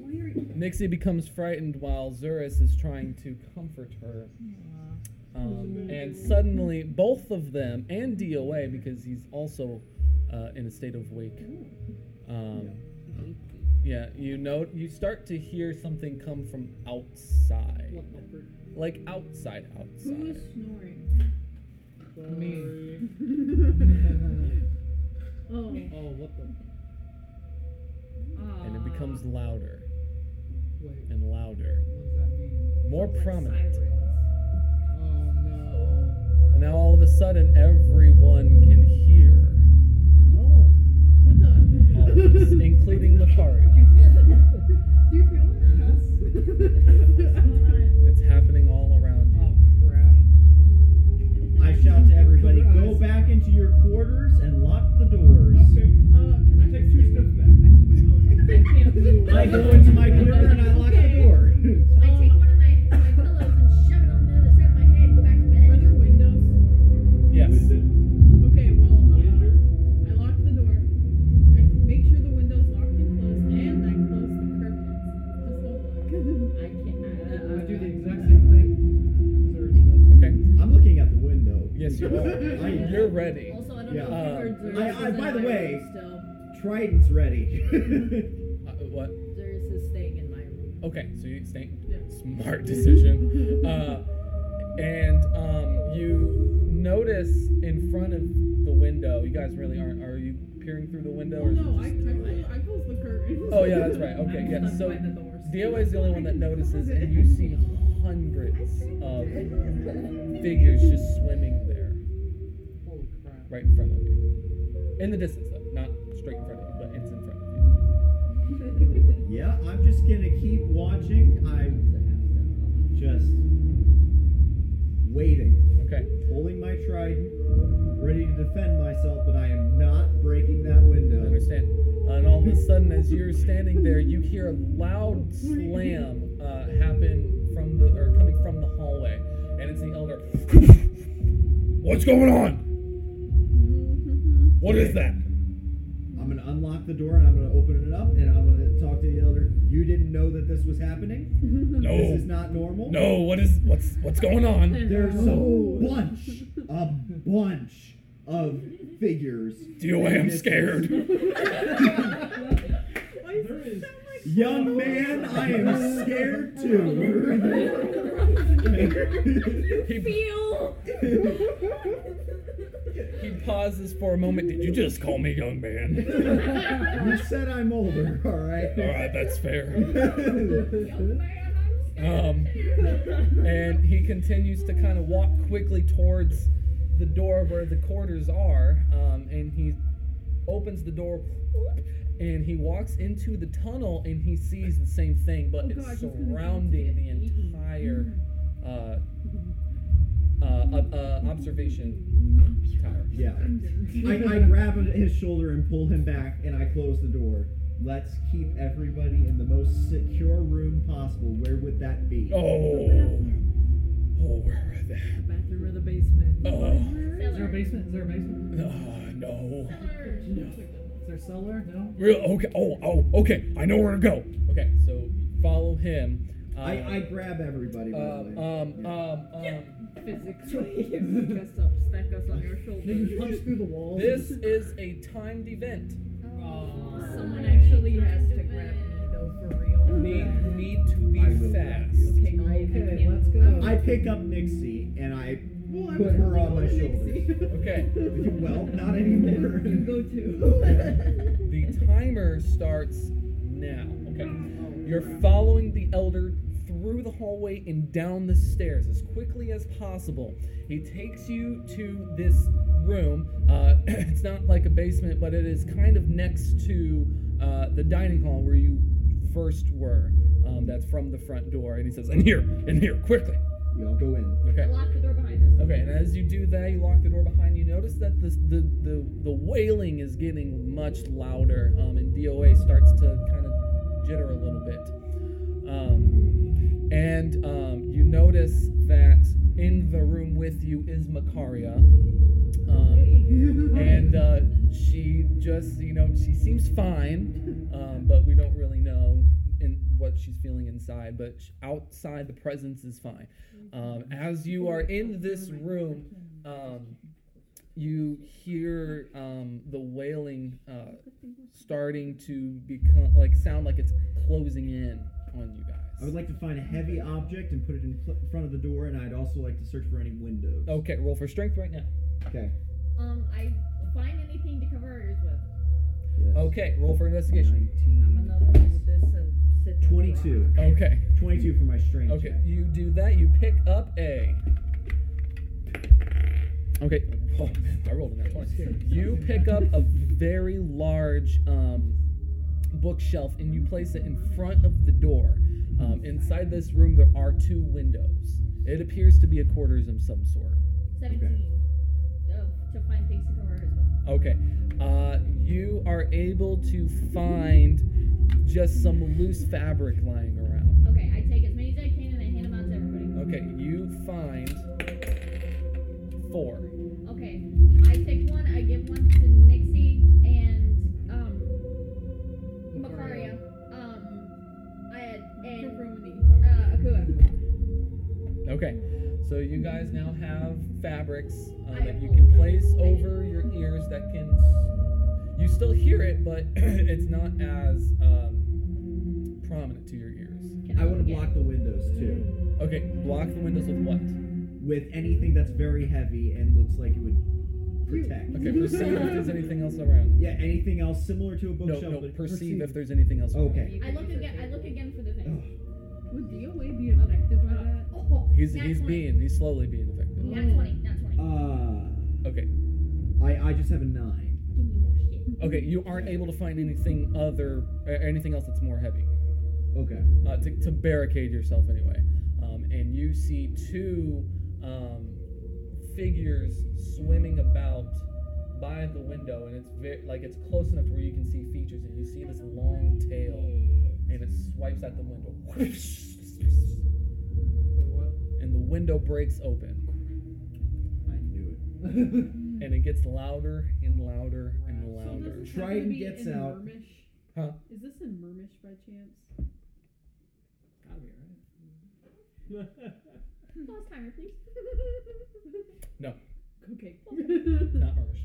Why are you?
Nixie becomes frightened while Zurus is trying to comfort her.
Aw.
Um, and suddenly, both of them and DOA, because he's also uh, in a state of wake. Um, yeah, you know, you start to hear something come from outside,
What comfort?
like outside,
Who is
outside.
snoring?
Me.
oh.
Oh, what the?
And it becomes louder
Wait,
and louder,
what does that mean?
more prominent.
Oh no.
And now all of a sudden, everyone can hear,
Oh. What
all of this,
the?
including Lakari.
Do you feel it? Yes.
It's happening all around you.
Oh crap.
I shout to everybody,
Cover
go
eyes.
back into your quarters and lock the doors.
Oh,
uh, can I
Take two
just do-
steps back.
I go into my quarter and I lock the door.
I take
Oh.
one of my, my pillows and shove it on the other side of my head and go back to
Are
bed.
there windows?
Oh.
Yes.
Window,
Okay, well, uh,
winder.
I lock the door. I make sure the window's locked and closed, and I close the curtains. Just don't look.
I can't.
I do the exact same thing. Serge
Okay.
I'm looking at the window.
Yes, you are.
I-
You're ready.
Also, I don't
Yeah.
know if you heard
Uh,
Zerus.
I- I-
is
by
in
the
my
way-
room still.
Trident's ready.
Uh, what?
Zerus is staying in my room.
Okay, so you stay.
Yeah.
Smart decision. uh, and um, you notice in front of the window. You guys really aren't. Are you peering through the window?
Oh
or is it
no, I, I,
just-
close, I close the curtains.
Oh yeah, that's right. Okay,
I'm
yeah.
stuck
So
by the doors.
DOA is the only one that notices, and you see hundreds of figures just swimming there,
Holy crap.
right in front of you, in the distance though, not straight in front of you, but it's in front of you.
yeah, I'm just gonna keep watching. I'm just waiting,
Okay.
holding my trident, ready to defend myself, but I am not breaking that
I
window.
understand. And all of a sudden, as you're standing there, you hear a loud slam uh, happen from the or coming from the hallway, and it's the elder. What's going on? What is that?
I'm gonna unlock the door and I'm gonna open it up and I'm gonna talk to the elder. You didn't know that this was happening.
Mm-hmm.
This is not normal.
What is what's what's going on?
There's
No.
a bunch, a bunch of figures.
I'm scared.
Why is
There is-
it sound like
Young man, I am scared too.
He,
Feel.
he pauses for a moment. Did you just call me young man?
you said I'm older, all right?
All right, that's fair.
Young man, I'm scared.
Um, and he continues to kind of walk quickly towards the door where the quarters are. Um, and he opens the door and he walks into the tunnel and he sees the same thing, but
Oh,
it's
God, he's gonna be
surrounding the
eaten.
entire uh,
Mm-hmm.
uh, ob- uh, observation tower.
Yeah. I, I grab his shoulder and pull him back, and I close the door. Let's keep everybody in the most secure room possible. Where would that be?
Oh, oh, where are they?
The bathroom or the basement.
Oh,
Is there a
Cellar.
basement? Is there a basement?
oh no.
Cellar.
Is there a cellar? No?
Real okay. Oh, oh, okay. I know where to go. Okay, so follow him. Uh,
I, I grab everybody. By
um,
the way.
um, um, um,
Physically, pick us up, stack us on your
Did
shoulders.
you punch through the walls?
this is a timed event.
Someone actually has to grab me though, for real.
Need need to be
I will grab you.
fast.
Okay, Ryan, I
Okay,
can't.
let's go.
I pick up Nixie, and I.
Well, I
Put
was
her on
going
my
to
shoulders.
Dixie.
Okay,
Well, not anymore.
You go to.
the timer starts now. Okay, you're following the elder through the hallway and down the stairs as quickly as possible. He takes you to this room. Uh, it's not like a basement, but it is kind of next to uh, the dining hall where you first were. Um, that's from the front door, and he says, "In here, in here, quickly."
We all go in.
Okay.
I lock the door behind us.
Okay, and as you do that, you lock the door behind you. Notice that this, the, the the wailing is getting much louder, um, and DOA starts to kind of jitter a little bit. Um, and um, you notice that in the room with you is Makaria. Um, and uh, she just, you know, she seems fine, um, but we don't really know in what she's feeling inside, but sh- outside the presence is fine. Um, as you are in this room, um, you hear um, the wailing uh, starting to become like sound like it's closing in on you
I
guys.
would like to find a heavy object and put it in pl- front of the door, and I'd also like to search for any windows.
Okay, roll for strength right now.
Okay.
Um, I find anything to cover our ears with.
Yes.
Okay, roll for investigation.
19.
I'm gonna hold this and sit. there
22.
rock.
Okay,
22 for my strength.
okay,
check.
you do that. You pick up a. Okay, oh, man, I rolled in that twice. You pick up a very large um, bookshelf and you place it in front of the door. Um, inside this room, there are two windows. It appears to be a quarters of some sort.
17. Uh, to find things to cover our ears with.
Okay. Uh, you are able to find just some loose fabric lying around.
Okay, I take as many as I can and I hand them out to
Okay,
everybody.
you find four.
Okay, I take one, I give one to Nixie and, um, Macaria. Um, I, and,
Pepperoni.
uh, Akua.
Okay, so you guys now have fabrics uh,
I
that you can place
apologize. I didn't-
over your ears that can. You still hear it, but it's not as um, prominent to your ears.
Can
I want to
look at-
block the windows too
Okay, block the windows with what?
with anything that's very heavy and looks like it would protect.
Okay, perceive if there's anything else around.
Yeah, anything else similar to a
No,
bookshelf?
no,
but Oh.
perceive if there's anything else. around.
Okay.
I look again, I look again for the
Ugh.
thing.
Would DOA be uh, affected by that?
Oh,
He's
nat
he's
20.
being he's slowly being affected.
Oh.
Nat 20, not 20.
Uh,
Okay.
I I just have a nine.
Give me more shit.
Okay, you aren't able to find anything other or anything else that's more heavy.
Okay.
Uh, to, to barricade yourself anyway. Um, and you see two um, figures swimming about by the window and it's very like it's close enough to where you can see features and you see this long tail and it swipes at the window.
Wait, what?
And the window breaks open
I knew
and it gets louder and louder and
So does
louder.
this
Trident
happen to be
gets
in
out.
Mirmish?
Huh?
Is this in Mirmish by chance?
Gotta be right.
Pause timer, please.
Okay.
Not Irish.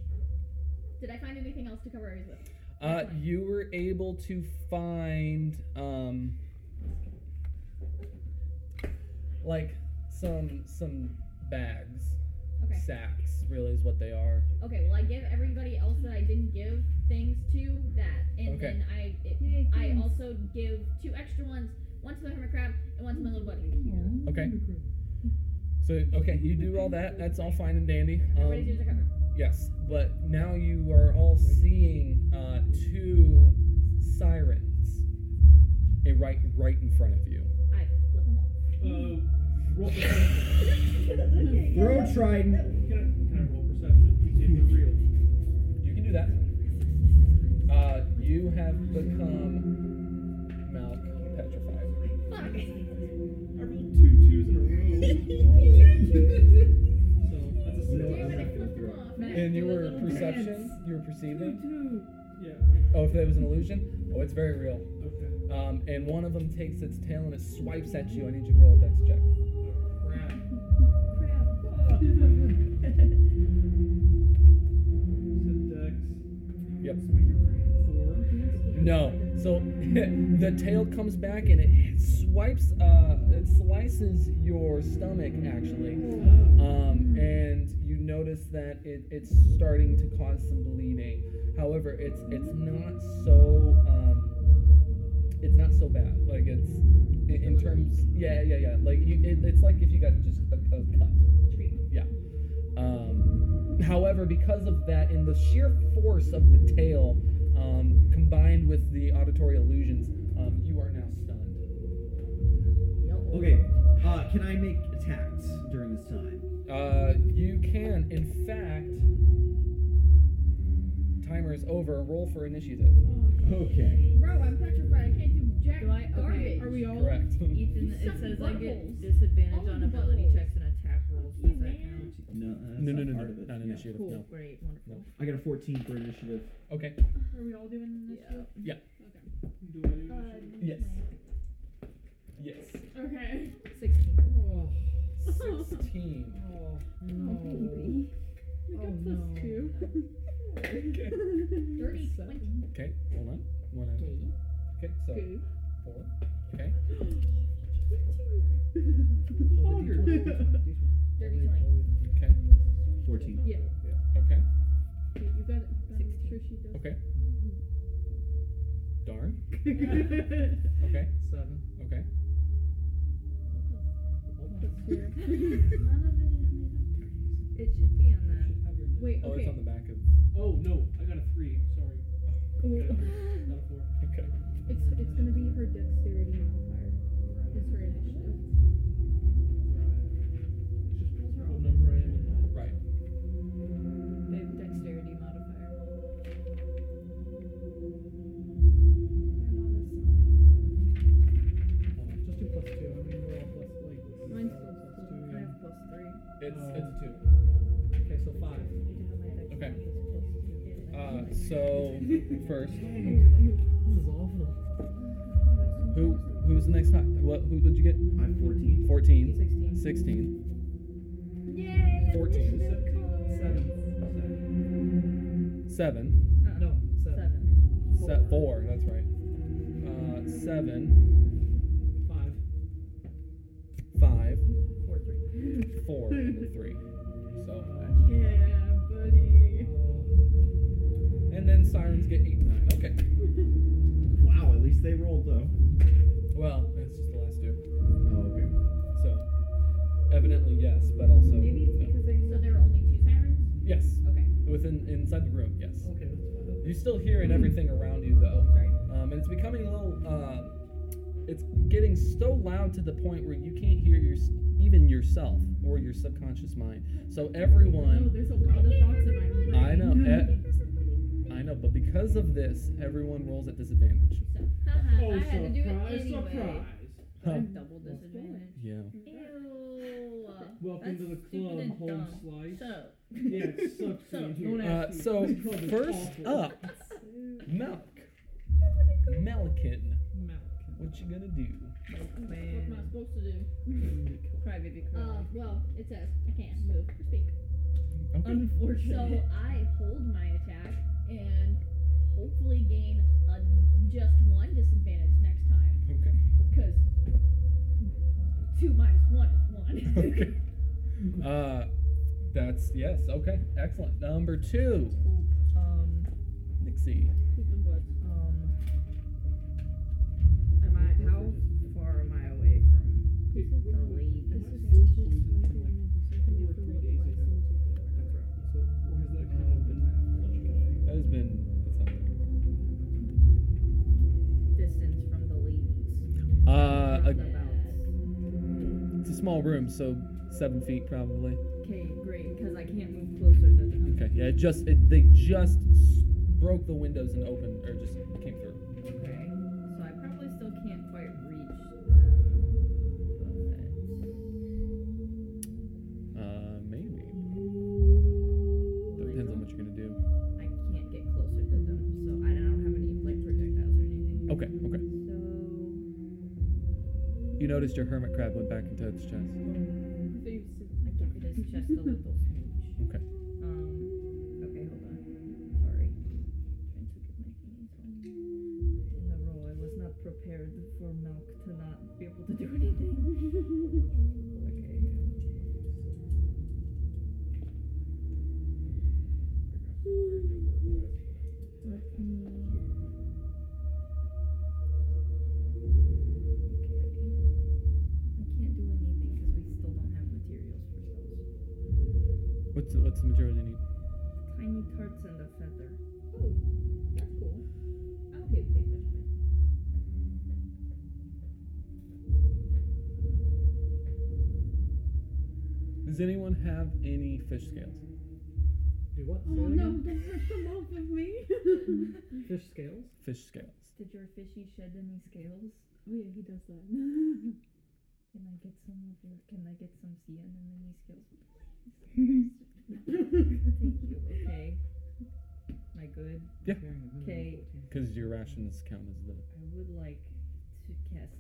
Did I find anything else to cover our ears with?
Uh, you were able to find um, like some some bags,
Okay.
sacks. Really, is what they are.
Okay, well, I give everybody else that I didn't give things to that, and
Okay.
then I it,
Yay,
I
Mm.
thanks.
also give two extra ones, one to the hermit crab and one to my little buddy.
Um,
Okay. So okay, you do all that. That's all fine and dandy.
Everybody's
Um,
ears are covered.
yes, but now you are all seeing uh, two sirens, eh, right right in front of you.
I flip them off.
Uh, roll perception.
it. Throw Trident.
Can I, can I roll perception? to See if they're real.
You can do that. Uh, you have become Malk petrified.
I rolled two twos in a row. so that's a six.
You know what,
Damn
I'm
it, I
not gonna
flipped
throw
them
it.
off.
Matt,
And you
do a
were
little
perception.
dance.
You were perceiving.
Yeah.
Oh, if that was an illusion. Oh, it's very real.
Okay.
Um, and one of them takes its tail and it swipes at you. I need you to roll a dex check.
Oh, crap.
Crap.
Set dex.
Yep.
Four.
No. So the tail comes back and it swipes. Uh, it slices your stomach actually. Um, and you notice that it, it's starting to cause some bleeding. However, it's it's not so um, it's not so bad. Like it's in, in terms, yeah, yeah, yeah. Like you, it, it's like if you got just a, a cut. Yeah. Um, however, because of that and the sheer force of the tail, um, combined with the auditory illusions, um, you are now stunned.
Okay. Uh, can I make attacks during this time?
Uh, you can. In fact, timer is over. Roll for initiative.
Okay.
Bro, I'm petrified. I can't do jack
Do I- okay.
garbage.
Are we all?
Correct.
Ethan,
You
it
suck
says I
buttholes.
get disadvantage
All
on
the
ability
buttholes.
checks and attack rolls.
You
Does that
man.
count?
No, uh, that's
No, no,
not
no, no,
part
no,
of it.
not
Yeah.
initiative.
Cool,
No.
great, wonderful.
No.
I got a 14 for initiative.
Okay.
Mm,
Are we all doing this?
Yeah.
Okay.
Do I do
Uh,
initiative?
Yes.
No.
baby. Make
Oh,
up plus
no.
two.
Okay.
Dirty
Seven.
20.
Okay, hold on. One out.
Okay.
Okay, so
Two.
four. Okay.
Auger.
Dirty
Okay.
14.
Yeah.
Okay.
Okay, you got it. You got
Sixteen.
Sure she does.
Okay. Darn.
Okay.
Okay.
Seven.
Okay.
None of it is made up. It should be on that.
Wait.
Oh,
Okay.
it's on the back of.
Oh no, I got a three. Sorry, I got a
Well,
three, not a four.
Okay.
It's it's gonna be her dexterity modifier. It's her initiative.
It's just what number I am in life.
Right.
They have dexterity modifier.
Hold on, Just do plus two. I mean, we're all plus like.
Mine's
uh,
plus
plus
two.
I have plus three.
two. yeah.
It's
Uh,
it's two.
Okay, so five.
Okay. Uh, so first,
This is awful.
who who's the next high? What who would you get?
I'm 14.
Fourteen.
16.
Sixteen.
Yay!
Fourteen.
initiative card.
Seven.
Seven.
Uh-uh.
No, seven.
Seven.
Se- four. That's right. Uh, seven.
Five.
Five.
Four, three.
Four. And then three. So.
Yeah, buddy.
Uh,
And then sirens get eight and nine. Okay.
Wow, at least they rolled though.
Well, it's just the last two.
Oh, okay.
So, evidently yes, but also
Maybe it's
no.
because I.
So there are only two sirens?
yes.
Okay.
Within inside the room, yes.
okay, that's fine.
You're still hearing everything around you though,
Sorry.
um, and it's becoming a little. Uh, it's getting so loud to the point where you can't hear your even yourself or your subconscious mind. So
No,
everyone,
there's a lot of thoughts in my brain.
I know, eh, I know, but because of this, everyone rolls at disadvantage.
So, haha,
Oh,
I had to do it
surprise,
anyway.
surprise.
Huh.
Double disadvantage.
Yeah.
Ew.
Welcome to the
That's stupid
club,
and
home
dumb.
slice.
So,
Yeah, it sucks
So,
being here.
don't
Uh,
Actually,
so
this club is
first
awful.
up, Melk. Melkin,
Malkin.
what you gonna do?
what am I
Man.
supposed to do?
Crybaby cry.
Um, well, it says I can't move or speak. So
Unfortunately.
I hold my attack and hopefully gain a, just one disadvantage next time.
Okay.
Because two minus one is one.
Okay. Uh, that's yes. Okay. Excellent. Number two,
Um,
Nixie.
Poop and blood.
um. Am I, how far am I away from the lady?
So, or has that kind of been
That has been. That's not
Distance from the ladies.
there. Uh, a-
Roundabouts.
it's a small room, so seven feet probably.
Okay, great, because I can't move closer than them.
Okay. Yeah. It just it, they just s- broke the windows and opened, or just came through.
Okay, so I probably still can't quite reach them, but
Uh, maybe.
well, I
Depends on
don't-
what you're gonna do.
I can't get closer to them, so I don't have any like projectiles or anything.
Okay. Okay.
So
You noticed your hermit crab went back into its chest.
I give it his chest a little smooch.
Okay.
Um, okay, hold on. Sorry. Trying to get my hands on in the roll. I was not prepared for milk to not be able to do anything. okay. Let me. Okay. I can't do anything because we still don't have materials for spells.
What's the, what's the majority need?
Tiny tarts and a feather.
Oh, that's cool. I'm okay with being judgment.
Does anyone have any fish scales?
Do what? Say
Oh
that
no,
again?
don't rip them off of me.
Fish scales?
Fish scales.
Did your fishy shed any scales?
oh yeah, he does that.
Can I get some of your? Can I get some sea anemone scales? Thank you. Okay. Am I good?
Yeah.
Carrying a hundred and
Okay.
fourteen.
Because your rations count as the.
I would like to cast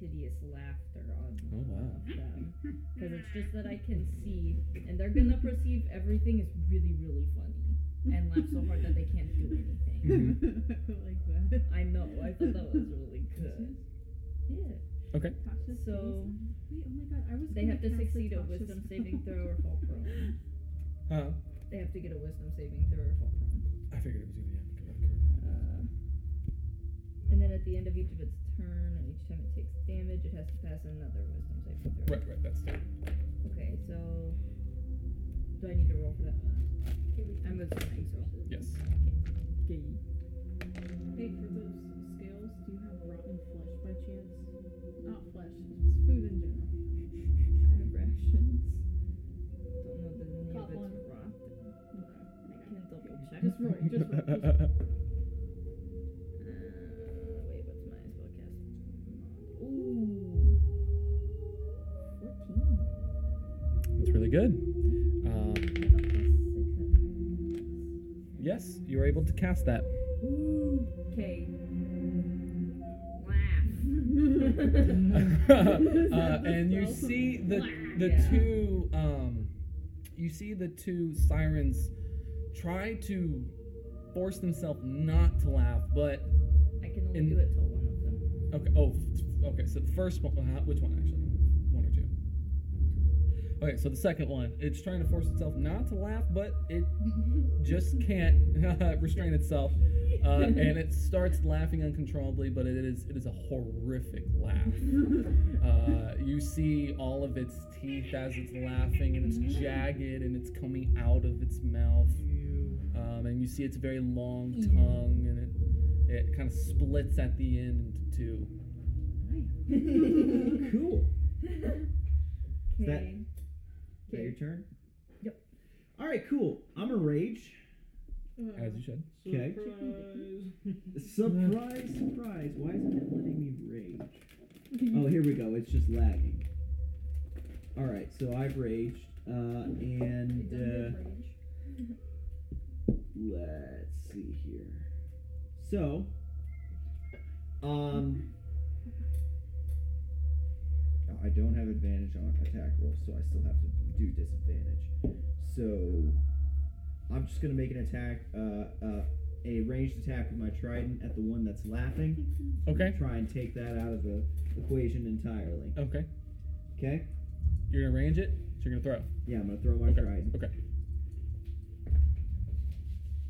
hideous laughter on
Oh, wow.
them because it's just that I can see, and they're gonna perceive everything as really, really funny and laugh so hard that they can't do anything.
like that.
I know. I thought that was really good. Yeah.
Okay.
Tasha's
So-
face. Wait, oh my god, I was.
They
gonna
have to
cast a
succeed a
Tasha's
wisdom
spell.
saving throw or fall prone.
Huh?
They have to get a wisdom saving throw or fall prone.
I figured it was gonna be after
Uh, and then at the end of each of its turn, and each time it takes damage, it has to pass another wisdom saving throw.
Right, right. That's it.
Okay, so do I need to roll for that one? I'm assuming so.
Yes.
Okay.
Hey, for those scales, do you have rotten flesh by chance? Not flesh, it's food in general.
I have rations. Don't know that any
Caught
of
one.
it's rotten.
Okay.
I can double check.
Just roll, just roll. Just roll.
Uh, wait, what's my spellcast? mod? Ooh. 14.
That's really good. Um,
I got plus six and
yes, you were able to cast that.
Ooh. Okay. Laugh.
uh, and you see the the
Yeah.
two um, you see the two sirens try to force themselves not to laugh, but
I can only
In-
do it till one of
okay.
them.
Oh, f- okay. So the first one, uh, which one actually? One or two? Okay, so the second one, it's trying to force itself not to laugh, but it just can't restrain itself, uh, and it starts laughing uncontrollably. But it is it is a horrific laugh. Uh, you see all of its teeth as it's laughing, and it's jagged, and it's coming out of its mouth. Um, and you see its very long tongue, and it it kind of splits at the end into two.
Cool. Is that-
Okay.
Is that your turn?
Yep.
All right, cool. I'm a rage.
Uh,
As you should.
Um,
Okay. Surprise, surprise. Why isn't it letting me rage? Oh, here we go. It's just lagging. All right, so I've raged, uh,
it doesn't
and uh,
rage.
let's see here. So, um, oh, I don't have advantage on attack rolls, so I still have to do disadvantage. So, I'm just gonna make an attack, uh, uh, a ranged attack with my trident at the one that's laughing.
Okay.
Try and take that out of the equation entirely.
Okay.
Okay.
You're gonna range it. So you're gonna throw.
Yeah, I'm gonna throw my
Okay,
trident.
okay.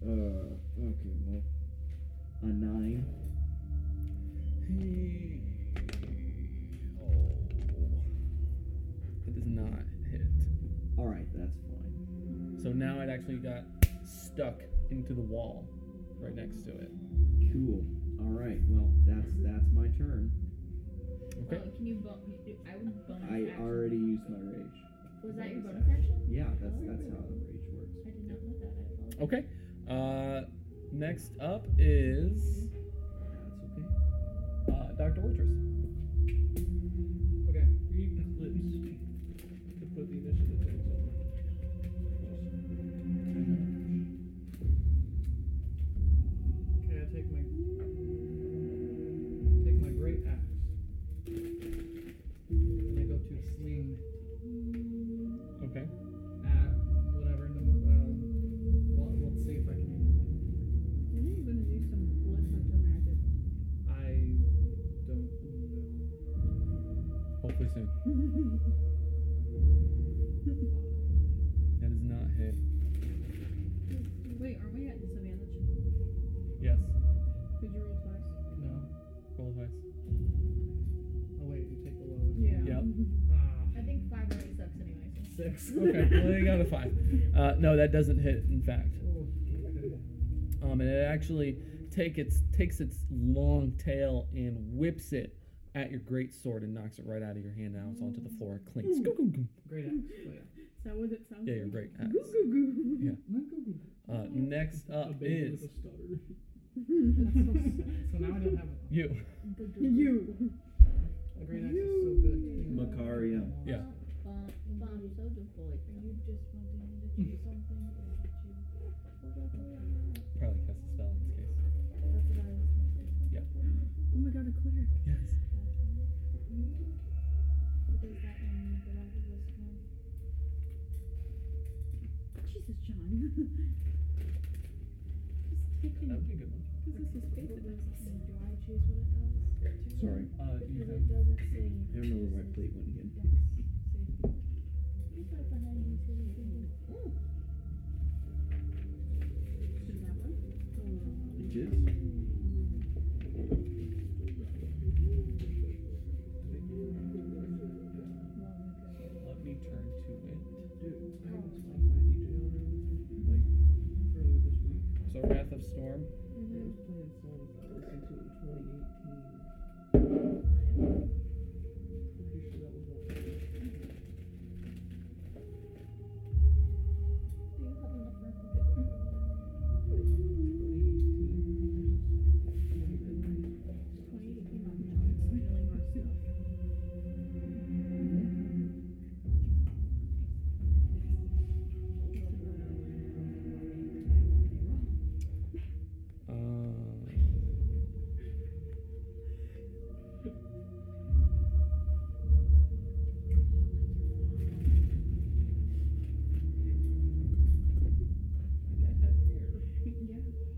Uh, okay, well, a nine.
Oh. It does not hit.
All right, that's fine.
So now it actually got stuck into the wall right next to it.
Cool. All right, well, that's that's my turn.
Okay.
Oh, can you bon- you do- I would bonus
I
action.
already used my rage.
Was that your
bonus
bonus action?
Yeah, that's that's how the rage works.
I did not know that. I apologize.
Okay. Uh, next up is
That's okay.
uh, Dr. Ortrus.
Okay, read clips to put the initiative things on. Okay, I take my take my great axe and I go to swing
Okay.
at whatever number. Um, well, let's see if I can.
I know you're gonna do some bloodhunter magic.
I don't know.
Hopefully soon. That does not hit.
Wait, aren't we at disadvantage?
Yes.
Did you roll twice?
No.
Roll twice.
Oh wait, you take the lowest.
Yep.
Ah,
I think five already sucks anyway. so-
six.
Okay. well, you got a five. Uh, no, that doesn't hit. In fact.
Oh, Okay.
Um, and it actually take its takes its long tail and whips it at your great sword and knocks it right out of your hand. Now it's onto the floor. It clinks. Goo, goo, goo.
Great axe. Oh, yeah.
Is that what it sounds
Yeah,
like?
your great axe.
Goo goo goo.
Yeah. Uh, next
A
up
baby with
is
a stutter.
That's
So now I don't have
you.
so you.
Oh
a great axe. Is so good.
Macario.
Yeah.
Bum, bum, so deployed.
Probably cast a spell in this case.
Oh my god, a cleric.
Yes.
this is John. Just taking
That'd be a good one.
Because this is faith in us.
Do I choose what it does?
Sorry,
Uh, you
Because
have
it doesn't say.
I don't know where my plate went again.
Dex saving.
He's right behind you, so you can- Should that one?
It is.
Let me turn to it.
Dude, I was playing my DJ on it, like earlier this week.
So Wrath of Storm.
I was playing songs I listened to in 2018. Pretty sure that was one.
Do you have enough for a book?
Uh,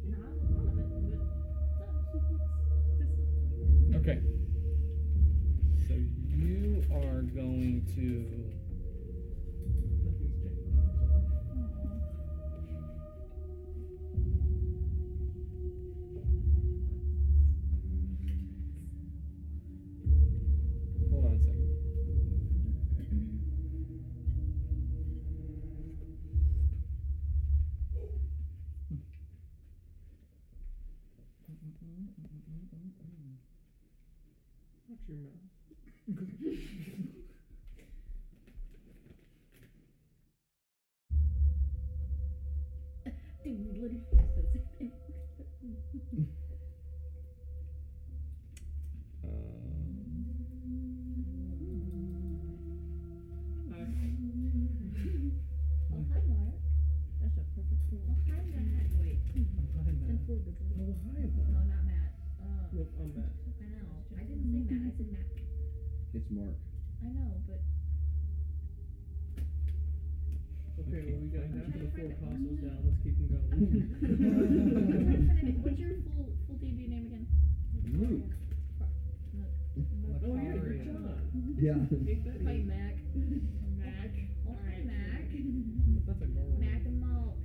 Not a lot of it, but some he looks disappointed.
okay. So you are going to.
Nothing's changed.
Hold on a second.
Watch your mouth.
Dude, we literally just said the same thing.
Uh, Um,
Oh, hi, Mark.
That's a perfect
Oh,
pool.
hi, Matt. Wait,
I'm behind
and
that.
four good ones.
Oh, hi,
No,
Mark.
not Matt. Uh,
Nope, I'm back.
I know. I didn't say Matt. I said Matt.
It's Mark.
I know, but
Okay,
Okay,
well, we got
fine.
half of the
I'm trying to
four
find
apostles
it.
down. Let's keep them
I'm
going.
trying to find it. What's your full full DD name again?
Luke.
oh, yeah, you're
Lucaria.
John.
Yeah.
Take that
Hi,
in.
Mac.
Mac.
Oh, hi, Mac.
That's a girl.
Mac and Malk.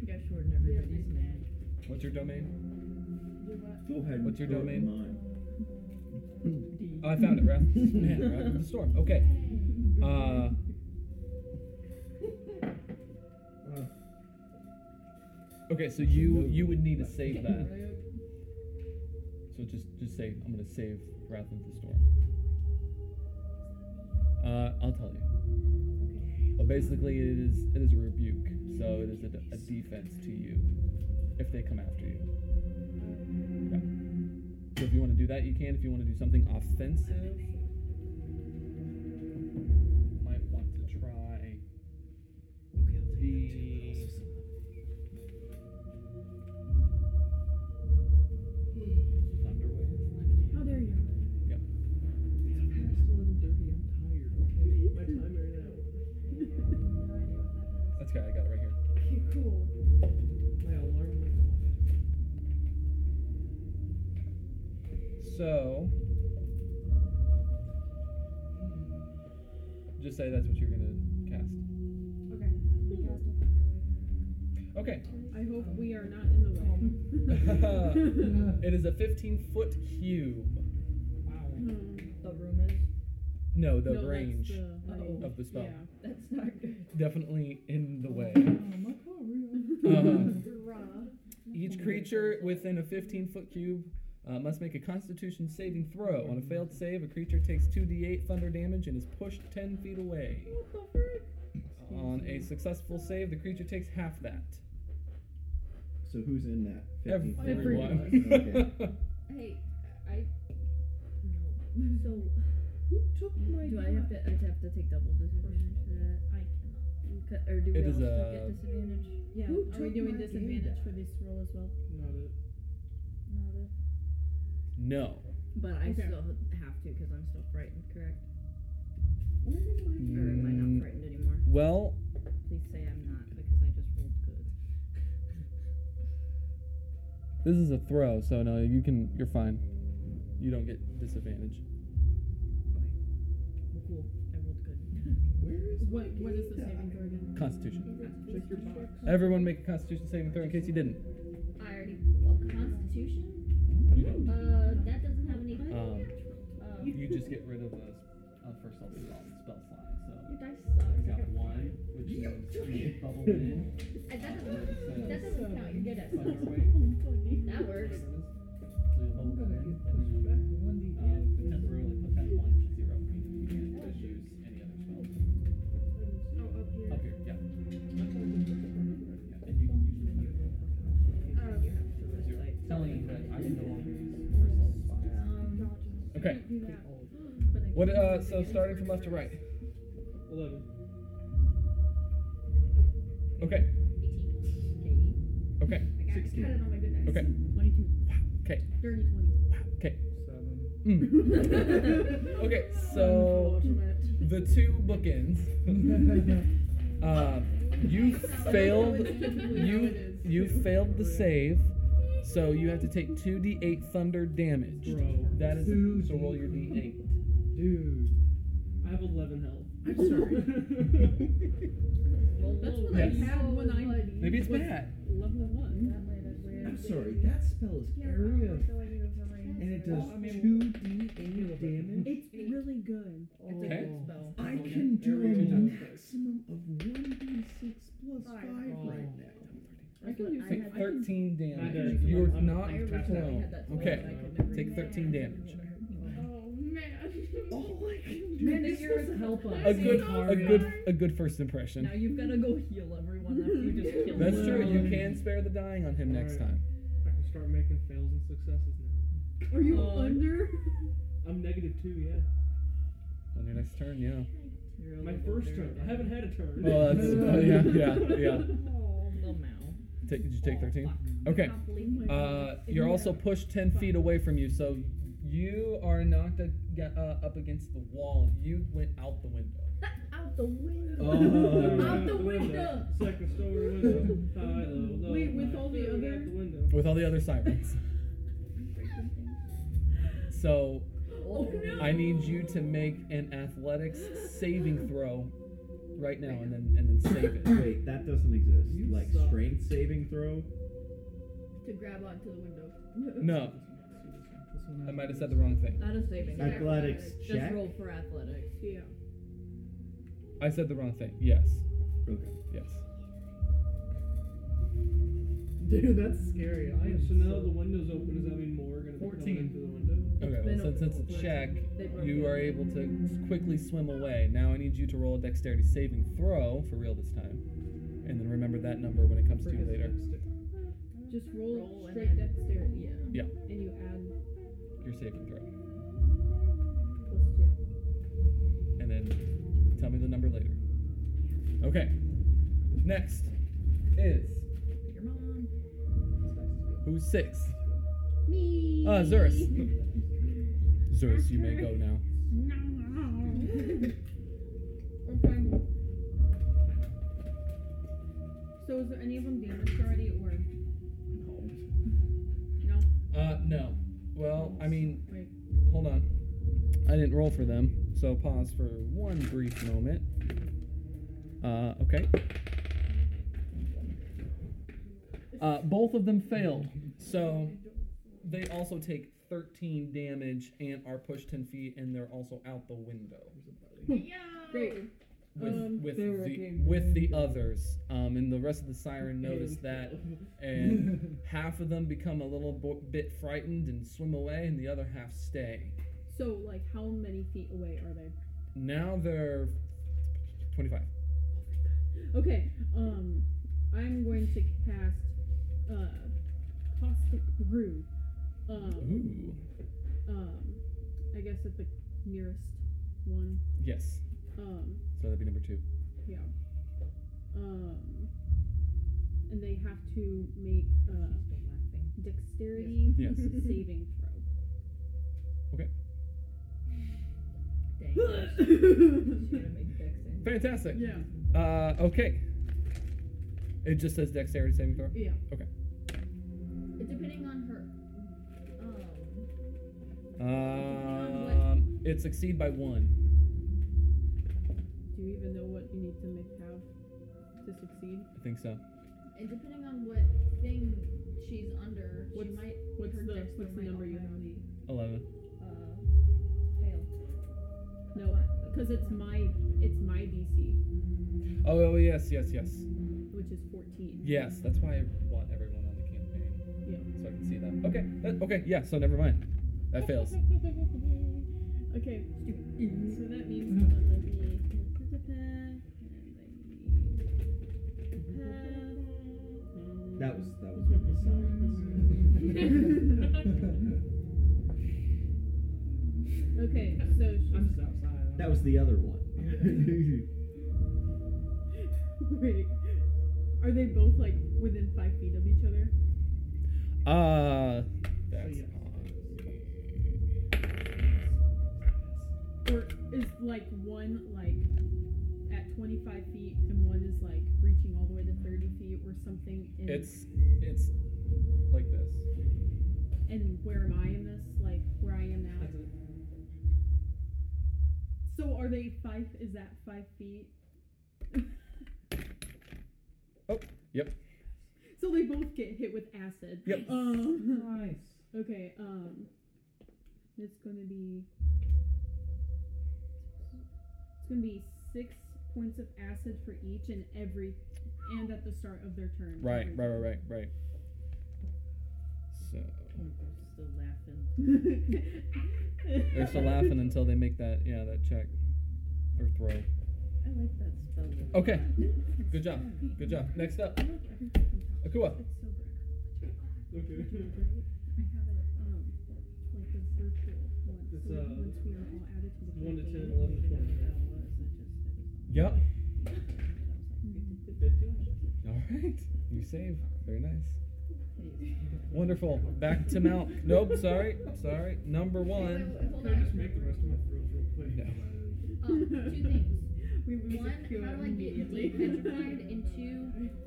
You gotta shorten everybody's name.
what's your domain?
Go ahead. and
What's your
throw it
domain?
in Mine.
D.
Oh, I found it, Wrath. Man, Wrath of the Storm. Okay.
Mm-hmm.
Uh, okay, so you you would need to save that. So just just say I'm gonna save Wrath of the Storm. Uh, I'll tell you. Well, basically, it is it is a rebuke, so it is a, de- a defense to you if they come after you. Yeah. So if you want to do that, you can. If you want to do something offensive, might want to try the.
Thunderwave.
How dare you?
It's 11:30, I'm tired, okay? My time ran out.
That's good. I got it right here.
Okay, cool.
My alarm went off.
So, just say that's what you're gonna cast.
Okay. Cast a thunder
Okay,
I hope we are not in the way.
it is a 15 foot cube.
Wow.
Um,
The room is.
No, the
no, that's
range
the-
Oh.
of the spell
Yeah.
That's not good.
definitely in the way. Uh-huh.
wave. Bruh.
Each creature within a 15 foot cube uh, must make a Constitution saving throw. On a failed save, a creature takes 2d8 thunder damage and is pushed 10 feet away.
What the frick?
On a successful save, the creature takes half that.
So who's in that? 50?
Everyone.
Okay.
Hey, I. No. So,
Who took my
Do I have to? I have to take double disadvantage for that.
I cannot.
Cut- Or do we
It
all
is
still
a-
get disadvantage?
Yeah.
Who
are we
took
doing
my game
disadvantage
back?
for this roll as well?
Not it.
Not it.
No.
But I
Okay.
still have to because I'm still frightened. Correct?
Where did my
Or am I
Mm,
not frightened anymore?
Well,
Please say I'm not because
This is a throw, so no, you can. You're fine. You don't get disadvantage.
Well, cool. I rolled good.
Where is
What,
my
what is the
game
saving
die?
throw again?
Constitution.
Check your box.
Everyone make a Constitution saving throw in case you didn't.
I already. Well, Constitution?
You don't.
Uh, that doesn't have any.
Um,
uh,
you just get rid of a, a first level spell, spell slot. So
Your dice
you
sucks.
got one, which means you bubble in.
Uh, that, doesn't, that doesn't count. You're good at
Fire
it.
away.
That works.
So you'll bubble that in, and then um, temporarily put that one to zero. You can't use any other spell.
Oh, up here.
Up here, yeah. Yeah, and you can usually put it
Oh, okay.
You're telling you that I can no longer use first level spies.
No,
Um,
just-
Okay.
Do that.
But I
What?
can't
Uh,
use it
so
again.
starting from left to right.
Eleven.
Okay.
18.
Okay.
I got it counted on my good dice.
Okay.
22.
Okay.
Dirty 20.
Okay.
Seven.
Mm. Okay. So the two bookends. Uh, you failed. You you failed the save, so you have to
Oh,
take two d8 thunder damage.
Bro.
That is a, so roll your d8.
Dude. I have 11 health.
I'm sorry.
That's what
Yes.
I had when I.
Maybe it's bad.
Level 1.
I'm sorry, that spell is area. And it does
Well, I mean,
2d8 damage.
It's really good.
Okay.
Oh,
I
Roll
can
again.
do
Every two
a
times.
maximum of 1d6 plus 5
Five.
right
Oh.
now.
I can use
Take 13 damage.
damage.
You're
I'm-
not
I originally
prone.
had that
Okay.
spell, but I could never
Take
use it.
13 damage.
Oh
Oh.
man.
All I can do
Man,
is
if you're
was-
help us.
A good a good a good first
Now
impression.
you've got to go heal everyone after you just killed
That's
them.
true. You can spare the dying on him next time.
I can start making fails and successes now.
Are you
Oh.
under?
I'm negative 2, yeah.
On your next turn, yeah.
You're a
My
little
first
nerd.
turn. I haven't had a turn.
Well, that's uh, yeah, yeah, yeah.
Oh, little Mal.
Take, did you take
Oh,
13?
fuck.
Okay.
Oh my
Uh,
God.
you're also pushed 10 feet away from you, so you are knocked a, get, uh, up against the wall. You went out the window.
Out the window.
Oh.
Out the window.
Second story window. High, low, low.
Wait, with
high.
all the
Throw it out
other-
the window.
With all the other sirens. So
Oh no.
I need you to make an athletics saving throw right now and then and then save it.
Wait, that doesn't exist.
You
like
suck.
strength saving throw?
to grab onto the window.
No, I might have said the wrong thing.
Not a saving.
That's
throw.
Athletics
Just
check?
roll for athletics.
Yeah.
I said the wrong thing. Yes.
Okay.
Yes.
Dude, that's scary. I am so now
so-
the window's open. Does that mean more are gonna be coming
14.
in through the window?
Okay, well,
been
since
a-
it's a check,
They broke
you
it.
are able to quickly swim away. Now I need you to roll a dexterity saving throw for real this time. And then remember that number when it comes to you later.
Just roll,
Roll and
straight
then-
dexterity.
Yeah.
And you add
Your saving throw.
plus two.
And then tell me the number later. Okay. Next is
Your mom.
who's six?
Me.
Uh Zerus. Zerus, you may go now.
Okay. So is there any of them damaged already or no?
Uh no. Well, I mean
Wait.
hold on. I didn't roll for them, so pause for one brief moment. Uh, okay. Uh, both of them failed, so they also take 13 damage and are pushed 10 feet, and they're also out the window
Yo.
Great.
with,
Um,
with,
they were
the,
being
with the
good.
others. Um, and the rest of the siren notice that and half of them become a little bo- bit frightened and swim away, and the other half stay.
So like how many feet away are they?
Now they're 25.
Okay. Um, I'm going to cast uh, caustic brew. Um,
Ooh.
um, I guess at the nearest one.
Yes.
Um,
So that'd be number two.
yeah. Um, and they have to make
She's
a
still laughing.
dexterity
Yes.
saving throw.
Dang. it. She had to make dex save.
Fantastic.
yeah.
Uh, okay. It just says dexterity saving throw.
Yeah.
Depending on
Um,
Oh
Um, it succeed by one.
Do you even know what you need to make have to succeed?
I think so.
And depending on what thing she's under,
What's-
she might.
What's
her
the
next
what's
one
the
might
number you have?
automatically,
Eleven.
Uh, fail.
No, because it's my it's my DC,
Oh, oh yes, yes, yes,
which is 14.
yes. That's why I want everyone on the campaign.
Yeah.
So I can see that. Okay. that- okay. Yeah. So never mind. That fails.
Okay. So that means hold on, let me and I
That was that was one of the signs.
need- Okay, so
I'm
she's
just outside.
that was the other one.
wait. Are they both like within five feet of each other?
Ah.
So,
that's
yeah.
Or is like one like at 25 feet and one is like reaching all the way to 30 feet or something? And,
It's it's like this.
and where am I in this? Like where I am now?
That's it.
So are they five? Is that five feet?
Oh, yep.
So they both get hit with acid.
Yep.
Um,
Nice.
okay. Um, it's gonna be. It's gonna be six points of acid for each and every, and at the start of their turn.
Right.
every
Right.
turn.
Right. Right. Right. So
still laughing.
they're still laughing until they make that yeah that check or throw.
I like that spell. a
Okay.
lot.
Good job. Good job. Next up, Akua.
It's so good.
Okay. It's,
I have it, um, like the virtual one. so
uh,
once we are all added to the
one to
campaign,
10, 11 to 20.
That was, I just- that was-
Yep.
Hmm.
Mhm.
50?
All right. You save. Very nice. Wonderful. Back to Mal. Nope. Sorry. Sorry. Number
Wait,
one.
wait, wait, hold
Can I just
on.
make the rest of my throws real quick?
No.
Um, two things.
We lose
One,
it to
how
it
do I get
immediately.
de-petrified? And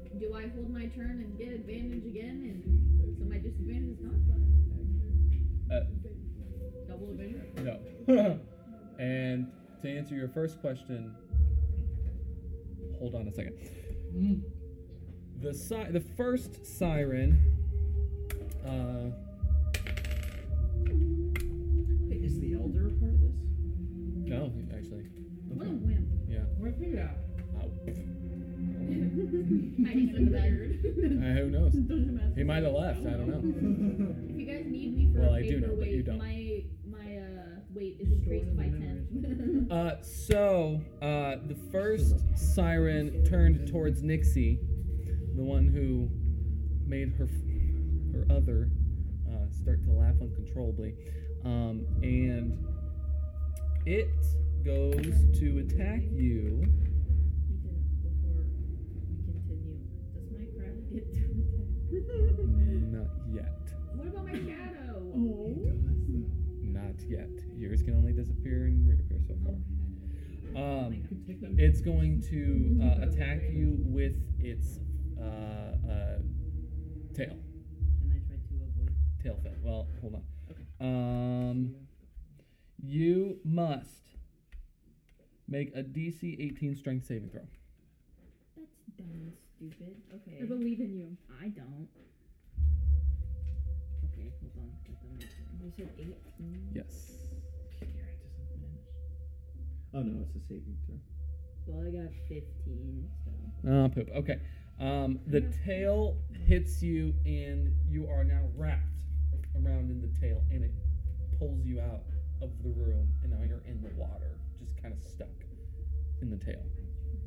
two, do I hold my turn and get advantage again? And so my disadvantage is not fun.
Uh.
Double advantage.
No. and to answer your first question, hold on a second.
Mm,
The si- the first siren. Uh,
Hey, Is the elder a part of this?
no, oh, actually,
What a wimp.
yeah.
Where'd you at?
Oh,
I just said that.
uh, who knows?
Dungeon Master.
He might have left. I don't know.
If you guys need me for
Well,
a
I do know,
paper
but you
weight,
don't.
my my uh, weight is
You're storing
increased
the
by
memories.
ten.
Uh, so uh, the first siren turned towards Nixie, the one who made her her other uh, start to laugh uncontrollably, um, and it goes to attack you.
Ethan, before we continue, does my crab get to attack?
Not yet.
what about my shadow?
Oh.
Not yet. Yours can only disappear and reappear so far. Um, It's going to uh, attack you with its uh, uh, tail.
Can I try to avoid?
Tail fin. Well, hold on. Um, you must make a DC 18 strength saving throw.
That's dumb and stupid. Okay.
I believe in you.
I don't. Okay, hold on. I don't know. You said 18?
Yes.
Oh no, it's a saving throw.
Well, I got 15, so.
Ah, poop. Okay. Um, the tail hits you, and you are now wrapped around in the tail, and it pulls you out of the room, and now you're in the water, just kind of stuck in the tail.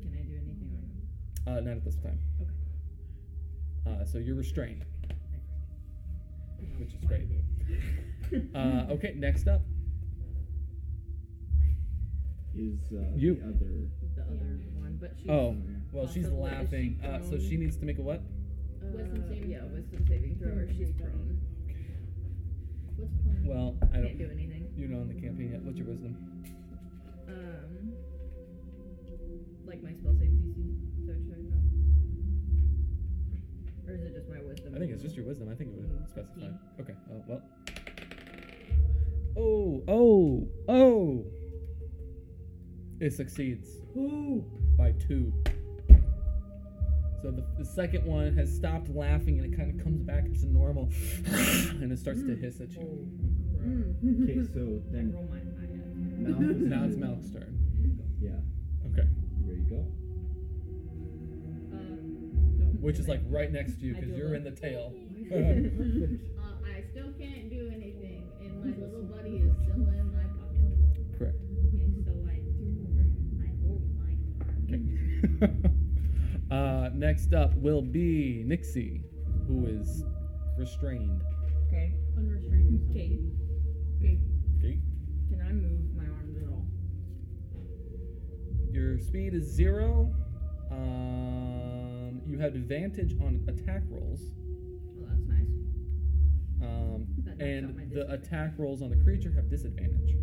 Can I do anything or no?
Uh, not at this time.
Okay.
Uh, so you're restrained, which is
Why
great.
did-
Uh,
Hmm.
okay, next up.
Is uh,
You.
the other?
The other one, but she's. uh,
Oh, well, she's
Possibly is she
laughing. Uh, so she
prone?
needs to make a what?
Wisdom
uh,
saving
Yeah,
throw.
wisdom saving throw, or she's prone.
What's prone?
Well, I
Can't
don't.
do anything.
You're not on the campaign yet. What's your wisdom?
Um. Like my spell save DC. Is that what you're talking about? Or is it just my wisdom?
I think it's just your wisdom. I think it would
Mm,
specify.
fifteen.
Okay. Uh, well. Oh, uh, oh, oh, oh. It succeeds
Poop.
by two. So the, the second one has stopped laughing and it kind of comes back into normal and it starts to hiss at you.
Hmm.
Okay, so
I
then
roll my eye
mouth is
Now it's Malik's turn.
Yeah.
Okay.
You ready to go?
up. Um,
Which is like right next to you
I
because
do
you're
look-
in the tail.
Uh, I still can't do anything, and my little buddy is still in my pocket.
Correct.
Okay, so I do. I hold my turn.
Okay. uh, next up will be Nixie, who is restrained.
okay.
Unrestrained.
Okay.
Okay.
Can I move my arms at all?
Your speed is zero. Um, you have advantage on attack rolls,
Oh, that's nice.
um,
That knocks out my
and the
disadvantage.
attack rolls on the creature have disadvantage,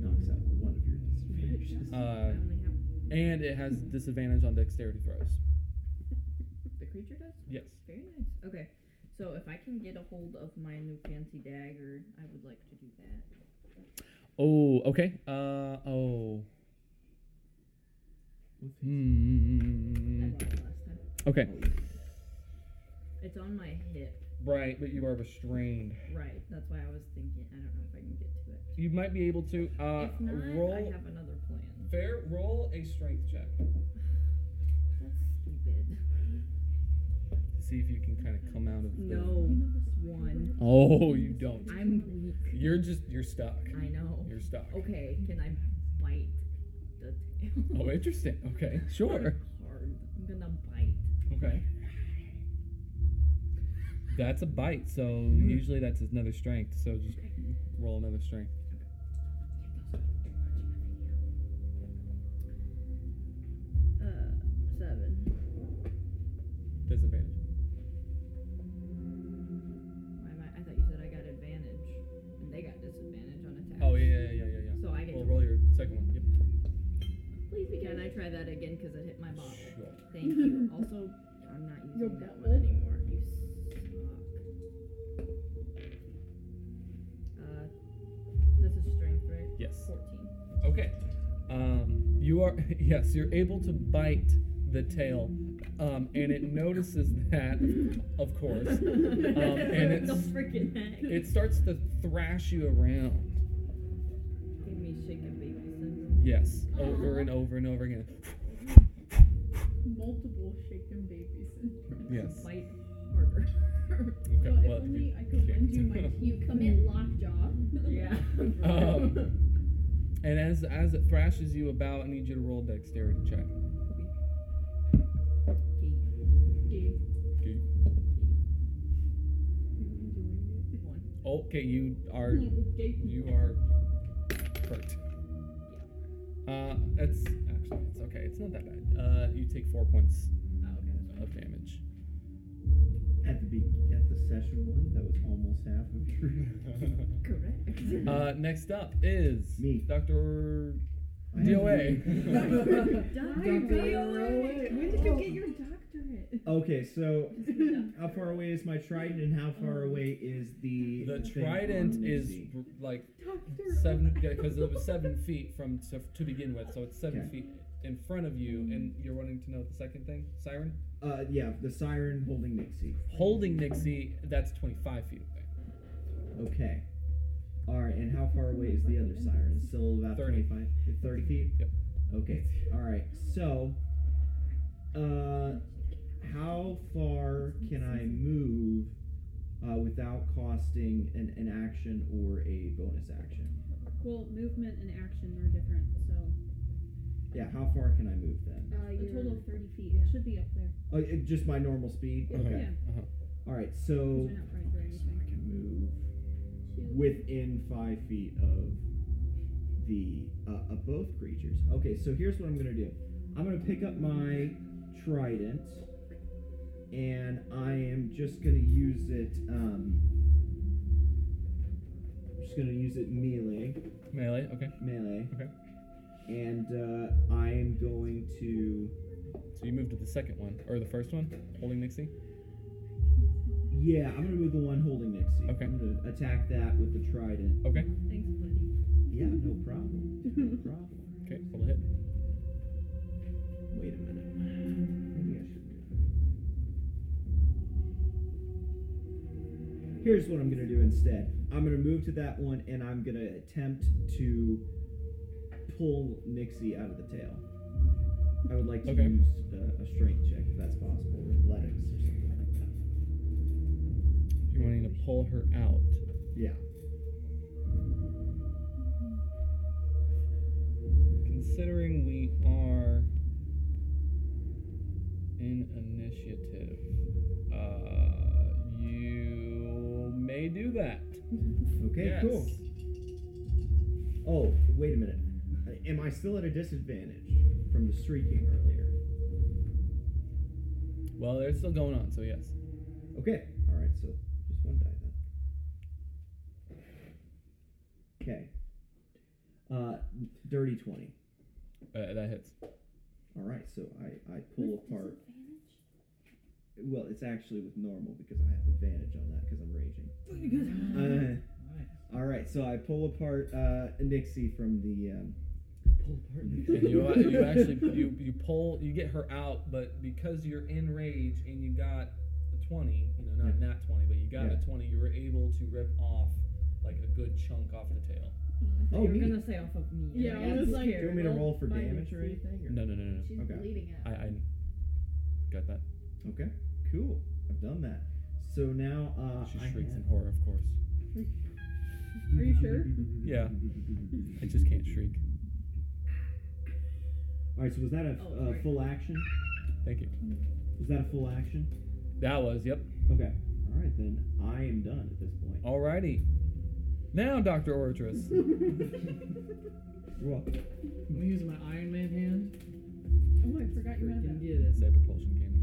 Knocks out one of your disadvantages.
I
uh,
only have
and it has disadvantage on dexterity throws.
the creature does.
Yes.
Very nice. Okay. So if I can get a hold of my new fancy dagger, I would like to do that.
Oh, okay. Uh, oh.
With his-
I
Hmm.
rolled it last time.
Okay.
It's on my hip.
Right, but you are restrained.
Right. That's why I was thinking. I don't know if I can get to it.
You might be able to uh,
if not,
roll.
I have another plan.
Fair. Roll a strength check
That's stupid.
to see if you can kind of come out of. the-
No one.
Oh, you don't.
I'm weak.
You're just you're stuck.
I know.
You're stuck.
Okay. Can I bite the tail?
Oh, interesting. Okay, sure.
Hard. I'm gonna bite.
Okay. That's a bite. So
Hmm.
usually that's another strength. So just roll another strength.
Uh, seven.
Disadvantage.
Why am I? I thought you said I got advantage, and they got disadvantage on attack.
Oh yeah yeah yeah yeah yeah.
So I get.
Well,
to
roll your second one. Yep.
Please be Can I try that again? Because it hit my bottle.
Sure.
Thank you. Also, I'm not
Your
using that
bottle?
one anymore. You suck. Uh, this is strength, right?
Yes.
14.
Okay. Um, you are yes, you're able to bite the tail, um, and it notices that, of course. Um, and
the
it's-
freaking heck.
It starts to thrash you around.
Give me shaken baby syndrome.
Yes, over and over and over again.
Multiple shaken babies.
Yes.
Bite harder.
Okay.
well,
well,
if
you-
only I could lend you my
can't.
teeth.
You commit lockjaw.
yeah.
Um, and as as it thrashes you about, I need you to roll a dexterity check.
Eight,
Okay.
Okay.
one.
Okay, you are
Okay.
you are hurt. Uh, it's actually it's okay. It's not that bad. Uh, you take four points
Oh, okay. that's
of damage.
At the be- at the session one, that was almost half of your.
Correct.
Uh, next up is
Me.
Doctor
I have
DOA.
no-
When did you get your doctorate?
okay, so
It's
how far away is my trident, and how far away is the
the
thing on
trident is
Lucy?
r- like
Doctor.
seven because it was seven feet from to, to begin with, so it's seven
Okay.
feet in front of you, and you're wanting to know the second thing, Siren
Uh, yeah, the siren holding Nixie.
holding Nixie. That's twenty-five feet away.
Okay. All right, and how far away is the other siren? Still about
30.
25, 30 feet?
Yep.
Okay. All right. So, uh, how far can I move uh, without costing an, an action or a bonus action?
Well, movement and action are different, so
Yeah, how far can I move then?
Uh,
a
you're-
total of thirty feet. It should be up there.
Oh, it- just my normal speed?
Yeah.
Okay.
Yeah.
All right, so,
These are not right or
okay, so I
anything.
can move within five feet of the uh, of both creatures. Okay, so here's what I'm gonna do. I'm gonna pick up my trident, and I am just gonna use it. Um, I'm just gonna use it melee,
Melee. Okay.
melee.
Okay.
And uh, I am going to.
So you move to the second one or the first one, holding Nixie.
Yeah, I'm gonna move the one holding Nixie.
Okay.
I'm gonna attack that with the trident.
Okay.
Thanks, buddy.
Yeah, no problem. No problem.
Okay, roll a hit.
Wait a minute.
Maybe I should do that. Here's what I'm gonna do instead. I'm gonna move to that one and I'm gonna attempt to pull Nixie out of the tail. I would like to
Okay.
use uh, a strength check if that's possible, or athletics or something like that.
You're wanting to pull her out.
Yeah.
Considering we are in initiative, uh, you may do that.
Okay,
Yes.
cool. Oh, wait a minute. Uh, Am I still at a disadvantage from the streaking earlier?
Well, they're still going on, so yes.
Okay. All right. So just one die then. Okay. Uh, dirty twenty.
Uh, that hits.
All right. So I I pull apart. Well, it's actually with normal because I have advantage on that because I'm raging. Uh,
Nice.
all right. So I pull apart uh, Nixie from the. Um, pull apart.
And you, you actually you, you pull you get her out, but because you're in rage and you got the twenty, you know, not nat twenty, but you got
Yeah.
a twenty, you were able to rip off like a good chunk off the tail.
Oh,
you were
neat.
gonna say off of me. and
Yeah, I
got
was like-
Do you
scared.
want me to roll for
Bye,
damage or
Nixie.
anything? Or?
No, no, no, no, no.
She's
Okay.
bleeding out.
I, I got that.
Okay. Cool. I've done that. So now uh,
She
I
shrieks
have-
in horror, of course.
Are you sure?
Yeah. I just can't shriek.
All right. So was that a
Oh,
uh,
sorry.
full action?
Thank you.
Was that a full action?
That was yep.
Okay. All right then. I am done at this point.
Alrighty. Now, Doctor Ortrus.
You're welcome.
I'm using my Iron Man hand.
Oh, I forgot you had
Freaking
that.
get it.
Say propulsion cannon.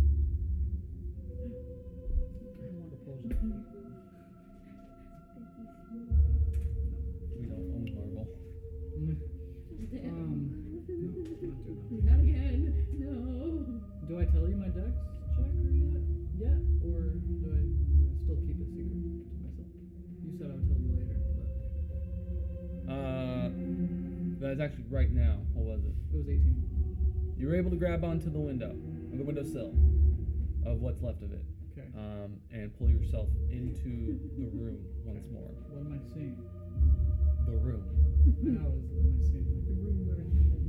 Propulsion.
We don't own Marvel.
Mm. Um, no, not doing that.
Not again. No.
Do I tell you my dex check or yet? Yet? Or do I, do I still keep it secret to myself? You said I would tell you later, but
Uh, that's actually right now. What was it?
it was 18.
You were able to grab onto the window, or the windowsill, of what's left of it,
Okay.
um, and pull yourself into the room once more.
What am I seeing?
The room.
I know, is am I seeing like
The room where it happens.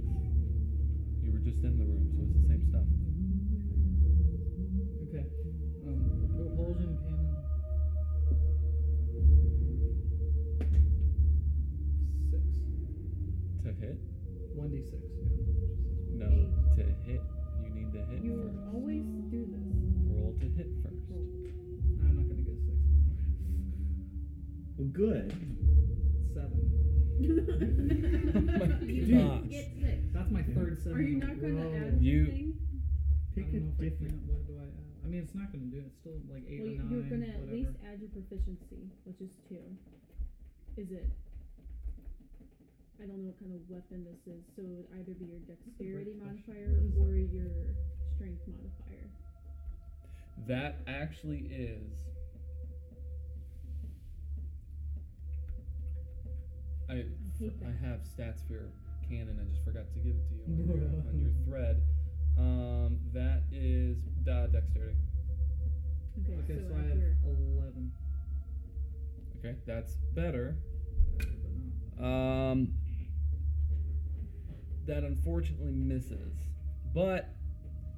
You were just in the room, so it's the same stuff.
Okay. Um, propulsion cannon. Six.
To hit?
1d6, yeah.
No. To hit, you need to hit
You
first.
always do this.
Roll to hit first.
I'm not going to get six anymore.
Well, good.
Seven.
You
Dude.
didn't get sick.
That's my third seven.
Are you
in a
not gonna
row.
add
You-
anything?
Pick
I
a
don't know if I
different.
can't. What do I add? I mean, it's not going to do it. It's still like eight or
Well,
9
you're gonna
whatever.
at least add your proficiency, which is two. Is it? I don't know what kind of weapon this is, so it would either be your dexterity
question.
modifier
What is
or your strength modifier.
That actually is. I,
hate that.
I have stats for your cannon. I just forgot to give it to you on your,
Bruh.
on your thread. Um, that is da dexterity.
Okay,
Okay, so,
so,
I
add
have
your,
eleven.
Okay, that's better.
Better, but not.
Um, that unfortunately misses, but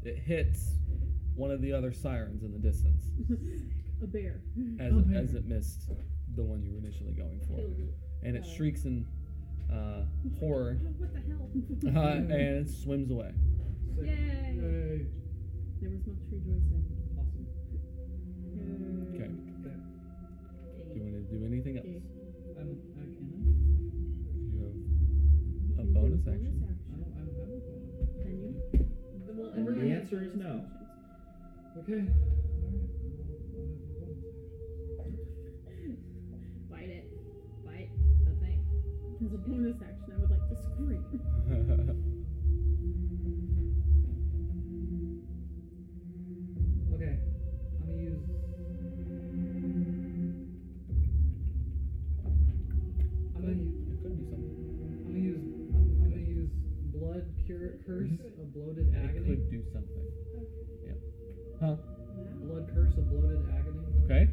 it hits one of the other sirens in the distance
a bear.
as,
Oh,
it,
man.
as it missed the one you were initially going for.
Killed it.
and it
Got it.
shrieks in uh, horror
What the hell?
uh, and it swims away.
Six.
Yay.
Yay.
There was much rejoicing.
Awesome.
Okay.
Okay.
Do you want to do anything else?
Okay.
I don't. I can.
You
You
A
can do
bonus action.
I, I don't. I don't
bonus action.
have a bonus.
Then you
Well,
And
everyone
the
has
answer is
bonus
no.
actions.
Okay. All right. I'll, I'll have a bonus action.
Bite it. Bite the thing.
As a bonus action, I would like to scream.
have.
Okay. I'm gonna use. I'm gonna use.
it could be something.
I'm curse
Mhm.
a bloated
It
agony?
could do something.
Blood curse a bloated agony?
Okay,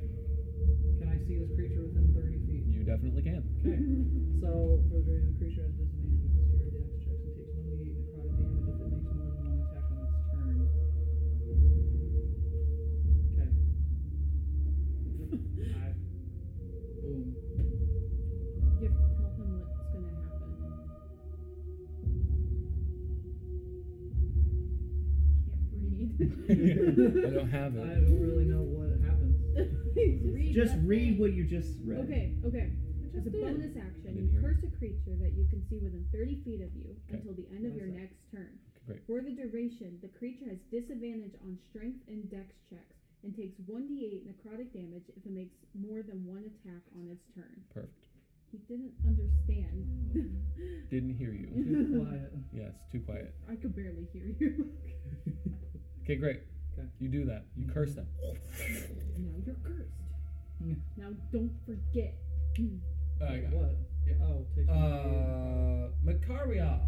Can I see this creature within 30 feet?
you definitely can.
Mm-hmm.
Okay. So, for the drain, the creature has disadvantage on its target damage checks and takes 1d8 necrotic damage if it makes more than one attack on its turn. Okay. I. Boom.
You have to tell him what's gonna happen. Can't breathe.
I don't have
I
it.
don't really know what happens.
Read
Just
that
read
thing.
what you just read.
Okay, okay. As a
did.
bonus
I
action,
didn't
you
hear it.
curse a creature that you can see within 30 feet of you
Okay.
until the end of
What
your
is that?
next turn.
Great.
For the duration, the creature has disadvantage on strength and dex checks and takes 1d8 necrotic damage if it makes more than one attack on its turn.
Perfect.
He didn't understand.
Didn't hear you.
Too quiet.
Yes, too quiet.
I could barely hear you.
Okay, great.
'Kay.
You do that. You curse them.
now you're cursed.
Yeah.
Now don't forget.
Uh, I got it.
What?
Yeah.
Oh, takes
Uh, Makaria,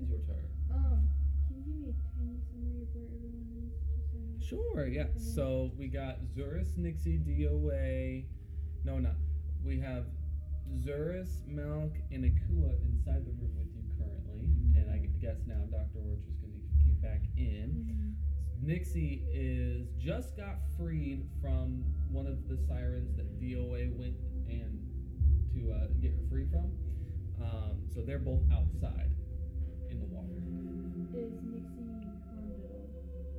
it's your turn.
Um, can you give me a tiny summary of where everyone is, just so I know?
Sure, yeah. So we got Zurus, Nixie, DOA. No, not. We have Zurus, Malk, and Akua inside the room with you currently. And I guess now Dr. Orchard's because he came back in. Nixie is just got freed from one of the sirens that DOA went and to uh, get her free from. Um, so they're both outside in the water.
Is Nixie harmed at all?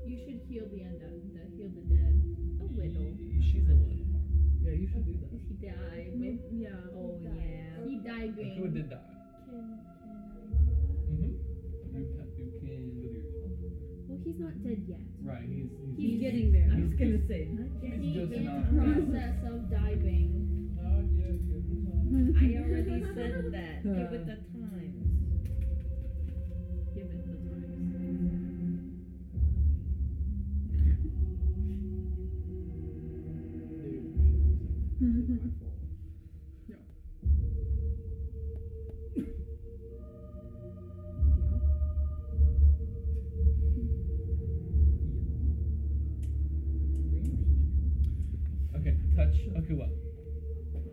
You should heal the undead. The heal the dead. A little.
She's a little harmed.
Yeah, you should do that.
He died.
Maybe, yeah.
Oh
He died.
yeah.
He died being.
Akua did die.
Can, can I do that?
Mm-hmm. You can, you can with your
Well, he's not dead yet.
Right, he's, he's,
He's, getting there.
I was gonna say not yet.
He
just
is
not-
process of diving.
Not yet, give him time.
I already said that. Give it the times.
Give it the time.
Dude, shit, it's my fault.
Okay, touch Akua.
That's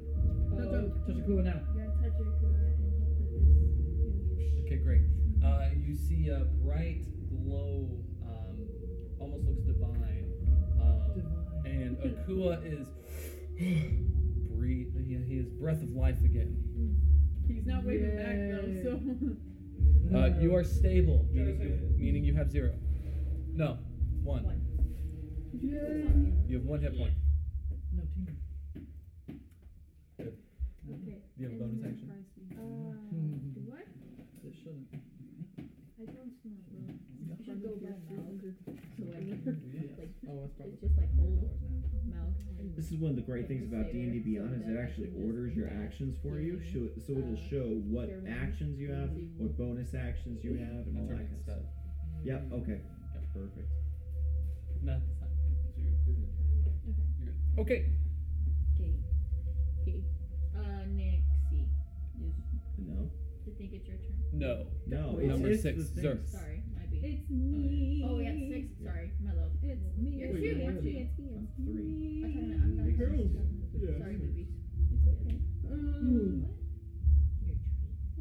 Uh-oh,
a-
touch a cool now.
I'm gonna touch Akua and hope that this heals.
Okay, great. Uh, you see a bright glow, um, almost looks divine. Um, and Akua is breathe. He, he is breath of life again.
He's not waving back
Yay.
though, so.
Uh, you are stable,
Yeah,
meaning you,
okay.
meaning you have zero. No, one.
One.
You have one hit point.
No team.
okay.
Do you have a bonus action?
Uh,
Mhm.
do I?
This shouldn't.
I don't smell well.
You should go by now.
So I mean, like
Oh, that's probably
It's just like
$500
old.
now.
Malk.
This is one of the great things about D and D Beyond is it actually orders your actions for you, so so it'll show what actions you have, what bonus actions you have, and all
That's her
that kind of
next
stuff.
step.
Yep. Okay.
Yep.
Perfect.
No, that's not. So you're, you're good. You're good. Okay.
Okay.
Uh, Nixie.
No.
I think it's your turn.
No.
No. It's,
Number
it's
six,
the
Xerx.
thing.
Sorry, my B.
It's me.
Oh, yeah, six. Sorry, my love.
It's me.
You're
It's
two,
me.
you're
It's me. It's me.
I'm
Mm.
three.
I'm trying to, I'm not
Girls.
Yeah.
Sorry, baby.
Um,
Your tree.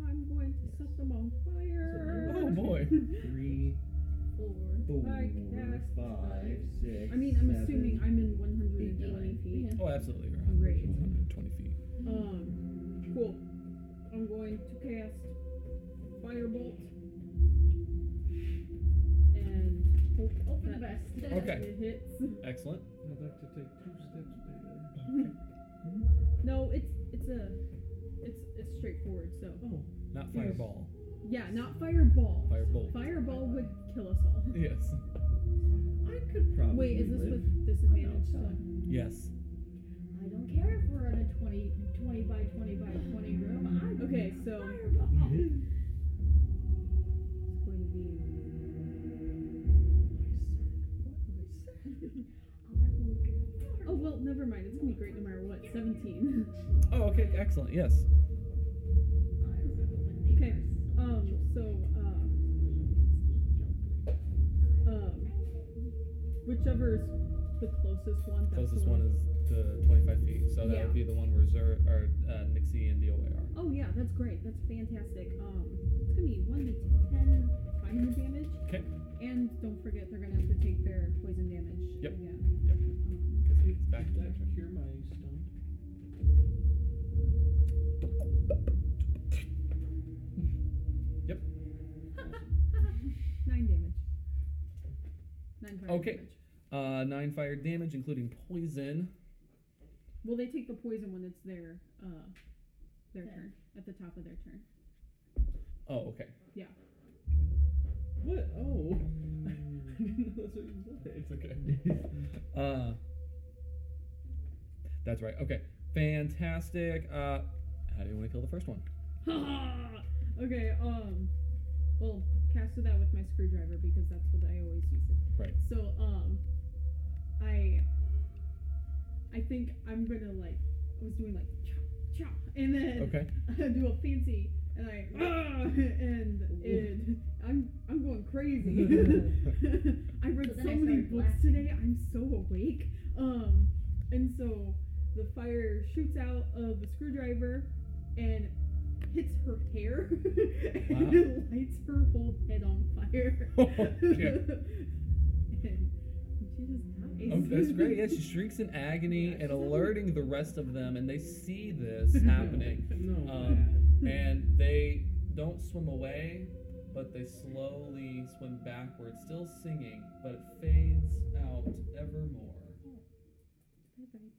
I'm going to set them on fire.
Oh boy.
Three,
Four.
four,
I cast
five, six.
I mean, I'm
seven.
assuming I'm in
eight,
120
nine.
feet.
Oh, absolutely. You're
Great.
120 feet.
Um, cool. I'm going to cast firebolt and hope
Hope for the
that
best.
Okay.
it hits.
Excellent.
I'd like to take two steps back.
No, it's it's a it's it's straightforward. So
Oh,
Not
Yes.
fireball.
yeah, not fireball.
Firebolt.
Fireball would kill us all.
Yes.
I could probably.
Wait, is this
live.
with disadvantage?
I'm
So
outside.
Yes.
I don't care if we're in a 20, 20 by 20 by 20 room. I'm
Okay, so-
Fireball.
it's going to be. Oh well, never mind. It's gonna be great no matter what. Seventeen.
Oh, okay. Excellent. Yes.
I roll a neighbor's
Um. So, uh, um, whichever is the closest one. That's
Closest one
the
is the 25 feet, so that
Yeah.
would be the one where Zer or uh, Nixie and DOA are.
Oh yeah, that's great. That's fantastic. Um, it's gonna be one d ten fire damage.
'Kay.
And don't forget, they're gonna have to take their poison damage.
Yep.
Again.
Yep.
Um,
Because it's back to
Did
their
that
turn.
cure my stun?
nine damage. Nine fire
Okay.
damage.
Uh, nine fire damage, including poison.
Well, they take the poison when it's their uh, their
Yeah.
turn at the top of their turn.
Oh, okay.
What? Oh. I didn't know that's what you wanted.
It's okay. uh, that's right. Okay. Fantastic. Uh, how do you want to kill the first one?
okay, um, well, casted that with my screwdriver because that's what I always use it.
Right.
So, um, I, I think I'm gonna like, I was doing like chop, chop, and then
Okay.
I do a fancy, and I, and it, I'm, I'm going crazy. I read
So
so,
then I
many
started
books
laughing.
today. I'm so awake. Um, and so the fire shoots out of the screwdriver and hits her hair and it lights her whole head on fire.
Oh, shit.
and she just dies.
Oh, that's great. Yeah, she shrieks in agony
Yeah, she's
and
like-
alerting the rest of them, and they see this happening.
No.
Um, and they don't swim away, but they slowly swim backwards, still singing, but it fades out ever more.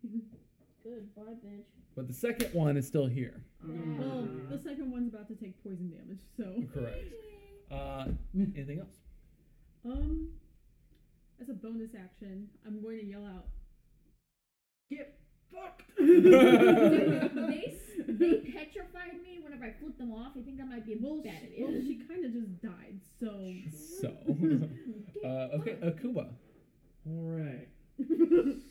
Goodbye, bitch.
But the second one is still here.
Well,
Um,
the second one's about to take poison damage, so
Correct. Uh, anything else?
um as a bonus action, I'm going to yell out Get fucked!
they, s- they petrified me whenever I flipped them off. I think that might be a
Well,
bad
she,
idea.
well,
Oh.
she kind of just died, so.
So, uh, okay, Akuba.
Alright.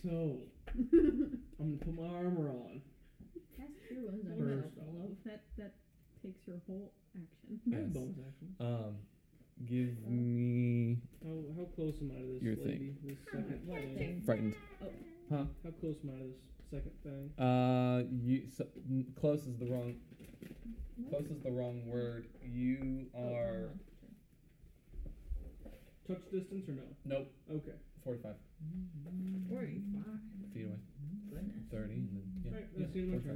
So, I'm gonna put my armor on.
Cast Cure Wounds on
Burst
yourself,
off.
love.
that that takes your whole action.
I have
Yes.
bonus action.
Um, give me
How, how close am I to this
Your
lady? This second thing?
frightened.
How close am I to this second thing?
Uh, you so, n- close is the wrong. Close is the wrong word. You are
Touch distance or no?
nope.
Okay.
Forty-five
Forty-five.
feet away.
Goodness.
Thirty, and then yeah.
Alright,
yeah,
that's the end of my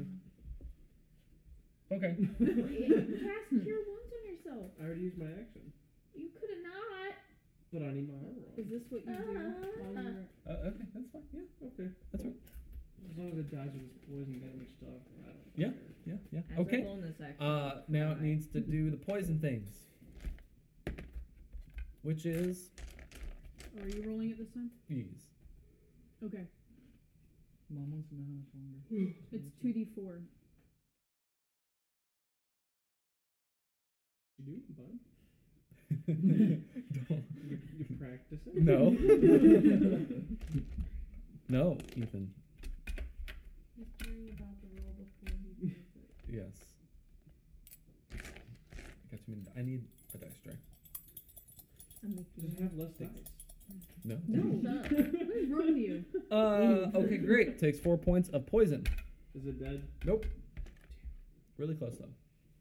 45.
turn.
Okay.
Cast
Hmm.
Cure Wounds on yourself.
I already used my action,
You could have not.
but I need my armor on.
Is this what you do? While
Uh-huh.
Ah.
you're,
Uh, okay, that's fine. Yeah,
Okay.
that's right.
As long as it dies with this poison damage stuff, I don't
Yeah.
care.
Yeah, yeah.
As a
Okay.
bonus action.
Uh, now it needs to do the poison things, which is
oh, are you rolling it this time?
these.
Okay,
Mom wants to know how much longer.
it's two d four.
You do, bud.
Don't-
You're, you're practicing.
no. no, Ethan.
He's worrying about the roll before he does it.
Yes. I got too many. I need a dice tray.
Just have less dice.
No.
No, what is wrong with you?
Uh, okay, great. Takes four points of poison.
Is it dead?
Nope. Really close though.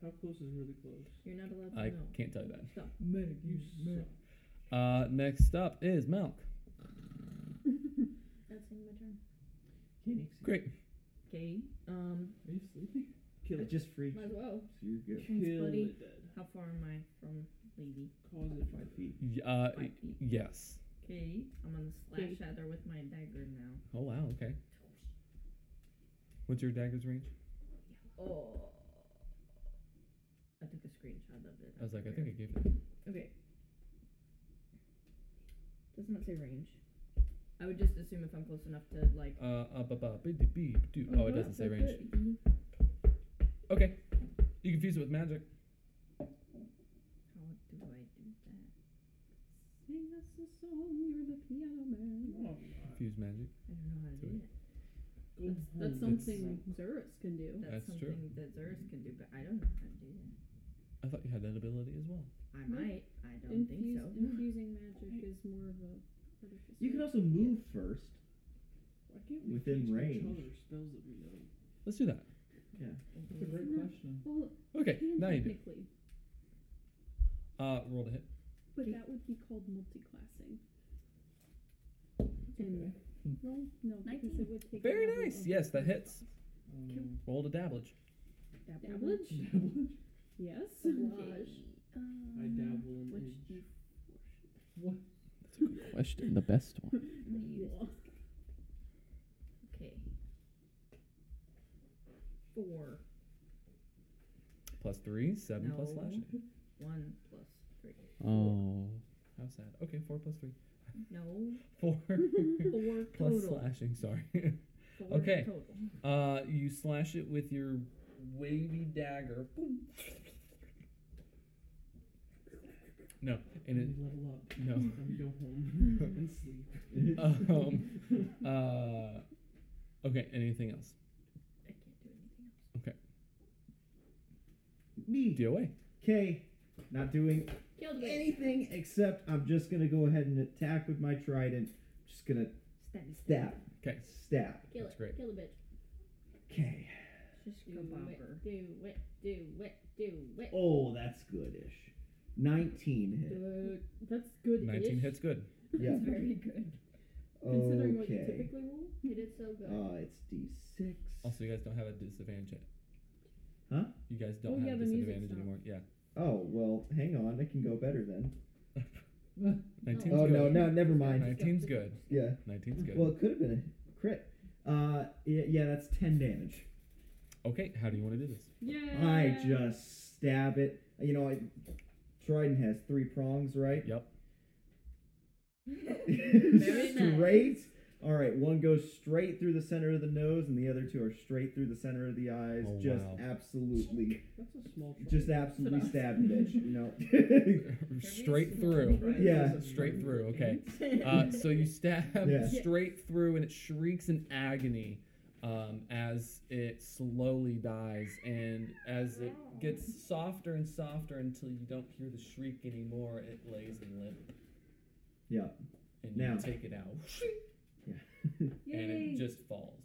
How close is really close?
You're not allowed to
I
know.
can't tell you that.
Medic, you suck.
Uh, next up is Malk.
That's in my turn.
Hey, Nixie.
Great.
Okay. Um,
Are you sleeping? Kill
I
it.
just freaked.
Might as well.
So you're good.
Thanks,
Kill
buddy.
it dead.
how far am I from lady?
Cause it
Five feet.
Y- Uh,
Five feet.
yes.
Okay. I'm gonna slash
Okay.
at her with my dagger now.
Oh wow. Okay. What's your dagger's range?
Oh. I took a screenshot of it.
I was like, I
Okay.
think I gave it.
Okay. Does not say range. I would just assume if I'm close enough to like.
Uh, up, up, up, beep, beep, doop. Oh, it doesn't say range. Okay. You confuse it with magic.
How do I do that?
Sing us a song. You're the piano man.
Oh,
Confuse magic.
I don't know how to
Do
do,
it.
that.
go
That's, that's
home. It's-
something Zerus can do.
That's,
Oh, That's true.
something that Zerus can do, but I don't know how to do that.
I thought you had that ability as well.
I
No.
might. I don't
Infuse,
think so.
infusing magic is more of a Artificer.
You can also move first.
Why can't we
Within
teach
range.
each other spells that we know?
Let's do that.
Yeah.
That's a great
Isn't that-
question.
Well,
Okay,
can
now you do.
technically,
Uh, roll to hit.
but that would be called multiclassing. And
Hmm.
roll no, because
19.
it would take
Very
another
nice.
of-
Yes, that hits.
Um,
Roll to dabblage.
Dabblage?
Mm-hmm. dabblage?
Yes.
Collage.
Um,
I dabble in
Which
age.
you
What?
That's a good question. The best one.
Okay. Four.
Plus three, seven plus
No.
slashing.
One plus three.
Oh, how sad. Okay, four plus three.
No.
Four
Four
plus
total.
slashing. Sorry.
Four
Okay.
total.
Uh, you slash it with your wavy dagger. Boom. No, and it
Let me
no.
level up. Let me go home and sleep.
Um, uh, okay. Anything else?
I can't do anything else.
Me.
DOA.
Okay. Not doing
Killed with.
anything except I'm just gonna go ahead and attack with my trident. Just gonna
Stab.
stab.
Okay.
Stab.
Kill
That's
it.
great.
Kill the bitch.
Okay.
Just
Do
go
it.
bopper.
Do it. Do it. Do it.
Oh, that's goodish. 19 hit.
Good. That's good.
Nineteen hits. Good.
Yeah.
That's very good.
Considering what you
Okay.
typically roll.
It is so good.
Uh, it's D6.
Also, you guys don't have a disadvantage. yet.
Huh?
You guys
Oh,
don't have
yeah,
a
the music's
disadvantage
not.
anymore. Yeah.
Oh, well, hang on. I can go better then.
Nineteen's
Oh,
good.
no, no, never mind.
Nineteen's good.
Yeah.
Nineteen's good.
Well, it could have been a crit. Uh, yeah, yeah, that's 10 damage.
Okay. How do you want to do this?
Yeah.
I just stab it. You know, I, Trident has three prongs, right?
Yep.
Very nice.
straight. All right, one goes straight through the center of the nose, and the other two are straight through the center of the eyes.
Oh,
just
wow.
absolutely,
That's a small
just
trial.
absolutely stabbed, bitch. You know.
Straight through.
Yeah.
Straight through. Okay. Uh, so you stab
Yeah.
straight through, and it shrieks in agony um, as it slowly dies, and as it gets softer and softer until you don't hear the shriek anymore, it lays limp.
Yeah.
And you
Now.
take it out,
Yeah.
and it just falls.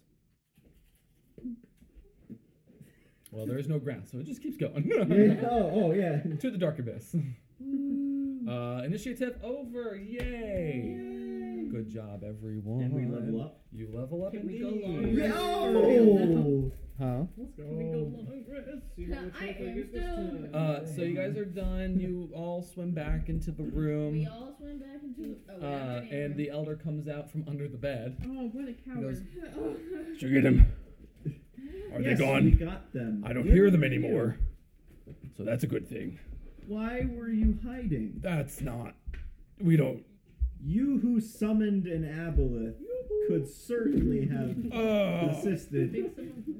Well, there is no ground, so it just keeps going
Yeah, oh, oh, yeah.
to the dark abyss. Uh, initiative over! Yay! Good job, everyone.
And we level up.
You level up
Can we
indeed.
go long
Yeah.
Oh.
Huh?
Let's go.
Can we go
long rest? See how much
I
help I
am
get this
still-
time.
Uh, so you guys are done. You all swim back into the
we
room,
all swim back into the. Oh,
uh, and the elder comes out from under the bed.
Oh, what a coward.
goes-
the.
Did you get him?
Yes, We got them. Good for you.
So that's a good thing.
Why were you hiding?
That's not. We don't.
You who summoned an aboleth could certainly have
Oh,
assisted.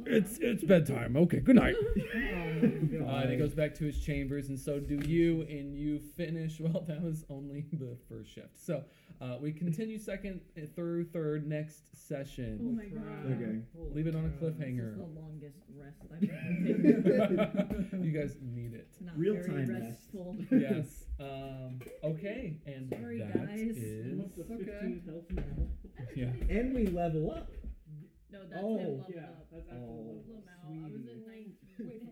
it's bedtime. Okay, good night. Uh, and he
God.
goes back to his chambers, and so do you, and you finish. Well, that was only the first shift. So uh, we continue second eh, through third next
oh
session.
my god.
Okay.
Holy
Leave it on a
cow.
This
cliffhanger.
is the longest rest I've ever taken.
you guys need it.
It's not
Real
very
time rest.
restful.
Yes. Um, okay, and
Sorry,
that
guys.
I'm
is-
up to
It's okay.
15 health now.
yeah.
And we level up.
No, that's
Oh,
him leveled
Yeah,
up.
that's
Oh.
actually
Lamo, I was at 19. Wait,